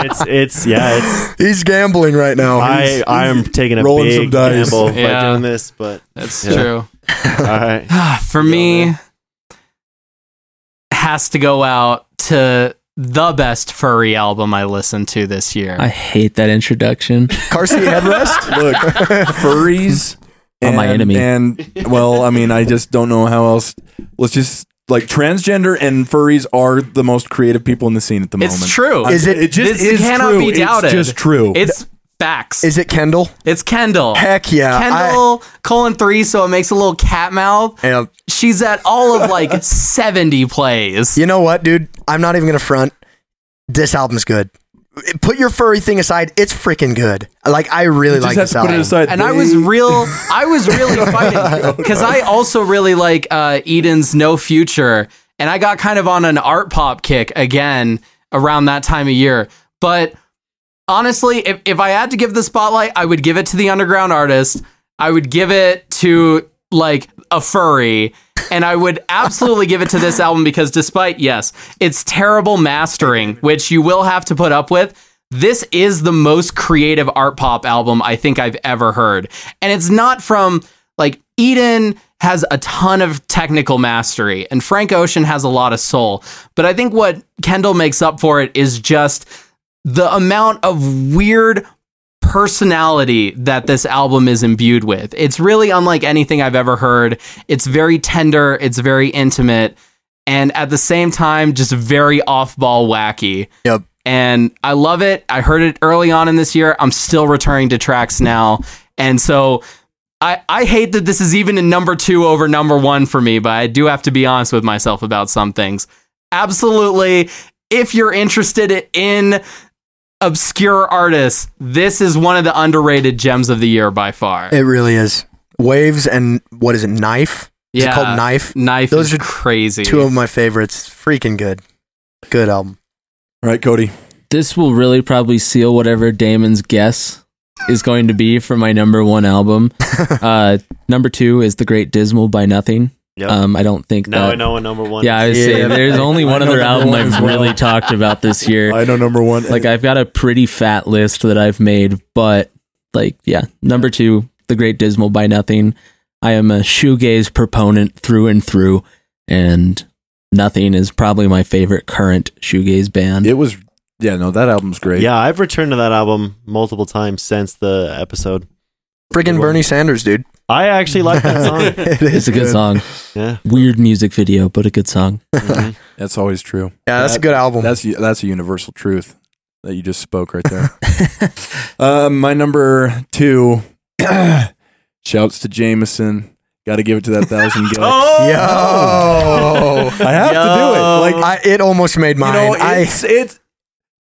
[SPEAKER 5] it's it's yeah, it's
[SPEAKER 4] He's gambling right now.
[SPEAKER 5] I
[SPEAKER 4] [LAUGHS]
[SPEAKER 5] I am taking a
[SPEAKER 1] rolling
[SPEAKER 5] big
[SPEAKER 1] some dice.
[SPEAKER 5] gamble by
[SPEAKER 2] Yeah.
[SPEAKER 5] doing this, but
[SPEAKER 2] that's
[SPEAKER 5] Yeah.
[SPEAKER 2] true [SIGHS]
[SPEAKER 4] [LAUGHS]
[SPEAKER 5] all right.
[SPEAKER 2] for
[SPEAKER 5] Yeah,
[SPEAKER 2] me
[SPEAKER 5] man.
[SPEAKER 2] has to go out to the best furry album i listened to this year
[SPEAKER 3] I hate that introduction.
[SPEAKER 4] car seat headrest.
[SPEAKER 1] Look, furries.
[SPEAKER 3] Are my enemy.
[SPEAKER 1] And well, I mean, I just don't know how else. Let's just like transgender and furries are the most creative people in the scene at the
[SPEAKER 2] It's
[SPEAKER 1] moment.
[SPEAKER 2] true.
[SPEAKER 1] Is it? It just
[SPEAKER 2] This
[SPEAKER 1] is
[SPEAKER 2] cannot
[SPEAKER 1] true.
[SPEAKER 2] be doubted.
[SPEAKER 1] It's just true.
[SPEAKER 2] it's facts
[SPEAKER 4] Is it Kendall?
[SPEAKER 2] it's kendall
[SPEAKER 4] Heck yeah.
[SPEAKER 2] kendall colon three so it makes a little cat mouth
[SPEAKER 4] I, am-
[SPEAKER 2] She's at all of like 70 plays.
[SPEAKER 4] you know what, dude? I'm not even gonna front. This album's good. Put your furry thing aside. It's freaking good. Like I really
[SPEAKER 1] just
[SPEAKER 4] like
[SPEAKER 1] have
[SPEAKER 4] this
[SPEAKER 1] to put it
[SPEAKER 4] album.
[SPEAKER 1] aside.
[SPEAKER 2] And I was real, I was really fighting because I also really like uh, Eden's No Future, and I got kind of on an art pop kick again around that time of year. But honestly, if, if I had to give the spotlight, I would give it to the underground artist. I would give it to like a furry. And I would absolutely give it to this album because despite, yes, it's terrible mastering, which you will have to put up with, this is the most creative art pop album I think I've ever heard. And it's not from like Eden has a ton of technical mastery and Frank Ocean has a lot of soul. But I think what Kendall makes up for it is just the amount of weird personality that this album is imbued with. It's really unlike anything I've ever heard. It's very tender, it's very intimate, and at the same time, just very off ball wacky.
[SPEAKER 4] Yep.
[SPEAKER 2] And I love it. I heard it early on in this year. I'm still returning to tracks now. And so I, I hate that this is even in number two over number one for me, but I do have to be honest with myself about some things. Absolutely. If you're interested in obscure artists, this is one of the underrated gems of the year by far.
[SPEAKER 4] It really is. Waves and what is it? Knife. Is it called Knife?
[SPEAKER 2] Knife
[SPEAKER 4] Those
[SPEAKER 2] is
[SPEAKER 4] are
[SPEAKER 2] crazy.
[SPEAKER 4] Two of my favorites. Freaking good. Good album.
[SPEAKER 1] All right, Cody.
[SPEAKER 3] This will really probably seal whatever Damon's guess is going to be for my number one album. Uh, number two is The Great Dismal by Nothing.
[SPEAKER 5] Yep.
[SPEAKER 3] Um, I don't think
[SPEAKER 5] now
[SPEAKER 3] that.
[SPEAKER 5] I know what number one.
[SPEAKER 3] Yeah, I was
[SPEAKER 4] Yeah.
[SPEAKER 3] saying there's only
[SPEAKER 1] I
[SPEAKER 3] one
[SPEAKER 1] know
[SPEAKER 3] other
[SPEAKER 1] number
[SPEAKER 3] album
[SPEAKER 1] one as
[SPEAKER 3] I've
[SPEAKER 1] well.
[SPEAKER 3] really talked about this year.
[SPEAKER 1] [LAUGHS] I know number one.
[SPEAKER 3] like I've got a pretty fat list that I've made, but like yeah, number two, The Great Dismal by Nothing. I am a shoegaze proponent through and through, and Nothing is probably my favorite current shoegaze band.
[SPEAKER 1] it was. Yeah, no, that album's great.
[SPEAKER 5] yeah, I've returned to that album multiple times since the episode.
[SPEAKER 4] Freaking Bernie Sanders, dude.
[SPEAKER 5] I actually like that song.
[SPEAKER 4] [LAUGHS] It is
[SPEAKER 3] It's a good song.
[SPEAKER 5] Yeah,
[SPEAKER 3] Weird music video, but a good song.
[SPEAKER 5] mhm.
[SPEAKER 1] that's always true.
[SPEAKER 4] Yeah, that's a good album.
[SPEAKER 1] That's that's a universal truth that you just spoke right there. [LAUGHS] uh, my number two. [CLEARS THROAT] shouts to Jameson. Got to give it to that
[SPEAKER 2] [LAUGHS]
[SPEAKER 1] thousand guts. [LAUGHS]
[SPEAKER 2] Oh!
[SPEAKER 4] Yo.
[SPEAKER 1] I have to do it. Like
[SPEAKER 4] I, it almost made
[SPEAKER 1] you
[SPEAKER 4] mine.
[SPEAKER 1] know,
[SPEAKER 4] I,
[SPEAKER 1] it's it's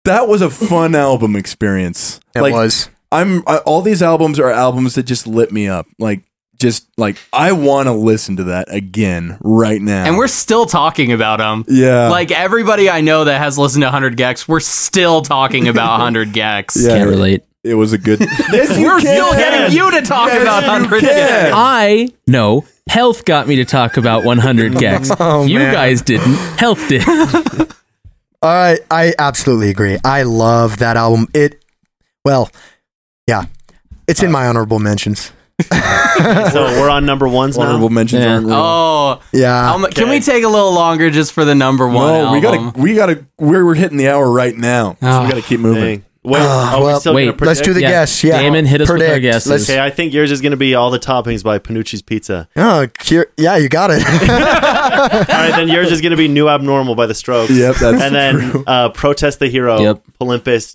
[SPEAKER 1] that was a fun album experience.
[SPEAKER 4] [LAUGHS] it
[SPEAKER 1] like
[SPEAKER 4] was.
[SPEAKER 1] I'm I, all these albums are albums that just lit me up. Like just like I want to listen to that again right now.
[SPEAKER 2] And we're still talking about them.
[SPEAKER 1] yeah,
[SPEAKER 2] [LAUGHS] Like everybody I know that has listened to 100 Gex, we're still talking about
[SPEAKER 3] [LAUGHS]
[SPEAKER 2] 100 Gex.
[SPEAKER 1] Yeah.
[SPEAKER 3] Can't relate.
[SPEAKER 1] it was a good. yes, you can.
[SPEAKER 2] We're still getting you to talk
[SPEAKER 1] Yes,
[SPEAKER 2] about
[SPEAKER 1] you
[SPEAKER 2] 100
[SPEAKER 1] can.
[SPEAKER 2] Gex.
[SPEAKER 3] I know health got me to talk about 100 gex. you
[SPEAKER 4] man.
[SPEAKER 3] guys didn't. Health did.
[SPEAKER 4] I I absolutely agree. I love that album. It well, yeah. It's in my honorable mentions.
[SPEAKER 5] So we're on number ones
[SPEAKER 1] Honorable
[SPEAKER 5] now.
[SPEAKER 1] mentions
[SPEAKER 3] Yeah.
[SPEAKER 1] aren't real.
[SPEAKER 2] Oh,
[SPEAKER 4] Yeah.
[SPEAKER 2] um, can we
[SPEAKER 5] Okay.
[SPEAKER 2] take a little longer just for the number one?
[SPEAKER 1] no, Oh, we
[SPEAKER 2] Oh, album? Ah.
[SPEAKER 1] gotta, we gotta, we're, we're hitting the hour right now. So we gotta keep moving.
[SPEAKER 5] Dang. Wait, are
[SPEAKER 4] Ah, well,
[SPEAKER 5] we still
[SPEAKER 3] wait,
[SPEAKER 5] gonna
[SPEAKER 4] Let's do
[SPEAKER 5] predict?
[SPEAKER 4] the
[SPEAKER 3] Yeah.
[SPEAKER 4] guess. Yeah.
[SPEAKER 3] Damon, hit us with our guesses.
[SPEAKER 4] Let's-
[SPEAKER 5] Okay, I think yours is going to be all the toppings by Panucci's
[SPEAKER 4] [LAUGHS]
[SPEAKER 5] Pizza.
[SPEAKER 4] Oh, cur- yeah, you got it. [LAUGHS]
[SPEAKER 5] All right, then yours is going to be New Abnormal by The Strokes.
[SPEAKER 1] Yep, that's
[SPEAKER 5] and then uh, Protest the Hero,
[SPEAKER 3] Yep.
[SPEAKER 5] Olympus.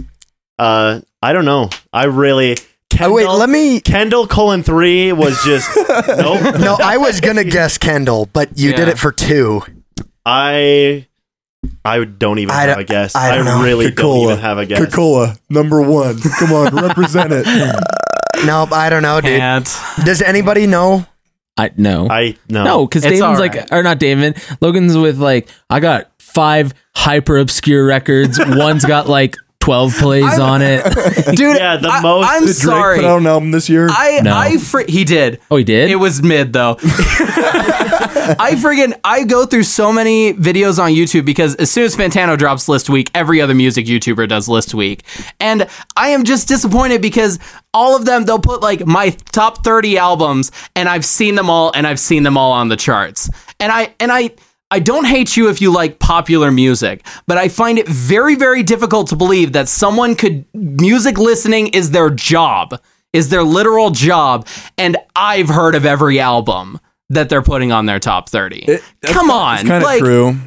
[SPEAKER 5] Uh, I don't know. I really. Kendall,
[SPEAKER 4] Oh, wait, let me.
[SPEAKER 5] Kendall colon three was just nope. [LAUGHS]
[SPEAKER 4] No, I was gonna guess Kendall, but you did
[SPEAKER 2] Yeah.
[SPEAKER 4] it for two.
[SPEAKER 5] I I don't even
[SPEAKER 4] I
[SPEAKER 5] have
[SPEAKER 4] don't-
[SPEAKER 5] a guess.
[SPEAKER 4] I
[SPEAKER 5] I,
[SPEAKER 4] don't know.
[SPEAKER 5] really don't
[SPEAKER 1] Coca-Cola.
[SPEAKER 5] even have a guess.
[SPEAKER 1] Coca-Cola number one. Come on, represent
[SPEAKER 2] [LAUGHS]
[SPEAKER 1] it.
[SPEAKER 4] No, I don't know, dude.
[SPEAKER 2] Can't.
[SPEAKER 4] Does anybody know?
[SPEAKER 3] I no.
[SPEAKER 5] I no.
[SPEAKER 3] no, because
[SPEAKER 2] Oh, It's
[SPEAKER 3] Damon's
[SPEAKER 2] all right.
[SPEAKER 3] like, or not Damon. Logan's with like, I got five hyper obscure
[SPEAKER 2] [LAUGHS]
[SPEAKER 3] records. One's got like twelve plays on it.
[SPEAKER 2] Dude,
[SPEAKER 5] Yeah, the
[SPEAKER 2] I,
[SPEAKER 5] most-
[SPEAKER 2] I'm
[SPEAKER 5] Did
[SPEAKER 1] Did Drake
[SPEAKER 2] sorry.
[SPEAKER 1] put out an album this year.
[SPEAKER 2] I
[SPEAKER 3] No.
[SPEAKER 2] I fr- he did.
[SPEAKER 3] Oh, he did.
[SPEAKER 2] It was mid though. [LAUGHS] I friggin' I go through so many videos on YouTube because as soon as Fantano drops list week, every other music YouTuber does list week, and I am just disappointed because all of them they'll put like my top thirty albums, and I've seen them all, and I've seen them all on the charts, and I and I. I don't hate you if you like popular music, but I find it very, very difficult to believe that someone could music listening is their job, is their literal job, and I've heard of every album that they're putting on their top 30. Come on.
[SPEAKER 1] it's kind of
[SPEAKER 2] like,
[SPEAKER 1] true.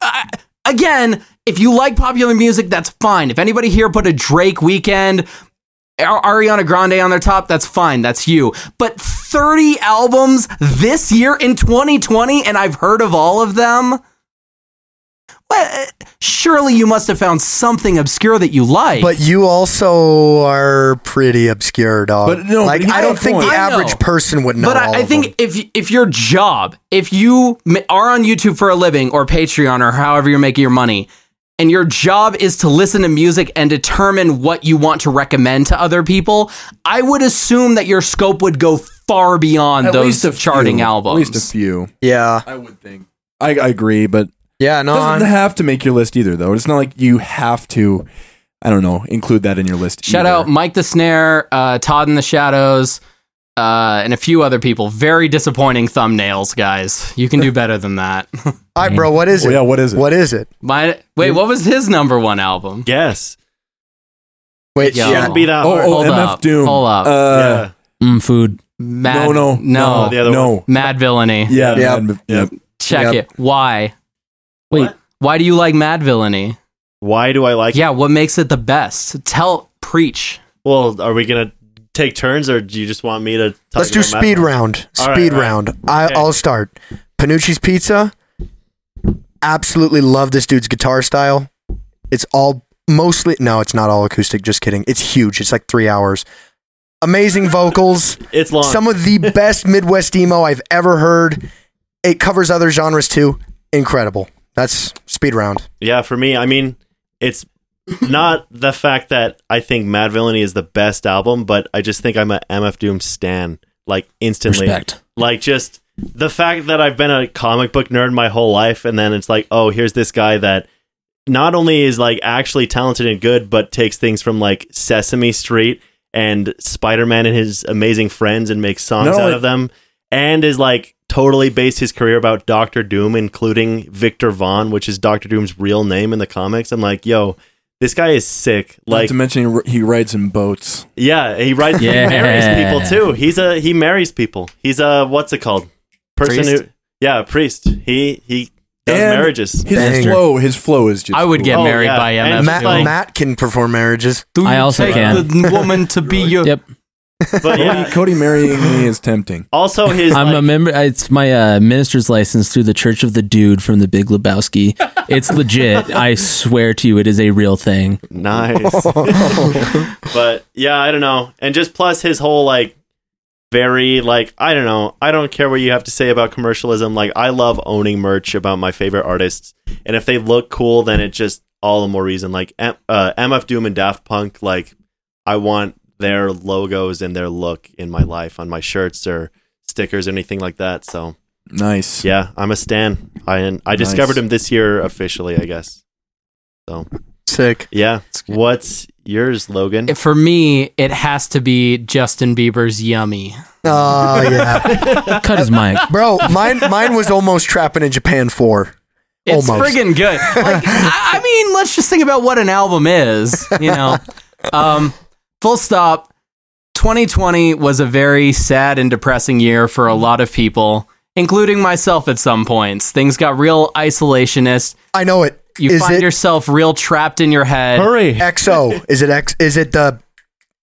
[SPEAKER 2] uh, again, if you like popular music, that's fine. If anybody here put a Drake weekend, Ar- Ariana Grande on their top, that's fine. That's you. But 30 albums this year in 2020, and I've heard of all of them. Well, uh, surely you must have found something obscure that you like.
[SPEAKER 4] But you also are pretty obscure, dog.
[SPEAKER 1] But no, but
[SPEAKER 4] like
[SPEAKER 1] he's got
[SPEAKER 4] I don't
[SPEAKER 1] a
[SPEAKER 4] think the
[SPEAKER 1] point.
[SPEAKER 2] I know.
[SPEAKER 4] average person would know.
[SPEAKER 2] but
[SPEAKER 4] all
[SPEAKER 2] I, I
[SPEAKER 4] of them.
[SPEAKER 2] think if if your job, if you ma- are on YouTube for a living or Patreon or however you're making your money, and your job is to listen to music and determine what you want to recommend to other people, I would assume that your scope would go far beyond
[SPEAKER 1] At least
[SPEAKER 2] those
[SPEAKER 1] a
[SPEAKER 2] charting
[SPEAKER 1] few.
[SPEAKER 2] albums.
[SPEAKER 1] At least a few.
[SPEAKER 4] yeah,
[SPEAKER 1] I would think. I, I agree, but
[SPEAKER 4] yeah, no,
[SPEAKER 1] doesn't
[SPEAKER 4] I'm-
[SPEAKER 1] have to make your list either, though. It's not like you have to. I don't know. Include that in your list.
[SPEAKER 2] Shout
[SPEAKER 1] either.
[SPEAKER 2] out Mike the Snare, uh, Todd in the Shadows, uh, and a few other people. Very disappointing thumbnails, guys. You
[SPEAKER 1] [LAUGHS]
[SPEAKER 2] can do better than that. [LAUGHS]
[SPEAKER 4] all right, bro. What is
[SPEAKER 1] Oh,
[SPEAKER 4] it?
[SPEAKER 1] yeah, what is it?
[SPEAKER 4] What is it?
[SPEAKER 2] My wait, what was his number one album?
[SPEAKER 5] Guess
[SPEAKER 4] Wait,
[SPEAKER 2] Yo.
[SPEAKER 4] yeah.
[SPEAKER 5] shouldn't be that
[SPEAKER 1] Oh,
[SPEAKER 5] hard.
[SPEAKER 1] oh
[SPEAKER 2] Hold
[SPEAKER 1] MF
[SPEAKER 2] up,
[SPEAKER 1] Doom.
[SPEAKER 2] hold up.
[SPEAKER 1] Uh,
[SPEAKER 5] yeah.
[SPEAKER 3] Mm, food.
[SPEAKER 2] Mad,
[SPEAKER 1] no, no,
[SPEAKER 2] no,
[SPEAKER 5] no, the other
[SPEAKER 1] no.
[SPEAKER 2] Mad Villainy.
[SPEAKER 1] Yeah,
[SPEAKER 4] Yep.
[SPEAKER 1] man, yeah.
[SPEAKER 2] Check
[SPEAKER 4] Yep.
[SPEAKER 2] it. Why?
[SPEAKER 3] Wait,
[SPEAKER 5] What?
[SPEAKER 2] Why do you like Mad Villainy?
[SPEAKER 5] Why do I like?
[SPEAKER 2] Yeah, what makes it the best? Tell, preach.
[SPEAKER 5] Well, are we gonna take turns, or do you just want me to? Talk
[SPEAKER 4] Let's do
[SPEAKER 5] about Matt?
[SPEAKER 4] speed round.
[SPEAKER 5] All right,
[SPEAKER 4] Speed
[SPEAKER 5] all right.
[SPEAKER 4] round. I,
[SPEAKER 5] Okay.
[SPEAKER 4] I'll start. Panucci's Pizza. Absolutely love this dude's guitar style. It's all mostly no, it's not all acoustic. Just kidding. It's huge. It's like three hours. Amazing vocals.
[SPEAKER 5] It's long.
[SPEAKER 4] Some of the best Midwest emo I've ever heard. It covers other genres too. Incredible. That's speed round.
[SPEAKER 5] Yeah, for me, I mean, it's not the fact that I think Mad Villainy is the best album, but I just think I'm a MF Doom stan, like instantly.
[SPEAKER 3] Respect.
[SPEAKER 5] Like just the fact that I've been a comic book nerd my whole life, and then it's like, oh, here's this guy that not only is like actually talented and good, but takes things from like Sesame Street and Spider Man and his amazing friends and makes songs
[SPEAKER 1] Not
[SPEAKER 5] out
[SPEAKER 1] only-
[SPEAKER 5] of them, and is like totally based his career about Doctor Doom, including Victor Vaughn, which is Doctor Doom's real name in the comics. I'm like, yo, this guy is sick.
[SPEAKER 1] Not
[SPEAKER 5] Like,
[SPEAKER 1] to mention he ri- he rides in boats.
[SPEAKER 5] yeah, he writes.
[SPEAKER 3] Yeah.
[SPEAKER 5] He marries people too. He's a he marries people. He's a what's it called? Person
[SPEAKER 2] Priest?
[SPEAKER 5] who yeah, priest. He he does
[SPEAKER 1] And
[SPEAKER 5] marriages.
[SPEAKER 1] His
[SPEAKER 4] Banger.
[SPEAKER 1] flow, his flow is just.
[SPEAKER 2] I would get
[SPEAKER 5] Oh,
[SPEAKER 2] married
[SPEAKER 5] yeah.
[SPEAKER 2] by
[SPEAKER 5] And
[SPEAKER 2] MF.
[SPEAKER 4] Matt,
[SPEAKER 5] like-
[SPEAKER 4] Matt can perform marriages.
[SPEAKER 2] Do
[SPEAKER 3] I
[SPEAKER 2] you
[SPEAKER 3] also
[SPEAKER 2] take
[SPEAKER 3] can.
[SPEAKER 2] the woman to be your?
[SPEAKER 3] Yep.
[SPEAKER 5] But
[SPEAKER 1] Cody,
[SPEAKER 5] yeah,
[SPEAKER 1] Cody marrying me is tempting.
[SPEAKER 5] also his
[SPEAKER 3] I'm
[SPEAKER 5] like,
[SPEAKER 3] a member. It's my uh, minister's license through the Church of the Dude from the Big Lebowski. It's legit. I swear to you, it is a real thing.
[SPEAKER 5] nice. but yeah, I don't know. And just plus his whole like very like I don't know. I don't care what you have to say about commercialism. Like I love owning merch about my favorite artists, and if they look cool, then it just all the more reason. Like M- uh, MF Doom and Daft Punk, like I want their logos and their look in my life on my shirts or stickers or anything like that. So
[SPEAKER 1] Nice.
[SPEAKER 5] yeah, I'm a stan. I and I
[SPEAKER 1] Nice.
[SPEAKER 5] discovered him this year officially, I guess. So
[SPEAKER 4] Sick.
[SPEAKER 5] yeah,
[SPEAKER 2] good.
[SPEAKER 5] what's yours, Logan?
[SPEAKER 2] For me, it has to be Justin Bieber's "Yummy."
[SPEAKER 4] Oh
[SPEAKER 5] [LAUGHS]
[SPEAKER 4] yeah,
[SPEAKER 3] Cut his mic.
[SPEAKER 4] bro. Mine mine was almost trapping in Japan four.
[SPEAKER 2] It's
[SPEAKER 4] Almost.
[SPEAKER 2] friggin'
[SPEAKER 4] [LAUGHS]
[SPEAKER 2] good. Like, I, I mean, let's just think about what an album is. You
[SPEAKER 4] [LAUGHS]
[SPEAKER 2] know, um, full stop. 2020 was a very sad and depressing year for
[SPEAKER 4] Mm-hmm.
[SPEAKER 2] a lot of people, including myself. At some points, things got real isolationist.
[SPEAKER 4] I know it.
[SPEAKER 2] You
[SPEAKER 4] Is
[SPEAKER 2] find
[SPEAKER 4] it
[SPEAKER 2] yourself real trapped in your head.
[SPEAKER 5] Hurry!
[SPEAKER 4] XO? is it [LAUGHS] X? Is it the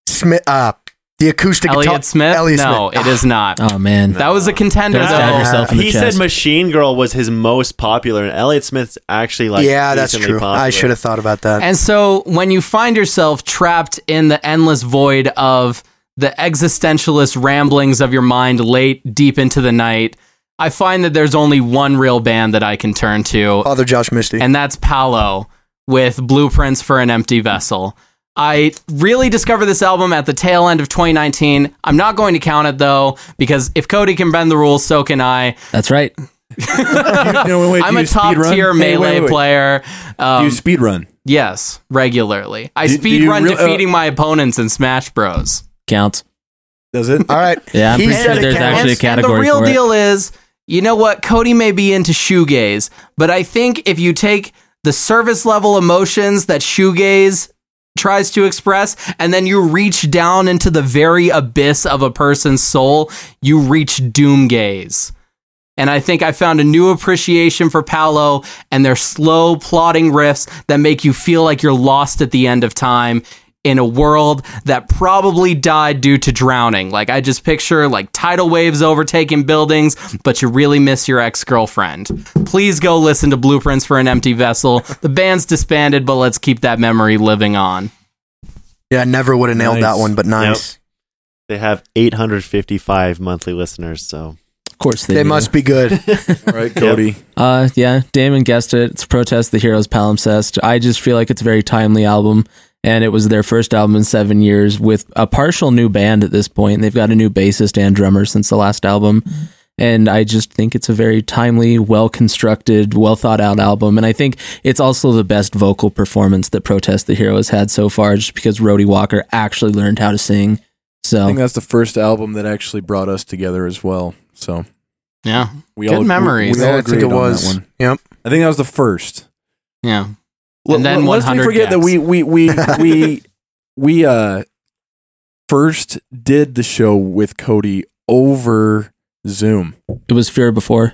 [SPEAKER 4] Smith? Uh, the acoustic guitar-
[SPEAKER 2] Elliot Smith?
[SPEAKER 4] Elliot
[SPEAKER 2] no,
[SPEAKER 4] Smith.
[SPEAKER 2] it is not.
[SPEAKER 3] Oh man,
[SPEAKER 2] That was a contender.
[SPEAKER 3] don't stab
[SPEAKER 2] though.
[SPEAKER 3] yourself in the
[SPEAKER 5] He
[SPEAKER 3] chest.
[SPEAKER 5] said Machine Girl was his most popular, and Elliot Smith's actually like
[SPEAKER 4] yeah, that's
[SPEAKER 5] decently
[SPEAKER 4] true.
[SPEAKER 5] Popular.
[SPEAKER 4] I should have thought about that.
[SPEAKER 2] And so when you find yourself trapped in the endless void of the existentialist ramblings of your mind late deep into the night, I find that there's only one real band that I can turn to,
[SPEAKER 4] Father Josh Misty.
[SPEAKER 2] and that's Palo with Blueprints for an Empty Vessel. I really discovered this album at the tail end of 2019. I'm not going to count it though, because if Cody can bend the rules, so can I.
[SPEAKER 3] That's right.
[SPEAKER 1] No, wait,
[SPEAKER 2] I'm
[SPEAKER 1] do
[SPEAKER 2] a
[SPEAKER 1] you speed
[SPEAKER 2] top
[SPEAKER 1] run?
[SPEAKER 2] tier
[SPEAKER 1] Hey,
[SPEAKER 2] melee
[SPEAKER 1] wait, wait, wait.
[SPEAKER 2] player. Um,
[SPEAKER 1] Do you speed run?
[SPEAKER 2] Yes, regularly. I
[SPEAKER 1] Do- do
[SPEAKER 2] speed
[SPEAKER 1] you
[SPEAKER 2] run
[SPEAKER 1] real- uh,
[SPEAKER 2] defeating my opponents in Smash Bros.
[SPEAKER 3] Counts.
[SPEAKER 1] Does it?
[SPEAKER 4] All right.
[SPEAKER 3] Yeah, I'm
[SPEAKER 4] He
[SPEAKER 3] pretty
[SPEAKER 4] said
[SPEAKER 3] sure
[SPEAKER 4] it
[SPEAKER 3] there's actually
[SPEAKER 4] counts.
[SPEAKER 3] a
[SPEAKER 2] And the
[SPEAKER 3] category
[SPEAKER 2] real
[SPEAKER 3] for it.
[SPEAKER 2] deal is, you know what? Cody may be into shoegaze, but I think if you take the service level emotions that shoegaze tries to express, and then you reach down into the very abyss of a person's soul, you reach doomgaze. And I think I found a new appreciation for Paolo and their slow, plodding riffs that make you feel like you're lost at the end of time in a world that probably died due to drowning. Like, I just picture like tidal waves overtaking buildings, but you really miss your ex girlfriend. Please go listen to Blueprints for an Empty Vessel. The band's disbanded, but let's keep that memory living on.
[SPEAKER 4] Yeah, I never would have nailed
[SPEAKER 5] Nice.
[SPEAKER 4] that one, but nice.
[SPEAKER 5] They have 855 monthly listeners, so
[SPEAKER 3] Of course they,
[SPEAKER 4] They
[SPEAKER 3] do.
[SPEAKER 4] must be good.
[SPEAKER 3] [LAUGHS]
[SPEAKER 1] All right, Cody.
[SPEAKER 3] Uh, yeah, Damon guessed it. It's Protest the Heroes Palimpsest. I just feel like it's a very timely album, and it was their first album in seven years with a partial new band at this point. And they've got a new bassist and drummer since the last album. And I just think it's a very timely, well constructed, well thought out album. And I think it's also the best vocal performance that Protest the Hero has had so far, just because Rhodey Walker actually learned how to sing.
[SPEAKER 1] I think
[SPEAKER 3] So
[SPEAKER 1] that's the first album that actually brought us together as well. So
[SPEAKER 2] Yeah.
[SPEAKER 1] we
[SPEAKER 2] Good
[SPEAKER 1] all we-
[SPEAKER 2] memories.
[SPEAKER 1] We, all
[SPEAKER 4] Yeah, I think
[SPEAKER 1] agreed
[SPEAKER 4] it
[SPEAKER 1] on that
[SPEAKER 4] was.
[SPEAKER 1] one.
[SPEAKER 4] Yep.
[SPEAKER 1] I think that was the first.
[SPEAKER 2] Yeah.
[SPEAKER 1] Let-
[SPEAKER 2] And then
[SPEAKER 1] let- let's
[SPEAKER 2] 100
[SPEAKER 1] not forget that
[SPEAKER 2] gaps.
[SPEAKER 1] we we
[SPEAKER 2] [LAUGHS]
[SPEAKER 1] we we we uh first did the show with Cody over
[SPEAKER 2] [LAUGHS]
[SPEAKER 1] Zoom.
[SPEAKER 3] it was Fear Before.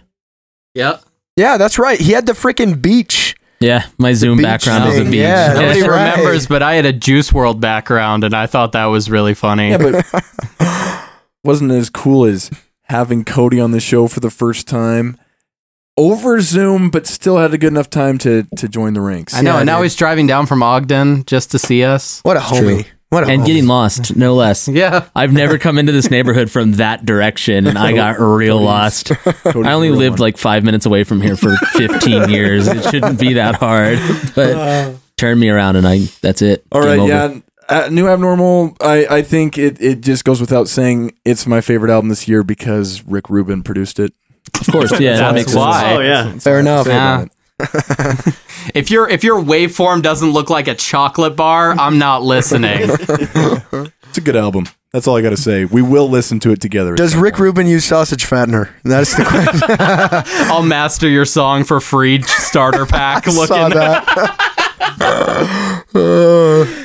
[SPEAKER 2] Yep.
[SPEAKER 4] Yeah, that's right. He had the freaking beach.
[SPEAKER 3] Yeah, my Zoom
[SPEAKER 4] beach
[SPEAKER 3] background was a
[SPEAKER 4] thing,
[SPEAKER 3] beach.
[SPEAKER 4] yeah,
[SPEAKER 3] [LAUGHS]
[SPEAKER 4] that
[SPEAKER 2] Nobody
[SPEAKER 4] That's right.
[SPEAKER 2] remembers, but I had a Juice World background, and I thought that was really funny.
[SPEAKER 1] Yeah, but wasn't as cool as having Cody on the show for the first time over Zoom, but still had a good enough time to to join the ranks.
[SPEAKER 2] I know,
[SPEAKER 4] Yeah,
[SPEAKER 2] and now
[SPEAKER 4] dude.
[SPEAKER 2] he's driving down from Ogden just to see us.
[SPEAKER 4] What a
[SPEAKER 3] true.
[SPEAKER 4] homie. What a
[SPEAKER 3] and
[SPEAKER 4] homie.
[SPEAKER 3] getting lost, no less.
[SPEAKER 2] Yeah.
[SPEAKER 3] I've never come into this neighborhood from that direction,
[SPEAKER 1] [LAUGHS]
[SPEAKER 3] and I got real lost.
[SPEAKER 1] Cody's
[SPEAKER 3] I only
[SPEAKER 1] the real
[SPEAKER 3] lived
[SPEAKER 1] one.
[SPEAKER 3] like five minutes away from here for
[SPEAKER 1] [LAUGHS]
[SPEAKER 3] 15 years. It shouldn't be that hard, but turn me around, and I—that's it.
[SPEAKER 1] Uh. all
[SPEAKER 3] Game
[SPEAKER 1] right,
[SPEAKER 3] over.
[SPEAKER 1] yeah. Uh, New Abnormal, I, I think it, it just goes without saying it's my favorite album this year because Rick Rubin produced it.
[SPEAKER 3] of course, yeah, that
[SPEAKER 2] That's
[SPEAKER 3] makes
[SPEAKER 2] why.
[SPEAKER 3] sense.
[SPEAKER 5] oh yeah,
[SPEAKER 4] Fair enough.
[SPEAKER 2] Yeah. [LAUGHS] If your if your waveform doesn't look like a chocolate bar, I'm
[SPEAKER 1] [LAUGHS]
[SPEAKER 2] not listening.
[SPEAKER 1] It's a good album. That's all I got to say. We will listen to it together.
[SPEAKER 4] Does Rick Rubin use sausage fattener?
[SPEAKER 3] [LAUGHS]
[SPEAKER 4] That's the question.
[SPEAKER 2] I'll master your song for free
[SPEAKER 1] [LAUGHS]
[SPEAKER 2] starter pack
[SPEAKER 4] Saw
[SPEAKER 2] looking.
[SPEAKER 4] that.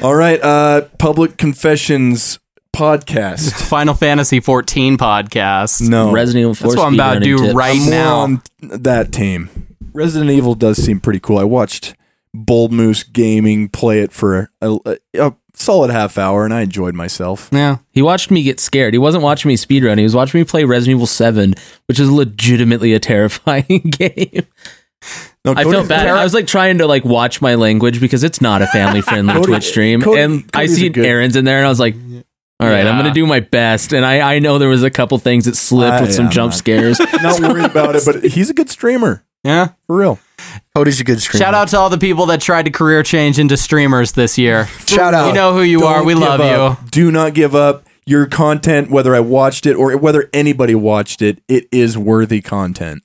[SPEAKER 1] all right, uh, Public Confessions [LAUGHS] podcast.
[SPEAKER 2] Final Fantasy 14 podcast.
[SPEAKER 1] No,
[SPEAKER 3] Resident Evil 4
[SPEAKER 2] That's what I'm about to
[SPEAKER 3] speedrunning
[SPEAKER 2] do
[SPEAKER 3] tips.
[SPEAKER 2] right
[SPEAKER 1] I'm more
[SPEAKER 2] now.
[SPEAKER 1] on that team. Resident Evil does seem pretty cool. I watched Bold Moose Gaming play it for a, a, a solid half hour, and I enjoyed [LAUGHS] myself.
[SPEAKER 2] Yeah.
[SPEAKER 3] He watched me get scared. He wasn't watching me speedrun. He was watching me play Resident Evil 7, which is legitimately a terrifying [LAUGHS] game.
[SPEAKER 1] No,
[SPEAKER 3] I
[SPEAKER 1] Cody-
[SPEAKER 3] felt bad. I was like trying to like watch my language because it's not a family friendly
[SPEAKER 1] [LAUGHS] Cody-
[SPEAKER 3] Twitch stream,
[SPEAKER 1] Cody-
[SPEAKER 3] and I
[SPEAKER 1] Cody's a
[SPEAKER 3] see
[SPEAKER 1] good-
[SPEAKER 3] Aaron's in there, and I was like, All right, I'm
[SPEAKER 2] Yeah.
[SPEAKER 3] gonna do my best, and I, I know there was a couple things that slipped
[SPEAKER 1] I
[SPEAKER 3] with some
[SPEAKER 1] am
[SPEAKER 3] jump
[SPEAKER 1] not- [LAUGHS]
[SPEAKER 3] scares.
[SPEAKER 1] Not worried about it, but he's a good streamer
[SPEAKER 2] Yeah.
[SPEAKER 1] for real.
[SPEAKER 4] Cody's a good streamer.
[SPEAKER 2] Shout out to all the people that tried to career change into streamers this year.
[SPEAKER 4] Shout out.
[SPEAKER 2] You know who you
[SPEAKER 1] Don't
[SPEAKER 2] are. We
[SPEAKER 1] give
[SPEAKER 2] love
[SPEAKER 1] up.
[SPEAKER 2] you.
[SPEAKER 1] Do not give up. Your content, whether I watched it or whether anybody watched it, it is worthy content.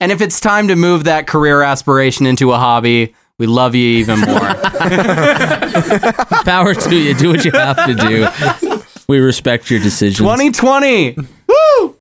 [SPEAKER 2] And if it's time to move that career aspiration into a hobby, we love you
[SPEAKER 1] [LAUGHS]
[SPEAKER 2] even more.
[SPEAKER 3] Power to you. Do what you have to do. We respect your decisions.
[SPEAKER 2] 2020. Woo!